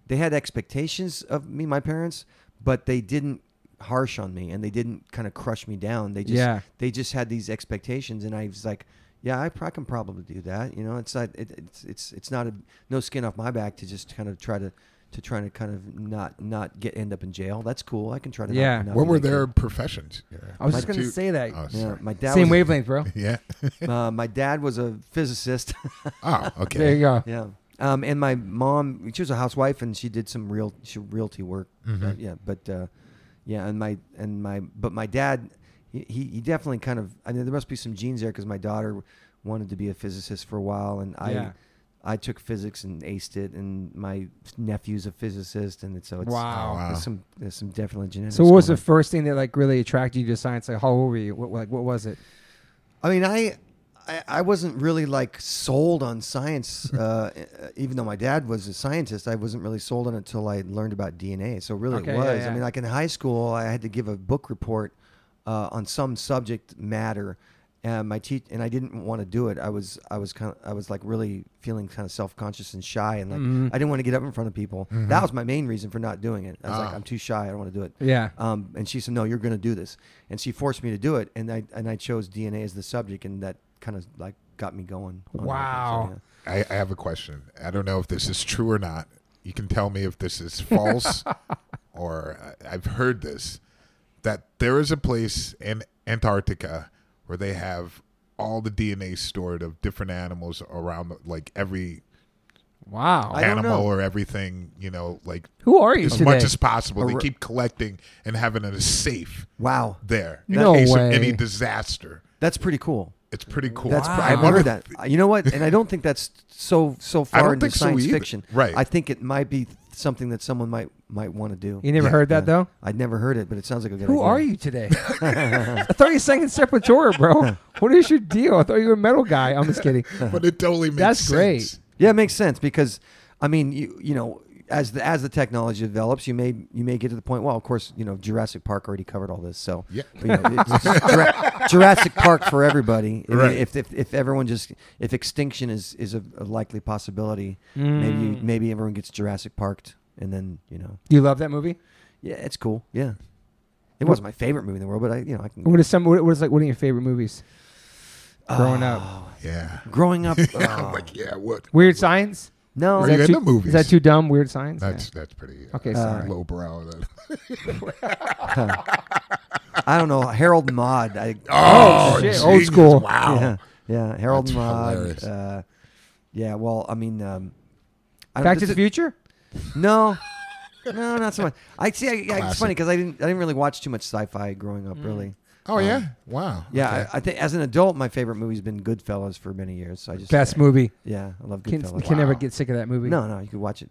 S4: they had expectations of me, my parents, but they didn't harsh on me and they didn't kind of crush me down. They just
S1: Yeah.
S4: they just had these expectations, and I was like, yeah, I, pro- I can probably do that. You know, it's not it, it's it's it's not a no skin off my back to just kind of try to to trying to kind of not not get end up in jail. That's cool. I can try to. not-
S1: Yeah.
S4: Not,
S3: What
S4: be
S3: were
S4: like
S3: their
S4: that.
S3: professions? Yeah.
S1: I was
S4: My
S1: just gonna
S3: two-
S1: say that.
S3: Oh,
S4: Yeah,
S3: sorry.
S4: my dad.
S1: Same
S4: was,
S1: wavelength, bro.
S3: Yeah.
S4: uh, my dad was a physicist.
S3: oh, okay.
S1: There you go.
S4: yeah. Um, and my mom, she was a housewife, and she did some real she, realty work.
S1: Mm-hmm.
S4: But, yeah, but uh, yeah, and my and my but my dad, he, he he definitely kind of. I mean, there must be some genes there because my daughter wanted to be a physicist for a while, and I
S1: Yeah.
S4: I took physics and aced it, and my nephew's a physicist, and it's, so it's
S1: Wow.
S3: Oh, wow.
S4: There's some there's some definitely genetics.
S1: So, what was
S4: going
S1: the first thing that like really attracted you to science? Like, how old were you? What like what was it?
S4: I mean, I, I, I wasn't really like sold on science, uh, uh, even though my dad was a scientist. I wasn't really sold on it until I learned about DNA. So really,
S1: Okay,
S4: it
S1: yeah,
S4: was.
S1: yeah.
S4: I mean, like in high school, I had to give a book report uh, on some subject matter. And my teach and I didn't want to do it. I was I was kind of I was like really feeling kind of self conscious and shy and like
S1: Mm-hmm.
S4: I didn't want to get up in front of people. That was my main reason for not doing it. I was like
S3: Ah.
S4: I'm too shy. I don't want to do it.
S1: Yeah.
S4: Um, and she said, "No, you're going to do this." And she forced me to do it, and I and I chose DNA as the subject, and that kind of like got me going. on everything. So,
S1: Wow.
S4: yeah.
S3: I, I have a question. I don't know if this is true or not. You can tell me if this is false or I- I've heard this that there is a place in Antarctica where they have all the DNA stored of different animals around the- like every
S1: Wow.
S4: I- don't
S3: animal
S4: know.
S3: or everything, you know, like
S1: Who are you
S3: as
S1: today?
S3: much as possible. They
S4: Ar-
S3: keep collecting and having it as safe
S4: Wow.
S3: there in
S1: No
S3: case
S1: way.
S3: of any disaster.
S4: That's pretty cool.
S3: It's pretty cool.
S4: That's
S1: Wow.
S4: pr-
S3: I
S4: I've
S3: wonder
S4: heard that. Uh, You know what? And I don't think that's so so far
S3: don't
S4: into
S3: think so
S4: science
S3: either.
S4: fiction.
S3: Right.
S4: I think it might be something that someone might might want to do.
S1: you never
S3: Yeah,
S1: heard that
S4: Yeah.
S1: though.
S4: I'd never heard it, but it sounds like a good
S1: Who
S4: idea.
S1: are you today? I thought you sang in Sepultura, bro. What is your deal? I thought you were a metal guy. I'm just kidding.
S3: But it totally makes
S1: That's great.
S3: sense.
S4: Yeah, it makes sense because I mean, you you know, as the as the technology develops, you may you may get to the point. Well, of course, you know, Jurassic Park already covered all this, so
S3: Yeah.
S4: but, you know, it's just Jura- Jurassic Park for everybody. I mean,
S3: Right.
S4: if, if if everyone just if extinction is is a, a likely possibility, maybe you, maybe everyone gets Jurassic Parked, and then you know,
S1: Do you love that movie?
S4: yeah, it's cool. Yeah, it wasn't my favorite movie in the world, but I you know I can.
S1: What is some? What what is like one of your favorite movies? Growing
S3: Oh.
S1: up,
S3: Yeah.
S4: Growing up,
S3: I'm
S4: oh,
S3: like, yeah, what?
S1: Weird Science.
S4: no,
S3: Were you
S1: that
S3: into
S1: too,
S3: movies?
S1: Is that too dumb? Weird Science. Yeah.
S3: That's that's pretty uh,
S1: Okay,
S3: okay.
S1: sorry.
S3: lowbrow. then.
S4: I don't know. Harold Maud, I,
S3: oh,
S1: shit,
S3: Jesus,
S1: old school.
S3: Wow.
S4: Yeah, yeah. Harold
S3: That's
S4: Maude.
S3: hilarious.
S4: Uh, yeah. Well, I mean, um, I
S1: Back to
S4: this
S1: the
S4: is-
S1: Future.
S4: No, no, not so much. I see. I, I, it's
S3: Classic.
S4: funny because I didn't. I didn't really watch too much sci-fi growing up.
S1: Mm.
S4: Really.
S3: Oh yeah. Wow.
S4: Yeah.
S3: Okay.
S4: I, I think as an adult, my favorite movie's been Goodfellas for many years. So I just
S1: Best movie.
S4: Yeah, I love
S1: Can,
S4: Goodfellas.
S1: can never
S3: Wow.
S1: get sick of that movie.
S4: No, no, you could watch it.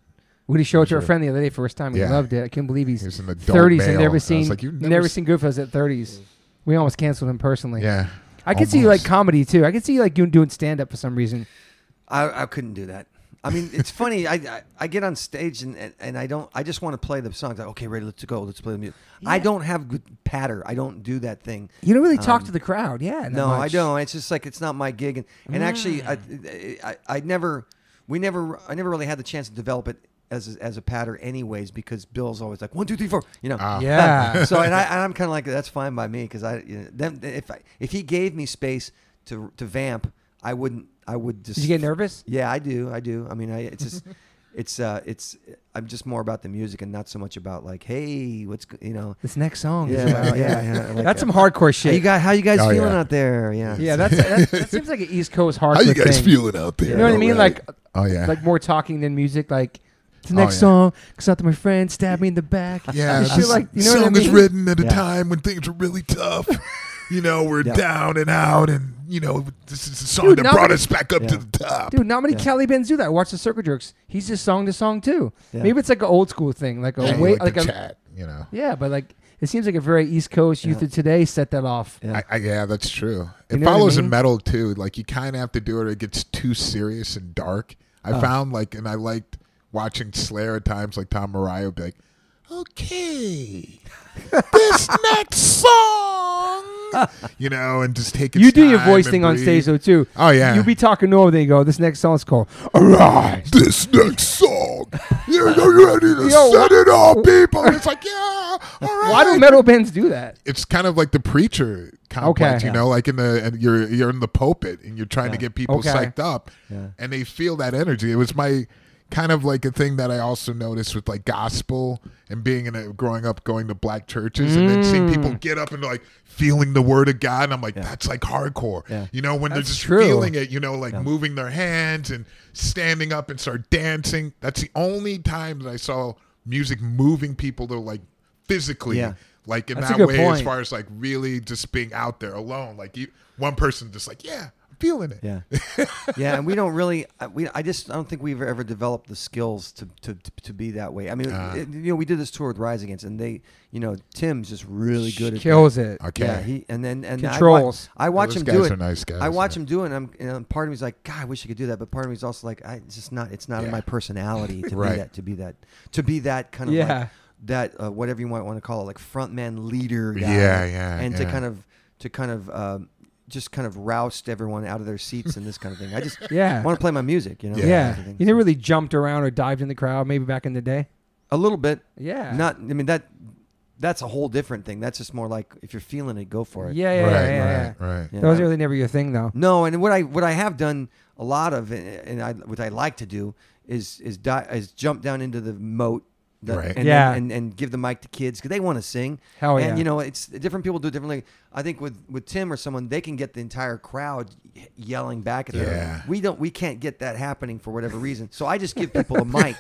S1: Would he show it to a friend the other day? First time, he
S3: Yeah.
S1: loved it. I couldn't believe he's
S3: He's an adult
S1: thirties and
S3: male. I
S1: never
S3: was
S1: seen
S3: like, "You've
S1: never,
S3: never
S1: seen Goodfellas at thirties. We almost canceled him personally.
S3: Yeah.
S1: I could see you like
S3: Almost.
S1: comedy too. I could see you like you doing stand up for some reason.
S4: I, I couldn't do that. I mean, it's funny. I, I I get on stage and, and and I don't. I just want to play the songs. Like, okay, ready? Let's go. Let's play the music. I don't have good patter. I don't do that thing.
S1: You don't really talk
S4: Um,
S1: to the crowd, yeah? that
S4: No, I
S1: much.
S4: don't. It's just like it's not my gig. And and actually, I,
S1: Mm.
S4: I I never we never I never really had the chance to develop it as a, as a patter anyways because Bill's always like one two three four. You know.
S3: Ah.
S1: Yeah.
S4: so and, I, and I'm kind of like that's fine by me because I you know, them if I, if he gave me space to to vamp, I wouldn't. I would just.
S1: Did you get nervous?
S4: Yeah, I do. I do. I mean, I it's just it's uh it's I'm just more about the music and not so much about like, hey, what's go- you know.
S1: This next song, is
S4: Yeah,
S1: about-
S4: yeah, yeah, I
S1: that's
S4: like that.
S1: some hardcore
S4: How
S1: shit.
S4: you guys, how you guys
S3: Oh,
S4: feeling
S3: yeah.
S4: out there? Yeah.
S1: yeah, that's that, that seems like an East Coast hardcore
S3: How you guys
S1: thing.
S3: feeling out there?
S1: You know what I mean?
S3: Alright.
S1: Like
S3: oh yeah,
S1: like more talking than music. Like the
S3: Oh,
S1: next
S3: yeah.
S1: song, because out to my friend stabbed me in the back.
S3: yeah.
S1: And shit
S3: This
S1: like you know
S3: song
S1: what I
S3: is
S1: mean?
S3: written at a
S4: Yeah.
S3: time when things were really tough. you know, we're
S4: Yeah.
S3: down and out, and you know, this is the song
S1: Dude,
S3: that
S1: now
S3: brought
S1: that-
S3: us back up
S4: Yeah.
S3: to the top.
S1: Dude, not many
S4: Yeah.
S1: Cali bands do that. Watch the Circle Jerks. He's just song to song too.
S4: Yeah.
S1: Maybe it's like an old school thing, like a
S3: Yeah, you
S1: way,
S3: like
S1: like
S3: the
S1: a
S3: chat, you know.
S1: yeah, but like it seems like a very East Coast youth
S4: Yeah.
S1: of today set that off.
S4: Yeah.
S3: I, I, yeah, that's true. It
S1: know what I
S3: follows
S1: mean?
S3: in metal too. Like you kind of have to do it, or it gets too serious and dark. I
S1: Oh.
S3: found like, and I liked watching Slayer at times. Like Tom Mariah would be like, "Okay, this next song," you know, and just take. Its
S1: You do your
S3: time
S1: voice
S3: and
S1: thing on
S3: breathe.
S1: stage though too.
S3: Oh, yeah.
S1: you be talking normal. Then you go. This next song's called.
S3: Alright, this next song. You you ready to
S1: Yo,
S3: set
S1: wh-
S3: it all, people? It's like, yeah, all right.
S1: Why do metal bands do that?
S3: it's kind of like the preacher complex,
S1: Okay.
S3: you know, like in the and you're you're in the pulpit and you're trying to
S4: Yeah.
S3: get people
S1: Okay.
S3: psyched up,
S4: Yeah.
S3: and they feel that energy. It was my kind of like a thing that I also noticed with like gospel and being in a growing up going to black churches and then seeing people
S1: Mm.
S3: get up and like feeling the word of God and I'm like that's like hardcore.
S4: Yeah.
S3: You know when
S1: That's
S3: they're just
S1: true.
S3: feeling it, you know like moving their hands and standing up and start dancing. That's the only time that I saw music moving people to like physically
S4: Yeah.
S3: like in
S1: That's a
S3: that
S1: good
S3: way as
S1: point.
S3: far as like really just being out there alone like you one person just like yeah i'm feeling it
S4: Yeah, yeah, and we don't really. I- We I just I don't think we've ever developed the skills to to, to, to be that way. I mean,
S3: Uh.
S4: it- you know, we did this tour with Rise Against, and they, you know, Tim's just really good at
S1: Kills it.
S3: okay
S4: Yeah, he and then and
S1: Controls.
S4: I watch, I watch
S3: Those
S4: him do
S3: guys
S4: it.
S3: are nice guys,
S4: I watch
S3: yeah.
S4: him do it. And, I'm, and part of me's like, God, I wish I could do that, but part of me's also like, I it's just not. It's not in
S3: Yeah.
S4: my personality to
S3: Right.
S4: be that. To be that. To be that kind of
S1: Yeah.
S4: like that uh, whatever you might want to call it, like frontman leader. Guy,
S3: Yeah, yeah,
S4: And to
S3: yeah.
S4: kind of to kind of um, just kind of roust everyone out of their seats and this kind of thing. I just
S1: Yeah.
S4: want to play my music. You know.
S3: Yeah.
S1: Yeah,
S4: that kind of
S1: you
S4: thing.
S1: never really jumped around or dived in the crowd. Maybe back in the day.
S4: a little bit.
S1: Yeah,
S4: Not. I mean that. That's a whole different thing. That's just more like if you're feeling it, go for it.
S1: Yeah, yeah, yeah,
S3: right
S1: yeah, yeah.
S3: right right
S4: Yeah.
S1: That was really never your thing though.
S4: No, and what I what I have done a lot of, and- and I what I like to do is is di- is jump down into the moat, the-
S3: Right.
S4: And
S1: Yeah.
S4: and, and give the mic to kids because they want to sing.
S1: Hell yeah.
S4: And you know, it's different people do it differently. I think with with Tim or someone, they can get the entire crowd y- yelling back at them.
S3: Yeah.
S4: We don't, we can't get that happening for whatever reason. So I just give people a mic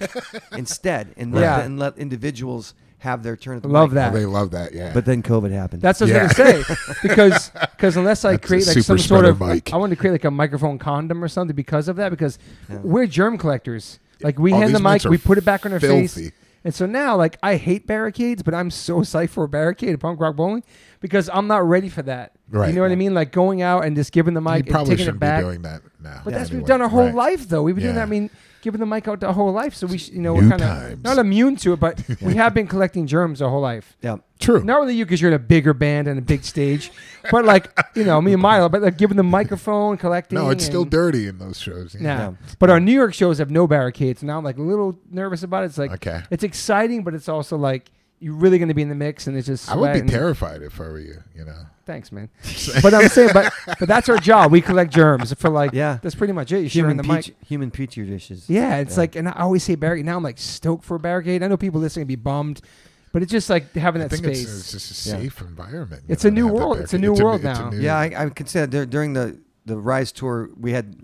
S4: instead, and let,
S1: Yeah.
S4: and let individuals have their turn. At the
S1: Love
S4: mic.
S1: that.
S3: Oh, they love that yeah
S4: But then COVID happened.
S1: That's what I was gonna say because because unless I
S3: That's a
S1: create like
S3: super
S1: some sort
S3: spreader
S1: of
S3: mic.
S1: I want to create like a microphone condom or something because of that because we're germ collectors. Like we
S3: All
S1: hand the
S3: Oh, these
S1: mic,
S3: mics are
S1: we put it back on our face,
S3: filthy.
S1: and so now like I hate barricades, but I'm so psyched for a barricade at punk rock bowling because I'm not ready for that.
S3: Right.
S1: You know what I mean? Like going out and just giving the
S3: you
S1: mic and
S3: probably
S1: taking it
S3: shouldn't
S1: back.
S3: be doing that now
S1: But that's
S3: anyway.
S1: we've done our whole
S3: Right.
S1: life though. We've been doing
S3: Yeah.
S1: that. I mean, giving the mic out our whole life, so we sh- you know
S3: New
S1: we're kind of
S3: times.
S1: not immune to it, but we have been collecting germs our whole life.
S4: yeah.
S3: true
S1: Not only you because you're in a bigger band and a big stage, but like you know me and Milo, but like giving the microphone, collecting.
S3: no it's still
S1: and-
S3: dirty in those shows yeah.
S1: Nah.
S4: Yeah.
S1: but our New York shows have no barricades, and now I'm like a little nervous about it. It's like
S3: Okay.
S1: it's exciting, but it's also like you're really going to be in the mix, and it's just
S3: i would
S1: sweat
S3: be
S1: and-
S3: terrified if i were you you know
S1: Thanks, man. but I'm saying, but but that's our job. We collect germs for like
S4: Yeah.
S1: That's pretty much it. You're sharing
S4: Human,
S1: the
S4: peach,
S1: mic.
S4: human petri dishes.
S1: Yeah, it's like, and I always say barricade. Now I'm like stoked for a barricade. I know people listening be bummed, but it's just like having
S3: i
S1: that
S3: think
S1: space.
S3: it's, it's just a
S4: Yeah.
S3: safe environment you
S1: It's a
S3: know,
S1: new
S3: to have that
S1: world. It's a
S3: barricade.
S1: new world
S3: it's a
S1: now.
S3: new-
S4: Yeah, I, I can say that dur- during the the Rise tour, we had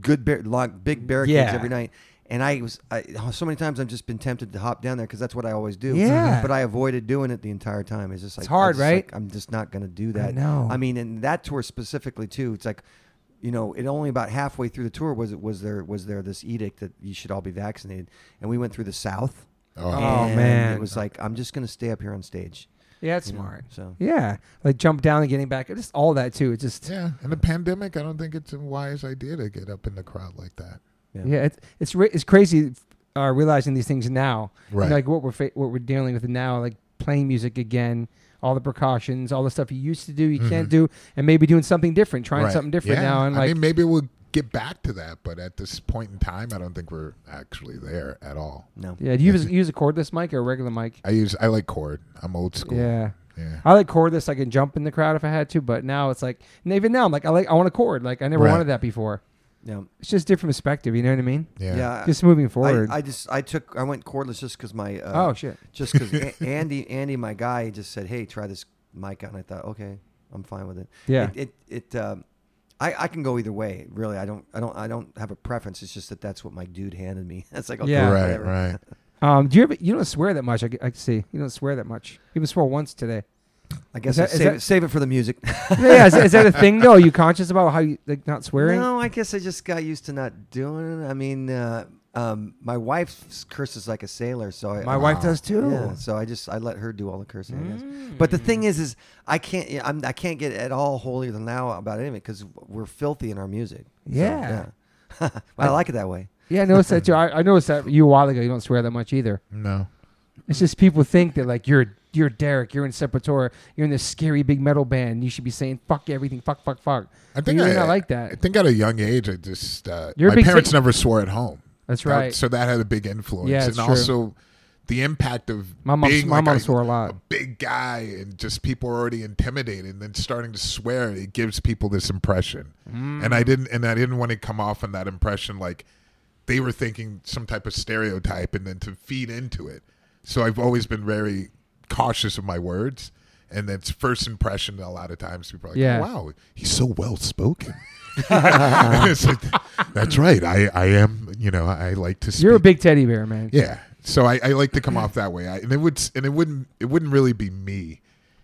S4: good bar- long, big barricades
S1: Yeah.
S4: every night, and I was I, oh, so many times I've just been tempted to hop down there because that's what I always do.
S1: Yeah. Uh-huh.
S4: but I avoided doing it the entire time. It's just like I
S1: hard,
S4: just, like,
S1: right?
S4: I'm just not gonna do that.
S1: know.
S4: I mean, and that tour specifically too. It's like you know, it only about halfway through the tour was was there was there this edict that you should all be vaccinated, and we went through the South.
S3: Oh.
S1: Oh,
S4: and
S1: man.
S4: it was like I'm just gonna stay up here on stage.
S1: Yeah, it's
S4: you know,
S1: smart.
S4: So
S1: Yeah, like jump down and getting back. Just all that too. It's just
S3: Yeah, in the pandemic, I don't think it's a wise idea to get up in the crowd like that.
S4: Yeah.
S1: yeah, it's it's re- it's crazy uh, realizing these things now. You know,
S3: Right.
S1: like what we're fa- what we're dealing with now, like playing music again, all the precautions, all the stuff you used to do, you can't do, and maybe doing something different, trying
S3: Mm-hmm. Right.
S1: something different
S3: Yeah.
S1: now, and
S3: I
S1: like
S3: mean, maybe we'll get back to that, but at this point in time, I don't think we're actually there at all.
S4: no,
S1: yeah, do you use, you use a cordless mic or a regular mic?
S3: I use I like chord. I'm old school.
S1: Yeah.
S3: Yeah.
S1: I like cordless. I can jump in the crowd if I had to, but now it's like, and even now I'm like, I like, I want a cord. Like I never
S3: Right.
S1: wanted that before.
S4: yeah,
S1: It's just different perspective. You know what I mean?
S3: Yeah.
S4: yeah.
S1: Just moving
S4: I,
S1: forward.
S4: I just I took I went cordless just because my uh,
S1: oh shit.
S4: just because Andy, Andy, my guy, just said, "Hey, try this mic out." And I thought, okay, I'm fine with it.
S1: Yeah.
S4: It, it, it um, I, I can go either way. Really, I don't, I don't, I don't have a preference. It's just that that's what my dude handed me. That's like, okay,
S1: Yeah.
S3: Right,
S4: whatever.
S3: right.
S1: Um, do you ever? You don't swear that much. I, c- I can see you don't swear that much. You even swore once today.
S4: I guess
S1: Is that- is
S4: I'll save,
S1: that-
S4: it, save it for the music.
S1: yeah, is, is that a thing though? Are you conscious about how you like not swearing?
S4: No, I guess I just got used to not doing it. I mean, uh, um, my wife curses like a sailor, so I,
S1: My
S4: I-
S1: wife does too. Mm.
S4: Yeah, so I just I let her do all the cursing, I guess. But the
S1: Hmm.
S4: thing is, is I can't yeah, I'm, I can't get at all holier than thou about any of it because we're filthy in our music. So,
S1: Yeah.
S4: yeah. I, like it that way.
S1: Yeah, I noticed that too. I, I noticed that you a while ago. You don't swear that much either.
S3: No.
S1: It's just people think that like you're you're Derek, you're in Sepultura, you're in this scary big metal band. You should be saying fuck everything, fuck fuck fuck.
S3: I think
S1: you're
S3: I,
S1: not like
S3: I
S1: that.
S3: think at a young age, I just uh,
S1: You're a
S3: my
S1: big
S3: parents
S1: Sa-
S3: never swore at home.
S1: That's
S3: That-
S1: right.
S3: so that had a big influence,
S1: Yeah,
S3: and
S1: it's true.
S3: also the impact of
S1: My mom-
S3: being
S1: my
S3: like
S1: mom
S3: a,
S1: swore a lot.
S3: a big guy, and just people are already intimidated, and then starting to swear, it gives people this impression. And
S1: Mm.
S3: I didn't, and I didn't want to come off on that impression like they were thinking some type of stereotype, and then to feed into it. So I've always been very cautious of my words. And that's first impression. A lot of times people are like,
S1: Yeah.
S3: "Wow, he's so well spoken." It's like, that's right. I, I am. You know, I like to. Speak.
S1: You're a big teddy bear, man.
S3: Yeah. So I, I like to come off that way. I, and it would s- and it wouldn't it wouldn't really be me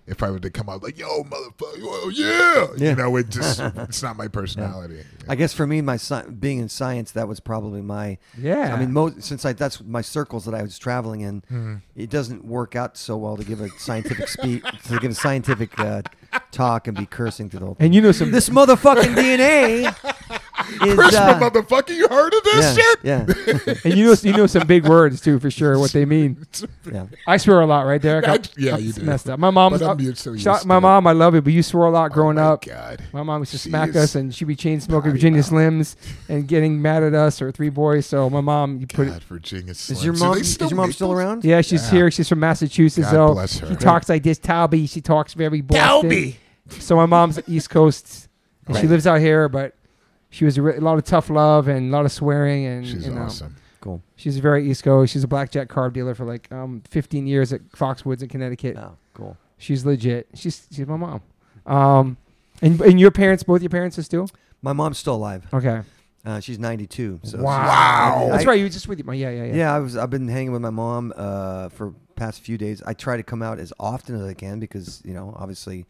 S3: if I were to come out like, yo, motherfucker, oh, yeah.
S4: Yeah.
S3: You know, it just it's not my personality.
S4: I guess for me, my sci- being in science, that was probably my
S1: Yeah.
S4: I mean, most since I that's my circles that I was traveling in, it doesn't work out so well to give a scientific speak to give a scientific uh, talk and be cursing through the whole thing.
S1: And you know some.
S4: this motherfucking DNA is
S3: Christmas,
S4: uh,
S3: motherfucker, you heard of
S4: yeah,
S3: this shit?
S4: yeah,
S1: and you know you know some big words too for sure. What they mean.
S4: yeah.
S1: I swear a lot, right, Derek? I-
S3: That- yeah, you
S1: it's
S3: do.
S1: messed up. My mom,
S3: But I'm used- so
S1: shout-
S3: used to
S1: my
S3: it.
S1: mom, I love it, but you swore a lot growing
S3: Oh My
S1: up.
S3: God.
S1: My mom used to
S3: She
S1: smack
S3: is
S1: us, and she'd be chain smoking
S3: potty
S1: Virginia
S3: mouth.
S1: Slims and getting mad at us or three boys. So my mom, you put it.
S3: God, Virginia
S4: Is
S3: Slims.
S4: your
S3: Do
S4: mom
S3: they
S4: is your mom
S3: make
S4: still
S3: those?
S4: around?
S1: Yeah, she's here. She's from Massachusetts.
S3: God
S1: though.
S3: bless her.
S1: She talks like this, Talby. She talks very Boston.
S3: Talby.
S1: So my mom's East Coast. and She
S4: Right.
S1: lives out here, but she was a, re- a lot of tough love and a lot of swearing. And
S3: She's
S1: you know,
S3: awesome.
S4: Cool.
S1: She's very East Coast. She's a blackjack card dealer for like um, 15 years at Foxwoods in Connecticut.
S4: Oh, cool.
S1: She's legit. She's she's my mom. Um, and and your parents, both your parents, are still
S4: My mom's still alive.
S1: okay.
S4: Uh, she's 92. So
S3: Wow.
S1: that's
S4: I-
S1: right. You were just with your mom. Yeah, yeah, yeah.
S4: Yeah, I was. I've been hanging with my mom uh, for past few days. I try to come out as often as I can because you know, obviously,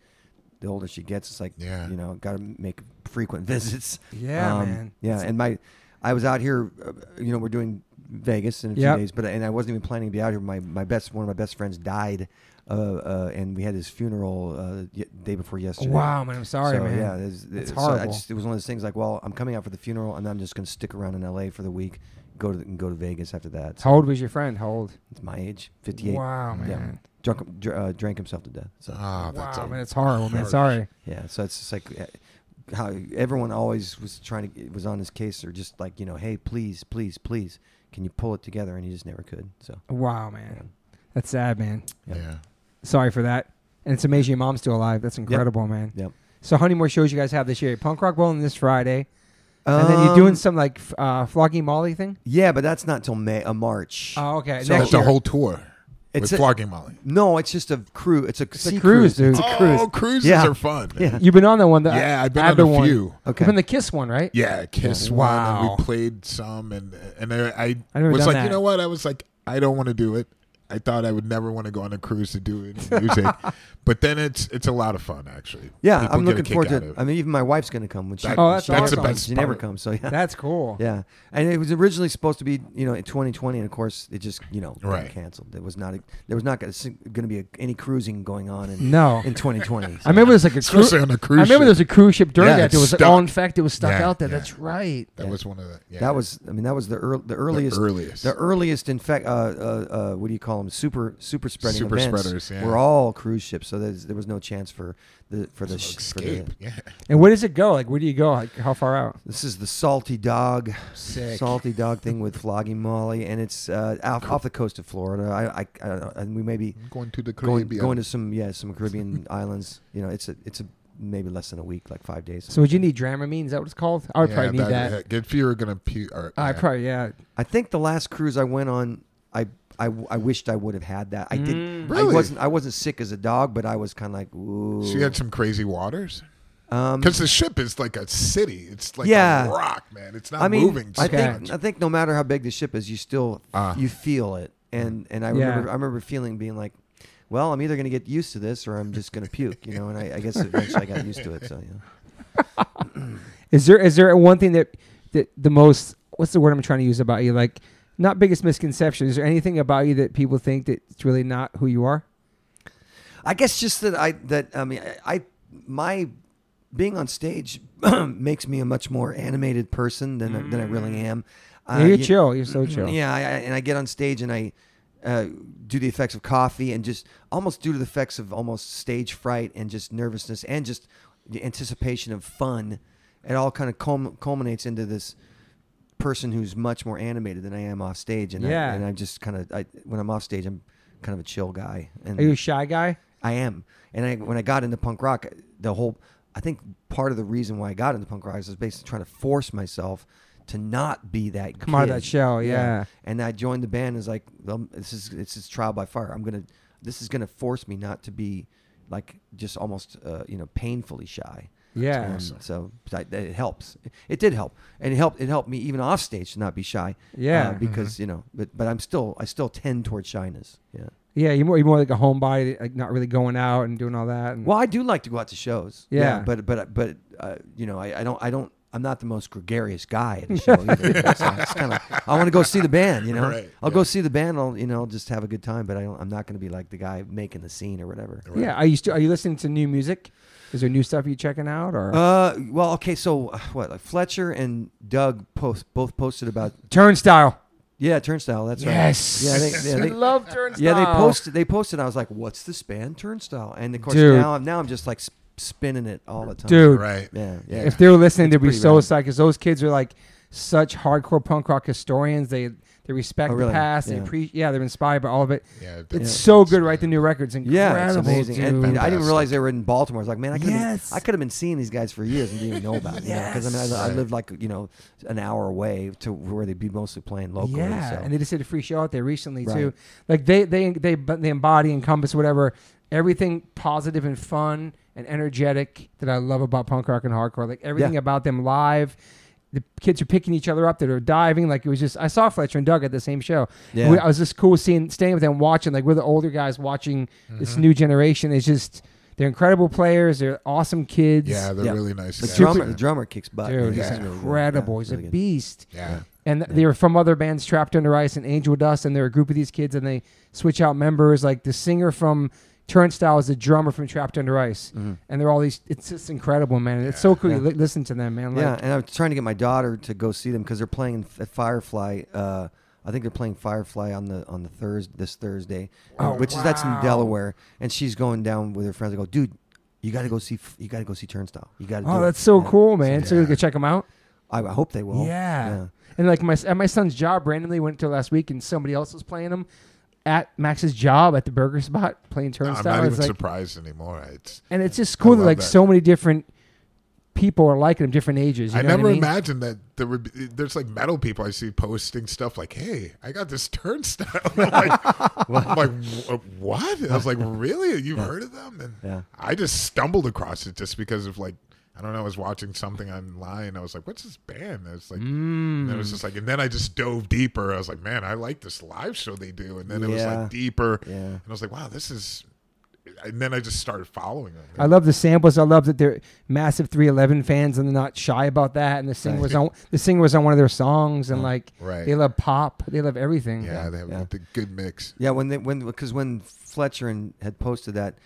S4: the older she gets, it's like
S3: Yeah.
S4: you know, got to make frequent visits. Um,
S1: Yeah, man.
S4: Yeah, and my, I was out here. Uh, you know, we're doing Vegas in a few
S1: Yep.
S4: days, but and I wasn't even planning to be out here. My my best one of my best friends died, uh, uh, and we had his funeral uh, y- day before yesterday.
S1: Oh, Wow, man. I'm sorry,
S4: So,
S1: man.
S4: Yeah, it's,
S1: It's
S4: I
S1: horrible.
S4: just, it was one of those things like, well, I'm coming out for the funeral, and I'm just going to stick around in L.A. for the week, go to and go to Vegas after that.
S1: How old was your friend? How old?
S4: It's my age, 58.
S1: Wow, man.
S4: Yeah. Drunk, dr- uh, drank himself to death. So,
S3: Ah, that's
S1: wow,
S3: a-
S1: man. It's horrible, man.
S3: harsh.
S1: Sorry.
S4: yeah. So it's just like uh, how everyone always was trying to, was on his case or just like, you know, hey, please, please, please, can you pull it together? And he just never could. So,
S1: Wow, man. That's sad, man.
S4: Yeah.
S3: Yeah.
S1: Sorry for that. And it's amazing your mom's still alive. That's incredible, man.
S4: yep.
S1: So how many more shows you guys have this year? Punk Rock Bowling this Friday, and then you're doing
S4: Um,
S1: some like f- uh, flogging Molly thing.
S4: Yeah, but that's not till May, uh, March.
S1: Oh, okay.
S4: So
S1: Next
S3: That's
S1: year.
S3: a whole tour
S4: It's
S3: with
S4: a-
S3: Flogging Molly.
S4: no, it's just a crew. It's a
S1: a
S4: sea
S1: cruise, dude.
S4: It's a
S3: Oh,
S4: cruise.
S3: cruises
S4: Yeah.
S3: are fun.
S4: Yeah.
S1: You've been on that one. The
S3: Yeah, I've been
S1: Abba
S3: on a
S1: one.
S3: few.
S1: You've
S4: Okay.
S1: been the Kiss one, right?
S3: Yeah, Kiss one. And
S1: Wow.
S3: we played some, and and I, I
S1: I've never
S3: was
S1: done
S3: like,
S1: that.
S3: you know what? I was like, I don't want to do it. I thought I would never want to go on a cruise to do any music, but then it's it's a lot of fun actually.
S4: Yeah,
S3: People get
S4: I'm
S3: a
S4: looking
S3: kick
S4: forward
S3: out
S4: to.
S3: of
S4: I mean, even my wife's gonna come when she.
S3: That-
S1: Oh, that's awesome.
S4: she never
S1: That's the
S4: comes.
S3: best
S4: She never
S3: part.
S4: comes. So yeah,
S1: That's cool.
S4: yeah. And it was originally supposed to be, you know, in 2020, and of course, it just, you know, got
S3: Right.
S4: canceled. There was not, a, there was not going to be a, any cruising going on in
S1: No.
S4: in 2020.
S1: I remember there's like a cruise.
S3: Especially on a cruise
S1: I remember
S3: ship.
S1: there was a cruise ship during
S3: Yeah,
S1: that.
S3: it's
S1: That was like,
S3: stuck.
S1: oh, in fact, it was stuck
S3: Yeah,
S1: out there.
S3: yeah.
S1: That's right.
S3: that was one of the yeah.
S4: that was, I mean, that was the ear, the earliest,
S3: earliest.
S4: the earliest. In fact, uh, uh, uh, what do you call them? Super, super spreading
S3: Super
S4: events.
S3: spreaders, yeah.
S4: Were all cruise ships, so there's, there was no chance for the for the sh- for the-
S3: escape. Yeah,
S1: And where does it go? Like, where do you go? Like, how far out?
S4: This is the salty dog,
S1: Sick.
S4: salty dog thing with flogging Molly, and it's uh, off, off the coast of Florida. I, I, I don't know, and we may be
S3: going to the
S4: going,
S3: Caribbean.
S4: going to some yeah some Caribbean islands. You know, it's a it's a maybe less than a week, like five days.
S1: So would you need Dramamine? Is that what it's called? I would
S3: yeah,
S1: probably need that.
S3: If you were gonna puke, or,
S1: I
S3: yeah.
S1: probably yeah.
S4: I think the last cruise I went on, I I, I wished I would have had that. I did.
S1: Mm.
S4: I
S3: Really?
S4: wasn't I wasn't sick as a dog, but I was kind of like ooh.
S3: So you had some crazy waters
S1: Mm-hmm.
S4: um,
S3: because the ship is like a city. It's like
S4: Yeah.
S3: a rock, man. It's not
S4: I mean,
S3: moving. So
S4: I
S3: much.
S4: think I think no matter how big the ship is, you still
S3: Ah.
S4: you feel it, and and I
S1: Yeah.
S4: remember I remember feeling being like, well, I'm either going to get used to this or I'm just going to puke, you know. And I, I guess eventually I got used to it. So yeah,
S1: Is there is there one thing that that the most what's the word I'm trying to use about you? Like, not biggest misconception. Is there anything about you that people think that it's really not who you are?
S4: I guess just that I that I mean I, I my being on stage makes me a much more animated person than I than I really am. Uh,
S1: Mm. you're
S4: you-
S1: chill. You're so chill.
S4: Yeah, I, I, and I get on stage and I uh, do the effects of coffee and just almost due to the effects of almost stage fright and just nervousness and just the anticipation of fun. It all kind of culm- culminates into this person who's much more animated than I am off stage. And
S1: Yeah.
S4: I, and I just kind of I, when I'm off stage, I'm kind of a chill guy. And
S1: Are you a shy guy?
S4: I am. And I, when I got into punk rock, the whole I think part of the reason why I got into punk rock is I was basically trying to force myself to not be that
S1: Come out of
S4: kid.
S1: that shell, yeah.
S4: And I joined the band as like um, this is this is trial by fire. I'm gonna this is gonna force me not to be like just almost uh, you know painfully shy.
S1: Yeah.
S4: Um, so that, that- it helps. It did help, and it helped. It helped me even off stage to not be shy.
S1: Yeah. Mm-hmm.
S4: uh, because you know, but but I'm still I still tend toward shyness. Yeah.
S1: Yeah, you're more, you're more like a homebody, like not really going out and doing all that. And
S4: Well, I do like to go out to shows.
S1: Yeah.
S4: but but but uh, you know, I, I don't I don't I'm not the most gregarious guy at a show. either. so it's kind of I want to go see the band. You know,
S3: Right,
S4: I'll
S3: yeah.
S4: go see the band. I'll you know I'll just have a good time. But I don't, I'm not going to be like the guy making the scene or whatever.
S1: yeah, are you still are you listening to new music? Is there new stuff you checking out or
S4: Uh, well, okay, so uh, what? Like Fletcher and Doug post both posted about
S1: Turnstile?
S4: yeah, Turnstile. That's
S1: Yes,
S4: right. Yeah, they, yeah,
S1: I
S4: they,
S1: love Turnstile.
S4: Yeah, they posted. They posted. I was like, "What's this band, Turnstile?" And of course,
S1: Dude.
S4: now I'm now I'm just like sp- spinning it all the time.
S1: dude.
S3: right.
S4: yeah, yeah.
S1: If they were listening, they'd be
S4: pretty
S1: so
S4: rad.
S1: excited because those kids are like such hardcore punk rock historians. They they respect
S4: Oh, really?
S1: the past. They
S4: Yeah.
S1: appreciate. Yeah, they're inspired by all of it.
S3: Yeah,
S1: It's
S3: yeah.
S1: so good, right? The new records, incredible.
S4: Yeah, it's amazing. And
S1: dude.
S4: I didn't
S3: Fantastic.
S4: realize they were in Baltimore. I was like, man, I could
S1: Yes.
S4: I could have been seeing these guys for years and didn't even know about it. because I mean, I, I
S3: Right.
S4: lived like you know an hour away to where they'd be mostly playing locally.
S1: yeah,
S4: so.
S1: and they just did a free show out there recently
S4: Right.
S1: too. Like they they they but they embody, encompass whatever everything positive and fun and energetic that I love about punk rock and hardcore. Like everything
S4: Yeah.
S1: about them live. The kids are picking each other up. They're diving. Like it was just. I saw Fletcher and Doug at the same show.
S4: Yeah.
S1: We- I was just cool seeing, staying with them, watching. Like we're the older guys watching
S4: Mm-hmm.
S1: this new generation. It's just they're incredible players. They're awesome kids.
S3: Yeah, they're
S4: Yeah.
S3: really nice.
S4: the
S3: guys,
S4: drummer,
S3: man.
S4: the drummer kicks butt.
S1: Dude,
S4: He
S1: he's
S4: sings
S3: Yeah.
S4: really good.
S1: incredible.
S4: Yeah,
S1: he's
S4: really
S1: a
S4: good.
S1: beast
S3: yeah.
S1: and th- they were from other bands, Trapped Under Ice and Angel Dust, and they're a group of these kids, and they switch out members. Like the singer from Turnstile is the drummer from Trapped Under Ice, and they're all these. It's just incredible, man. It's so cool. You
S4: Mm-hmm. Yeah.
S1: li- listen to them, man. Like,
S4: Yeah, and I was trying to get my daughter to go see them because they're playing f- at Firefly. Uh, I think they're playing Firefly on the on the Thursday this Thursday, uh, which is that's in
S1: Oh, wow.
S4: Delaware. And she's going down with her friends. I go, dude, you got to go see. f- You got to go see Turnstile. You got to.
S1: Oh, that's so
S4: cool.
S1: cool, man. So you can check them out.
S4: I, I hope they will.
S1: And like my s- at my son's job randomly went to last week, and somebody else was playing them at Max's job at the burger spot playing
S3: No, I'm
S1: Turnstile.
S3: not
S1: I
S3: even
S1: was like,
S3: surprised anymore. It's
S1: and it's just cool that
S3: love
S1: like
S3: that.
S1: so many different people are liking them, different ages. You
S3: I
S1: know what
S3: never
S1: mean?
S3: imagined that there would be, there's like metal people I see posting stuff like, "Hey, I got this turnstile." I'm like, I'm like, "Wh- what? And I was like, really? You've heard of them? And
S4: Yeah.
S3: I just stumbled across it just because of like I don't know. I was watching something online. I was like, "What's this band?" I was like,
S1: Mm.
S3: and it was just like, and then I just dove deeper. I was like, "Man, I like this live show they do." And then it was
S4: Yeah.
S3: like deeper,
S4: Yeah.
S3: and I was like, "Wow, this is." And then I just started following them.
S1: I love the samples. I love that they're massive 311 fans and they're not shy about that. And the singer was on the singer was on one of their songs and like
S3: Right.
S1: they love pop. They love everything.
S3: yeah, they have
S4: yeah.
S3: the good mix.
S4: Yeah, when they when because when Fletcher and had posted that,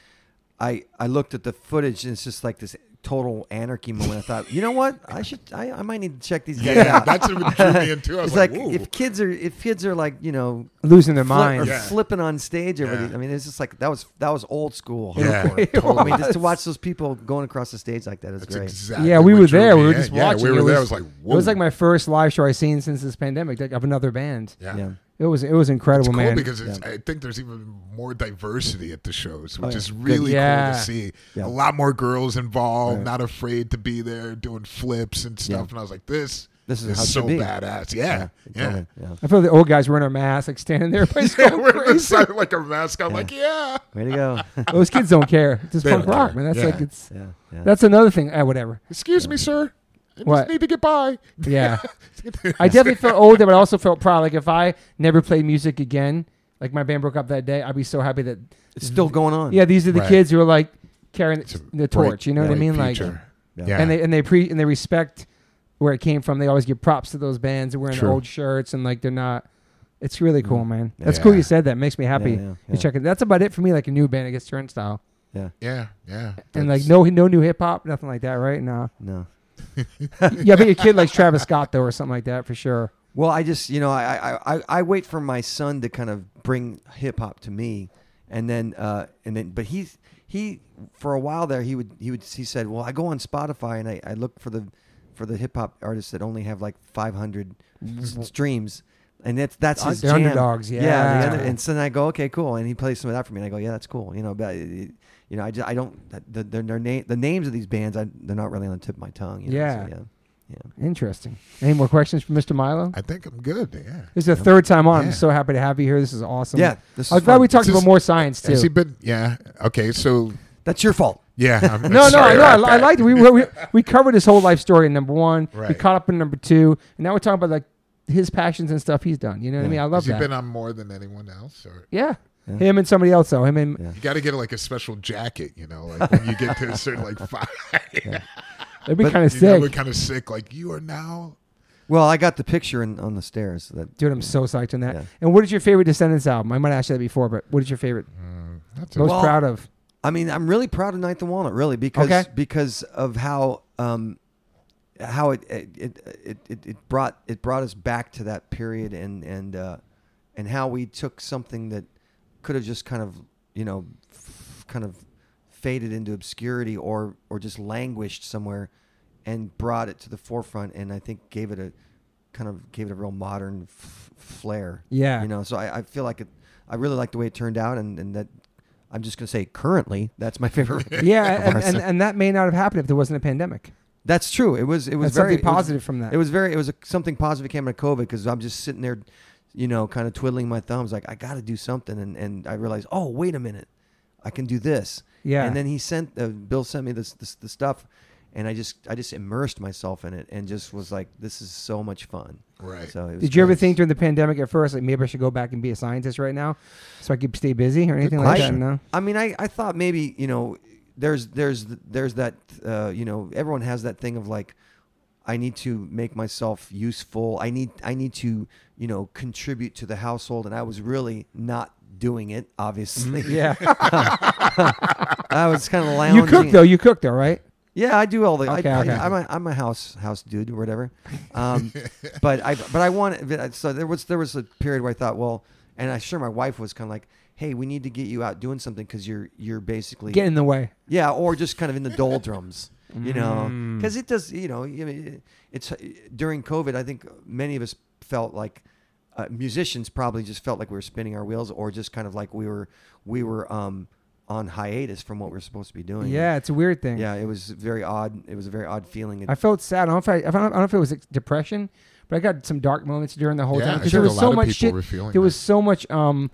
S4: I I looked at the footage and it's just like this total anarchy moment. I thought, you know what, I should I, I might need to check these guys
S3: Yeah,
S4: out.
S3: that's what drew me in too. I was
S4: it's like,
S3: "Whoa."
S4: if kids are if kids are like you know
S1: Losing their
S4: flip-
S1: mind.
S4: or
S3: Yeah.
S4: flipping on stage over
S3: Yeah.
S4: these- I mean, it's just like that was that was old school.
S3: Yeah,
S4: hardcore. I
S3: totally.
S4: mean, just to watch those people going across the stage like that is
S3: That's
S4: great.
S3: exactly.
S1: yeah, we
S3: what
S1: were
S3: drew
S1: there.
S3: me
S1: We were
S3: in.
S1: just
S3: yeah,
S1: watching.
S3: we were
S1: it was,
S3: there. I was like, "Whoa!"
S1: it was like my first live show I've seen since this pandemic, like of another band.
S3: yeah.
S4: yeah.
S1: It was it was incredible,
S3: It's cool
S1: man.
S3: because it's, I think there's even more diversity at the shows, which
S4: Oh, yeah.
S3: is really
S1: Yeah.
S3: cool to see. A
S4: Yeah.
S3: lot more girls involved,
S4: Right.
S3: not afraid to be there, doing flips and stuff.
S4: Yeah.
S3: And I was like, "This,
S4: This is how it should
S3: so
S4: be.
S3: badass." Yeah, yeah.
S4: totally, yeah.
S1: I feel the old guys wearing our masks, like standing there, everybody's
S3: Yeah,
S1: going
S3: we're
S1: crazy.
S3: inside like a mascot. I'm like, yeah.
S4: Way to go.
S1: Those kids don't care. It's just
S3: They
S1: punk
S3: don't
S1: rock,
S3: care.
S1: man. That's
S3: Yeah.
S1: like it's
S4: yeah, yeah.
S1: that's another thing. Ah, whatever.
S3: Excuse me, sir. I
S1: What?
S3: just need to get by.
S1: Yeah. I definitely felt older, but I also felt proud. Like if I never played music again, like my band broke up that day, I'd be so happy that
S4: it's still going on.
S1: yeah, these are the
S3: Right.
S1: kids who are like carrying
S3: It's a
S1: the, the torch. You know what I
S3: bright
S1: mean? Like
S3: future.
S4: Yeah.
S3: yeah.
S1: and they and they pre and they respect where it came from. They always give props to those bands that wearing their
S3: True. Mm.
S1: old shirts and like they're not. It's really cool, man. That's
S3: Yeah.
S1: cool. You said that makes me happy.
S4: Yeah, yeah,
S1: You
S4: yeah.
S1: check it. That's about it for me. Like a new band, I guess Turnstile,
S3: yeah, yeah.
S1: and like
S3: That's-
S1: no no new hip hop, nothing like that, right? Nah.
S4: No.
S1: yeah, I bet your kid likes Travis Scott though, or something like that for sure.
S4: Well, I just you know I I, I, I wait for my son to kind of bring hip hop to me, and then uh, and then but he's he for a while there he would he would he said well I go on Spotify and I, I look for the for the hip hop artists that only have like 500 s- streams. And that's that's his
S1: uh, The
S4: jam.
S1: underdogs, yeah.
S4: the
S1: That's
S4: under-
S1: cool.
S4: and so then I go, okay, cool, and he plays some of that for me, and I go, yeah, that's cool, you know. But it- you know, I just I don't the their, their name the names of these bands, I, they're not really on the tip of my tongue. You know, so
S1: Yeah.
S4: yeah, yeah.
S1: Interesting. Any more questions for Mr. Milo?
S3: I think I'm good. Yeah.
S1: This is the third time on.
S3: Yeah.
S1: I'm so happy to have you here. This is awesome.
S4: Yeah, this is
S1: I'm glad
S4: fun.
S1: we talked
S3: This
S1: about
S3: is-
S1: more science too.
S3: Has he been? Yeah. Okay. So
S4: That's your fault.
S3: yeah. I'm
S1: No, no,
S3: sorry
S1: no. I,
S3: about
S1: I
S3: that.
S1: liked it. We, we we covered his whole life story in number one. We
S3: Right.
S1: caught up in number two, and now we're talking about like his passions and stuff he's done. You know what I
S4: Yeah.
S1: mean? I
S3: Has
S1: love
S3: he
S1: that.
S3: been on more than anyone else? Or
S1: yeah.
S4: Yeah.
S1: him and somebody else though. Him and
S4: Yeah.
S3: you got to get like a special jacket, you know, like when you get to a certain like five,
S1: that'd be
S4: But-
S1: kind of
S3: you know,
S1: sick.
S3: we're kind of sick. Like you are now.
S4: Well, I got the picture in, on the stairs. That
S1: Dude, I'm so psyched on that.
S4: Yeah.
S1: And what is your favorite Descendants album? I might ask you that before, but what is your favorite?
S3: Mm, that's a,
S1: Most
S4: Mm-hmm. Well,
S1: proud of?
S4: I mean, I'm really proud of Night the Walnut, really, because
S1: Okay.
S4: because of how um, how it it, it it it it brought it brought us back to that period and and uh, and how we took something that could have just kind of you know f- kind of faded into obscurity or or just languished somewhere and brought it to the forefront and I think gave it a kind of gave it a real modern f- flair.
S1: Yeah.
S4: you know. So I, I feel like it. I really like the way it turned out, and, and that I'm just gonna say currently that's my favorite.
S1: Yeah, and,
S4: course.
S1: and, and that may not have happened if there wasn't a pandemic.
S4: that's true. It was it was
S1: That's
S4: very
S1: something positive
S4: It was,
S1: from that.
S4: It was very it was a, something positive came out of COVID because I'm just sitting there, you know, kind of twiddling my thumbs like I got to do something, and and I realized oh wait a minute, I can do this.
S1: Yeah.
S4: And then he sent uh, Bill sent me this this the stuff. And I just I just immersed myself in it and just was like, this is so much fun.
S3: Right.
S4: So it was
S1: Did you ever
S4: great.
S1: think during the pandemic at first, like maybe I should go back and be a scientist right now, so I could stay busy or anything like that?
S4: question.
S1: No.
S4: I mean, I, I thought maybe you know, there's there's there's that uh, you know everyone has that thing of like, I need to make myself useful. I need I need to you know contribute to the household, and I was really not doing it. Obviously,
S1: Mm-hmm. Yeah.
S4: I was kind of
S1: you
S4: lounging.
S1: cook though. You cook though, right?
S4: Yeah, I do all the.
S1: Okay,
S4: I,
S1: okay.
S4: I, am a, I'm a house house dude or whatever, um, but I but I want. but I- So there was there was a period where I thought, well, and I sure my wife was kind of like, hey, we need to get you out doing something because you're you're basically
S1: Get in the way.
S4: yeah, or just kind of in the doldrums, you know,
S1: Mm.
S4: because it does, you know, you- it- it's uh, during COVID. I think many of us felt like uh, musicians probably just felt like we were spinning our wheels, or just kind of like we were we were um, on hiatus from what we are supposed to be doing.
S1: Yeah, it's a weird thing.
S4: Oh, yeah, it was very odd. It was a very odd feeling. It,
S1: I felt sad. I don't know if I, I don't know if it was like, depression, but I got some dark moments during the whole
S3: Yeah,
S1: time
S3: I
S1: because
S3: think
S1: there
S3: a
S1: was
S3: lot
S1: so
S3: of
S1: much
S3: people
S1: shit.
S3: were feeling
S1: There
S3: that.
S1: was so much um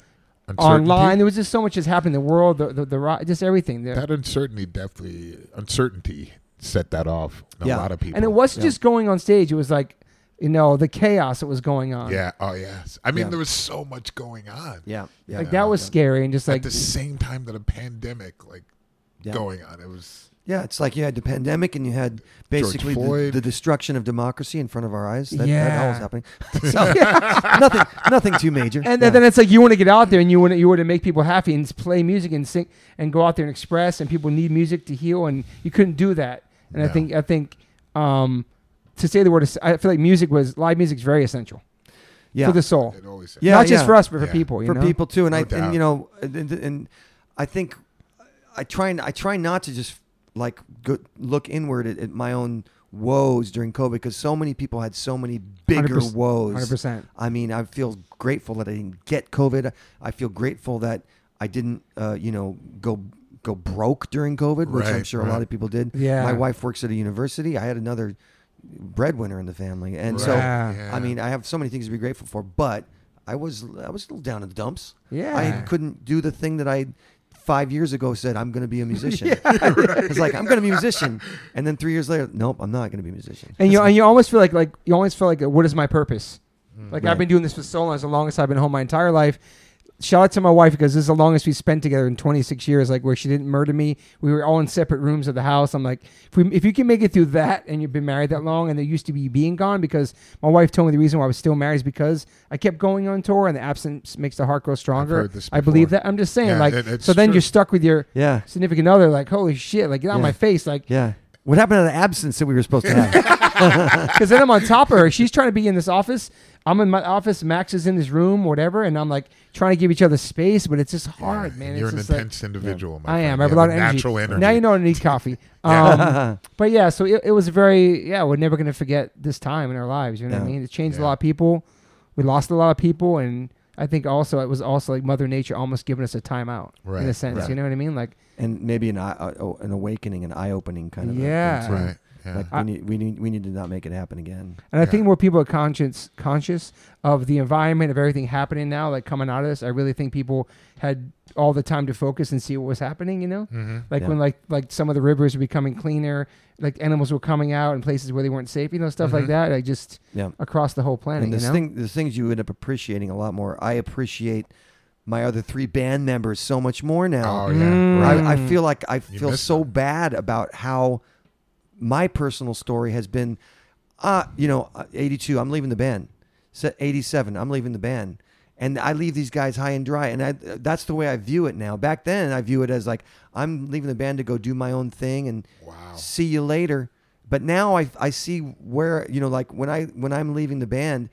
S3: Uncertainty-
S1: online. There was just so much that's happened in the world, the the, the ro- just everything. There.
S3: That uncertainty definitely uncertainty set that off. in
S4: Yeah.
S3: A lot of people.
S1: And it wasn't
S4: Yeah.
S1: just going on stage; it was like, you know, the chaos that was going on.
S3: Yeah. Oh yes. I mean,
S4: Yeah.
S3: there was so much going on.
S4: Yeah. Yeah.
S1: like that was scary, and just
S3: At
S1: like
S3: the same time that a pandemic like
S4: Yeah.
S3: going on, it was.
S4: Yeah, it's like you had the pandemic and you had basically the,
S3: Floyd.
S4: the destruction of democracy in front of our eyes. That, that all
S1: Yeah.
S4: was happening. So nothing, nothing too major.
S1: And
S4: Yeah.
S1: then it's like you want to get out there and you want to, you want to make people happy and s- play music and sing and go out there and express and people need music to heal and you couldn't do that. And I
S3: No.
S1: think I think um, to say the word, es- I feel like music was live music's very essential
S4: yeah.
S1: for the soul,
S3: It always.
S4: Yeah.
S1: not just for us but for
S3: Yeah.
S1: people. You
S4: for
S1: know?
S4: people too. And
S3: No
S4: I
S3: doubt.
S4: and, you know and, and I think I try and I try not to just like go, look inward at, at my own woes during COVID because so many people had so many bigger
S1: 100%,
S4: woes.
S1: 100%.
S4: I mean, I feel grateful that I didn't get COVID. I feel grateful that I didn't, uh, you know, go go broke during COVID, which I'm
S3: Right,
S4: sure a
S3: right.
S4: lot of people did.
S1: Yeah.
S4: my wife works at a university. I had another breadwinner in the family, and so
S1: Yeah.
S4: I mean, I have so many things to be grateful for, but I was I was a little down in the dumps.
S1: Yeah.
S4: I couldn't do the thing that I five years ago said I'm going to be a musician. It's like I'm going to be a musician, and then three years later, nope, I'm not going to be a musician.
S1: and you and you almost feel like like you always feel like what is my purpose?
S3: Mm.
S1: Like
S4: Right.
S1: I've been doing this for so long, it's the longest I've been home my entire life. Shout out to my wife because this is the longest we spent together in 26 years. Like where she didn't murder me, we were all in separate rooms of the house. I'm like, if we, if you can make it through that and you've been married that long, and there used to be being gone because my wife told me the reason why I was still married is because I kept going on tour and the absence makes the heart grow stronger.
S3: heard this
S1: I believe
S3: before.
S1: that. I'm just saying,
S3: Yeah,
S1: like,
S3: it- it's
S1: so then
S3: true.
S1: you're stuck with your
S4: yeah,
S1: significant other. Like, holy shit! Like, get out of
S4: Yeah.
S1: my face! Like,
S4: yeah. What happened to the absence that we were supposed to have?
S1: Because then I'm on top of her. She's trying to be in this office. I'm in my office. Max is in his room, whatever. And I'm like trying to give each other space, but it's just hard, man.
S3: You're
S1: it's
S3: an
S1: just
S3: intense individual.
S1: Like, I
S3: My
S1: am.
S3: friend.
S1: I have a
S3: You
S1: lot of energy.
S3: Natural energy.
S1: Now you know I need coffee. Um,
S4: yeah,
S1: but yeah, so it, it was very, yeah, we're never going to forget this time in our lives. You know what I
S4: Yeah.
S1: mean? It changed a
S3: Yeah.
S1: lot of people. We lost a lot of people. And I think also it was also like Mother Nature almost giving us a timeout in a
S3: Right,
S1: sense.
S4: right.
S1: You know what I mean? Like,
S4: and maybe an eye, oh, an awakening, an eye opening kind of. a
S1: Yeah.
S4: thing, too.
S3: Right. Yeah.
S4: Like
S1: I-
S4: we need, we need we need to not make it happen again.
S1: And I
S3: Yeah.
S1: think more people are conscious conscious of the environment of everything happening now, like coming out of this. I really think people had all the time to focus and see what was happening. You know,
S3: hmm
S1: like
S4: Yeah.
S1: when like like some of the rivers were becoming cleaner, like animals were coming out in places where they weren't safe. You know, stuff like
S3: Mhm.
S1: that. Like just
S4: Mm-hmm. Yeah.
S1: across the whole planet.
S4: And
S1: You
S4: the
S1: know,
S4: thing, the things you end up appreciating a lot more. I appreciate my other three band members so much more now.
S3: Oh yeah.
S1: Mm.
S3: Right.
S4: I, I feel like I
S3: You
S4: feel
S3: missed
S4: so
S3: them.
S4: bad about how my personal story has been. Uh, you know, uh, 82, I'm leaving the band. Se- 87, I'm leaving the band. And I leave these guys high and dry. And I, that's the way I view it now. Back then, I view it as like, I'm leaving the band to go do my own thing and
S3: Wow.
S4: see you later. But now I, I see where you know like when I when I'm leaving the band,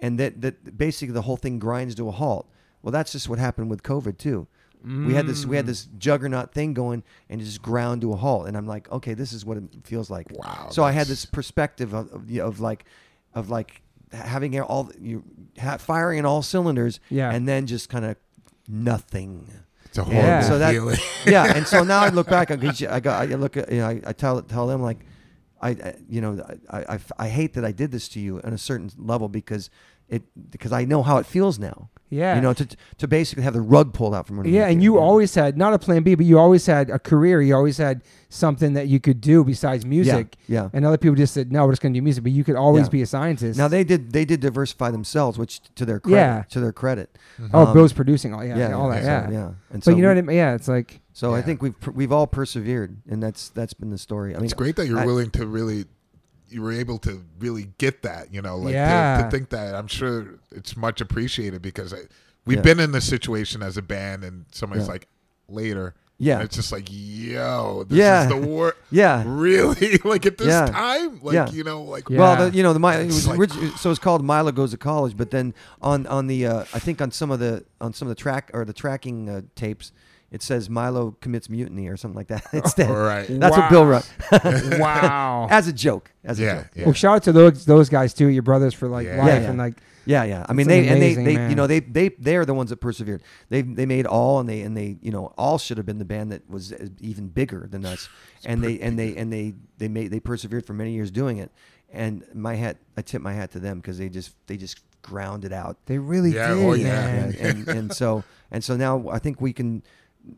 S4: and that that basically the whole thing grinds to a halt. Well, that's just what happened with COVID too. We had this we had this juggernaut thing going and it just ground to a halt. And I'm like, okay, this is what it feels like.
S3: Wow,
S4: So I had
S3: that's-
S4: this perspective of of, you know, of like, of like having all you ha- firing in all cylinders,
S1: Yeah.
S4: and then just kind of nothing
S3: It's a horrible
S1: Yeah.
S4: so that
S3: feeling.
S4: yeah and so now i look back I, go- I go i look at you know i, I tell tell them like I, I you know I, I i hate that i did this to you on a certain level because it because i know how it feels now
S1: Yeah.
S4: you know to to basically have the rug pulled out from under
S1: yeah, and you always had not a plan B, but you always had a career. You always had something that you could do besides music.
S4: yeah.
S1: And other people just said, "No, we're just going to do music," but you could always
S4: Yeah.
S1: be a scientist.
S4: now they did they did diversify themselves which to their credit
S1: Yeah.
S4: to their credit
S1: oh,
S4: um,
S1: Bill's producing all yeah, all that
S4: so,
S1: yeah.
S4: yeah and
S1: But
S4: so
S1: you know
S4: we-
S1: what I mean? Yeah, it's like
S4: so i
S3: Yeah.
S4: think we've per- we've all persevered and that's that's been the story i mean
S3: It's great that you're
S4: I-
S3: willing to really, you were able to really get that. You know, like to,
S1: Yeah.
S3: to think that. I'm sure it's much appreciated because I, we've
S4: Yeah.
S3: been in this situation as a band, and somebody's
S4: Yeah.
S3: like, later.
S4: Yeah.
S3: And it's just like, yo, this
S4: Yeah.
S3: is the war.
S4: yeah
S3: Really? like at this
S4: Yeah.
S3: time? Like
S4: Yeah.
S3: you know, like
S1: Yeah.
S4: Well, the, you know, the Milo, it
S3: It's
S4: was
S3: like-
S4: orig- so it's called Milo goes to college, but then on on the uh, I think on some of the on some of the track or the tracking uh, tapes, it says Milo commits mutiny or something like that. Instead,
S3: all right.
S4: that's what Bill wrote
S1: wow.
S4: as a joke. As a
S3: Yeah.
S4: joke.
S3: Yeah.
S1: Well, shout out to those those guys too, your brothers for like
S3: Yeah.
S1: life
S4: Yeah, yeah.
S1: and like
S4: Yeah, yeah. I mean,
S1: That's amazing,
S4: they and they, they
S1: man.
S4: you know, they they they are the ones that persevered. They they made all, and they and they you know all should have been the band that was uh, even bigger than us. And they and they and they they made they persevered for many years doing it. And my hat, I tip my hat to them because they just they just ground it out.
S1: they really
S3: Yeah,
S1: did.
S3: oh, yeah.
S1: man.
S4: and, and, and so and so now I think we can,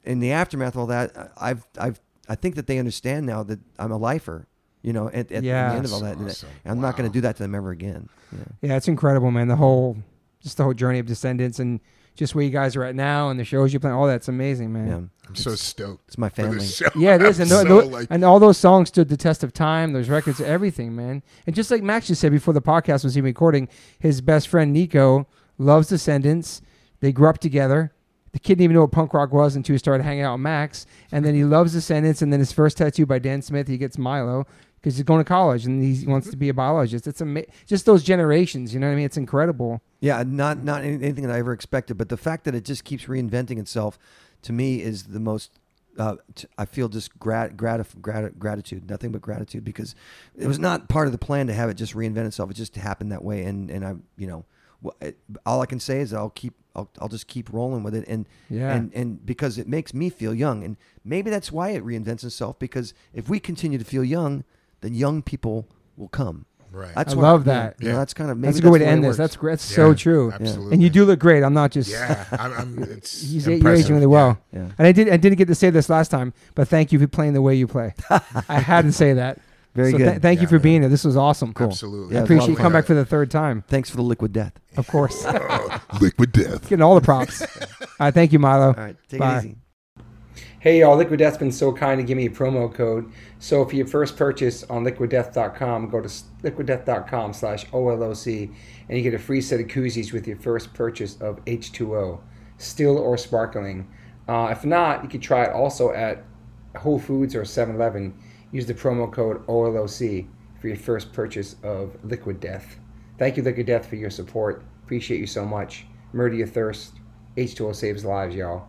S4: in the aftermath of all that, I- I've I've I think that they understand now that I'm a lifer. You know, at, at
S1: Yeah.
S4: the end of all
S3: That's
S4: that, and
S3: awesome.
S4: I'm not going
S3: Wow.
S4: to do that to them ever again. Yeah.
S1: Yeah, it's incredible, man. The whole, just the whole journey of Descendants and just where you guys are at now and the shows you play. All that's amazing, man.
S4: yeah,
S3: I'm so stoked.
S4: it's my
S3: for
S4: family.
S3: this show.
S1: Yeah, it is,
S3: I'm
S1: and, tho- tho-
S3: so, like,
S1: and all those songs stood the test of time. Those records, everything, man. And just like Max just said before the podcast was even recording, his best friend Nico loves Descendants. They grew up together. The kid didn't even know what punk rock was until he started hanging out with Max. And then he loves Descendants. And then his first tattoo by Dan Smith, he gets Milo because he's going to college and he wants to be a biologist. It's ama- just those generations. You know what I mean? It's incredible.
S4: Yeah, not not any- anything that I ever expected, but the fact that it just keeps reinventing itself to me is the most. Uh, t- I feel just grat- gratif- grat- gratitude, nothing but gratitude, because it was not part of the plan to have it just reinvent itself. It just happened that way, and and I, you know, wh- it, all I can say is I'll keep, I'll, I'll just keep rolling with it, and
S1: Yeah.
S4: and and because it makes me feel young, and maybe that's why it reinvents itself. Because if we continue to feel young, then young people will come.
S3: right.
S1: I
S4: what-
S1: love
S4: you know,
S1: that.
S4: you know,
S3: Yeah.
S4: that's kind of maybe
S1: That's a good way
S4: the
S1: to end
S4: it
S1: this.
S4: works.
S1: That's great. That's
S3: Yeah,
S1: so true.
S3: Absolutely.
S1: And you do look great. I'm not just.
S3: Yeah, I'm. I'm it's
S1: He's you're
S3: impressive.
S1: aging really well.
S4: Yeah. Yeah.
S1: And I did I didn't get to say this last time, but thank you for playing the way you play. I had to say that.
S4: Very
S1: so
S4: good.
S1: tha- thank you
S3: Yeah,
S1: for
S3: man.
S1: being here. This was awesome. Cool.
S3: Absolutely.
S4: Yeah,
S1: I
S4: it was
S1: appreciate you
S4: fun.
S1: coming back for the third time.
S4: Thanks for the liquid death.
S1: Of course.
S3: Oh, Liquid Death.
S1: Getting all the props. All right, thank you, Milo.
S4: All right, take
S1: Bye.
S4: it easy.
S1: Hey y'all, Liquid Death's been so kind to give me a promo code. So for your first purchase on liquiddeath.com, go to s- liquiddeath.com slash OLOC and you get a free set of koozies with your first purchase of H2O, still or sparkling. Uh, if not, you can try it also at Whole Foods or 7 Eleven. Use the promo code OLOC for your first purchase of Liquid Death. Thank you, Liquid Death, for your support. Appreciate you so much. Murder your thirst. H2O saves lives, y'all.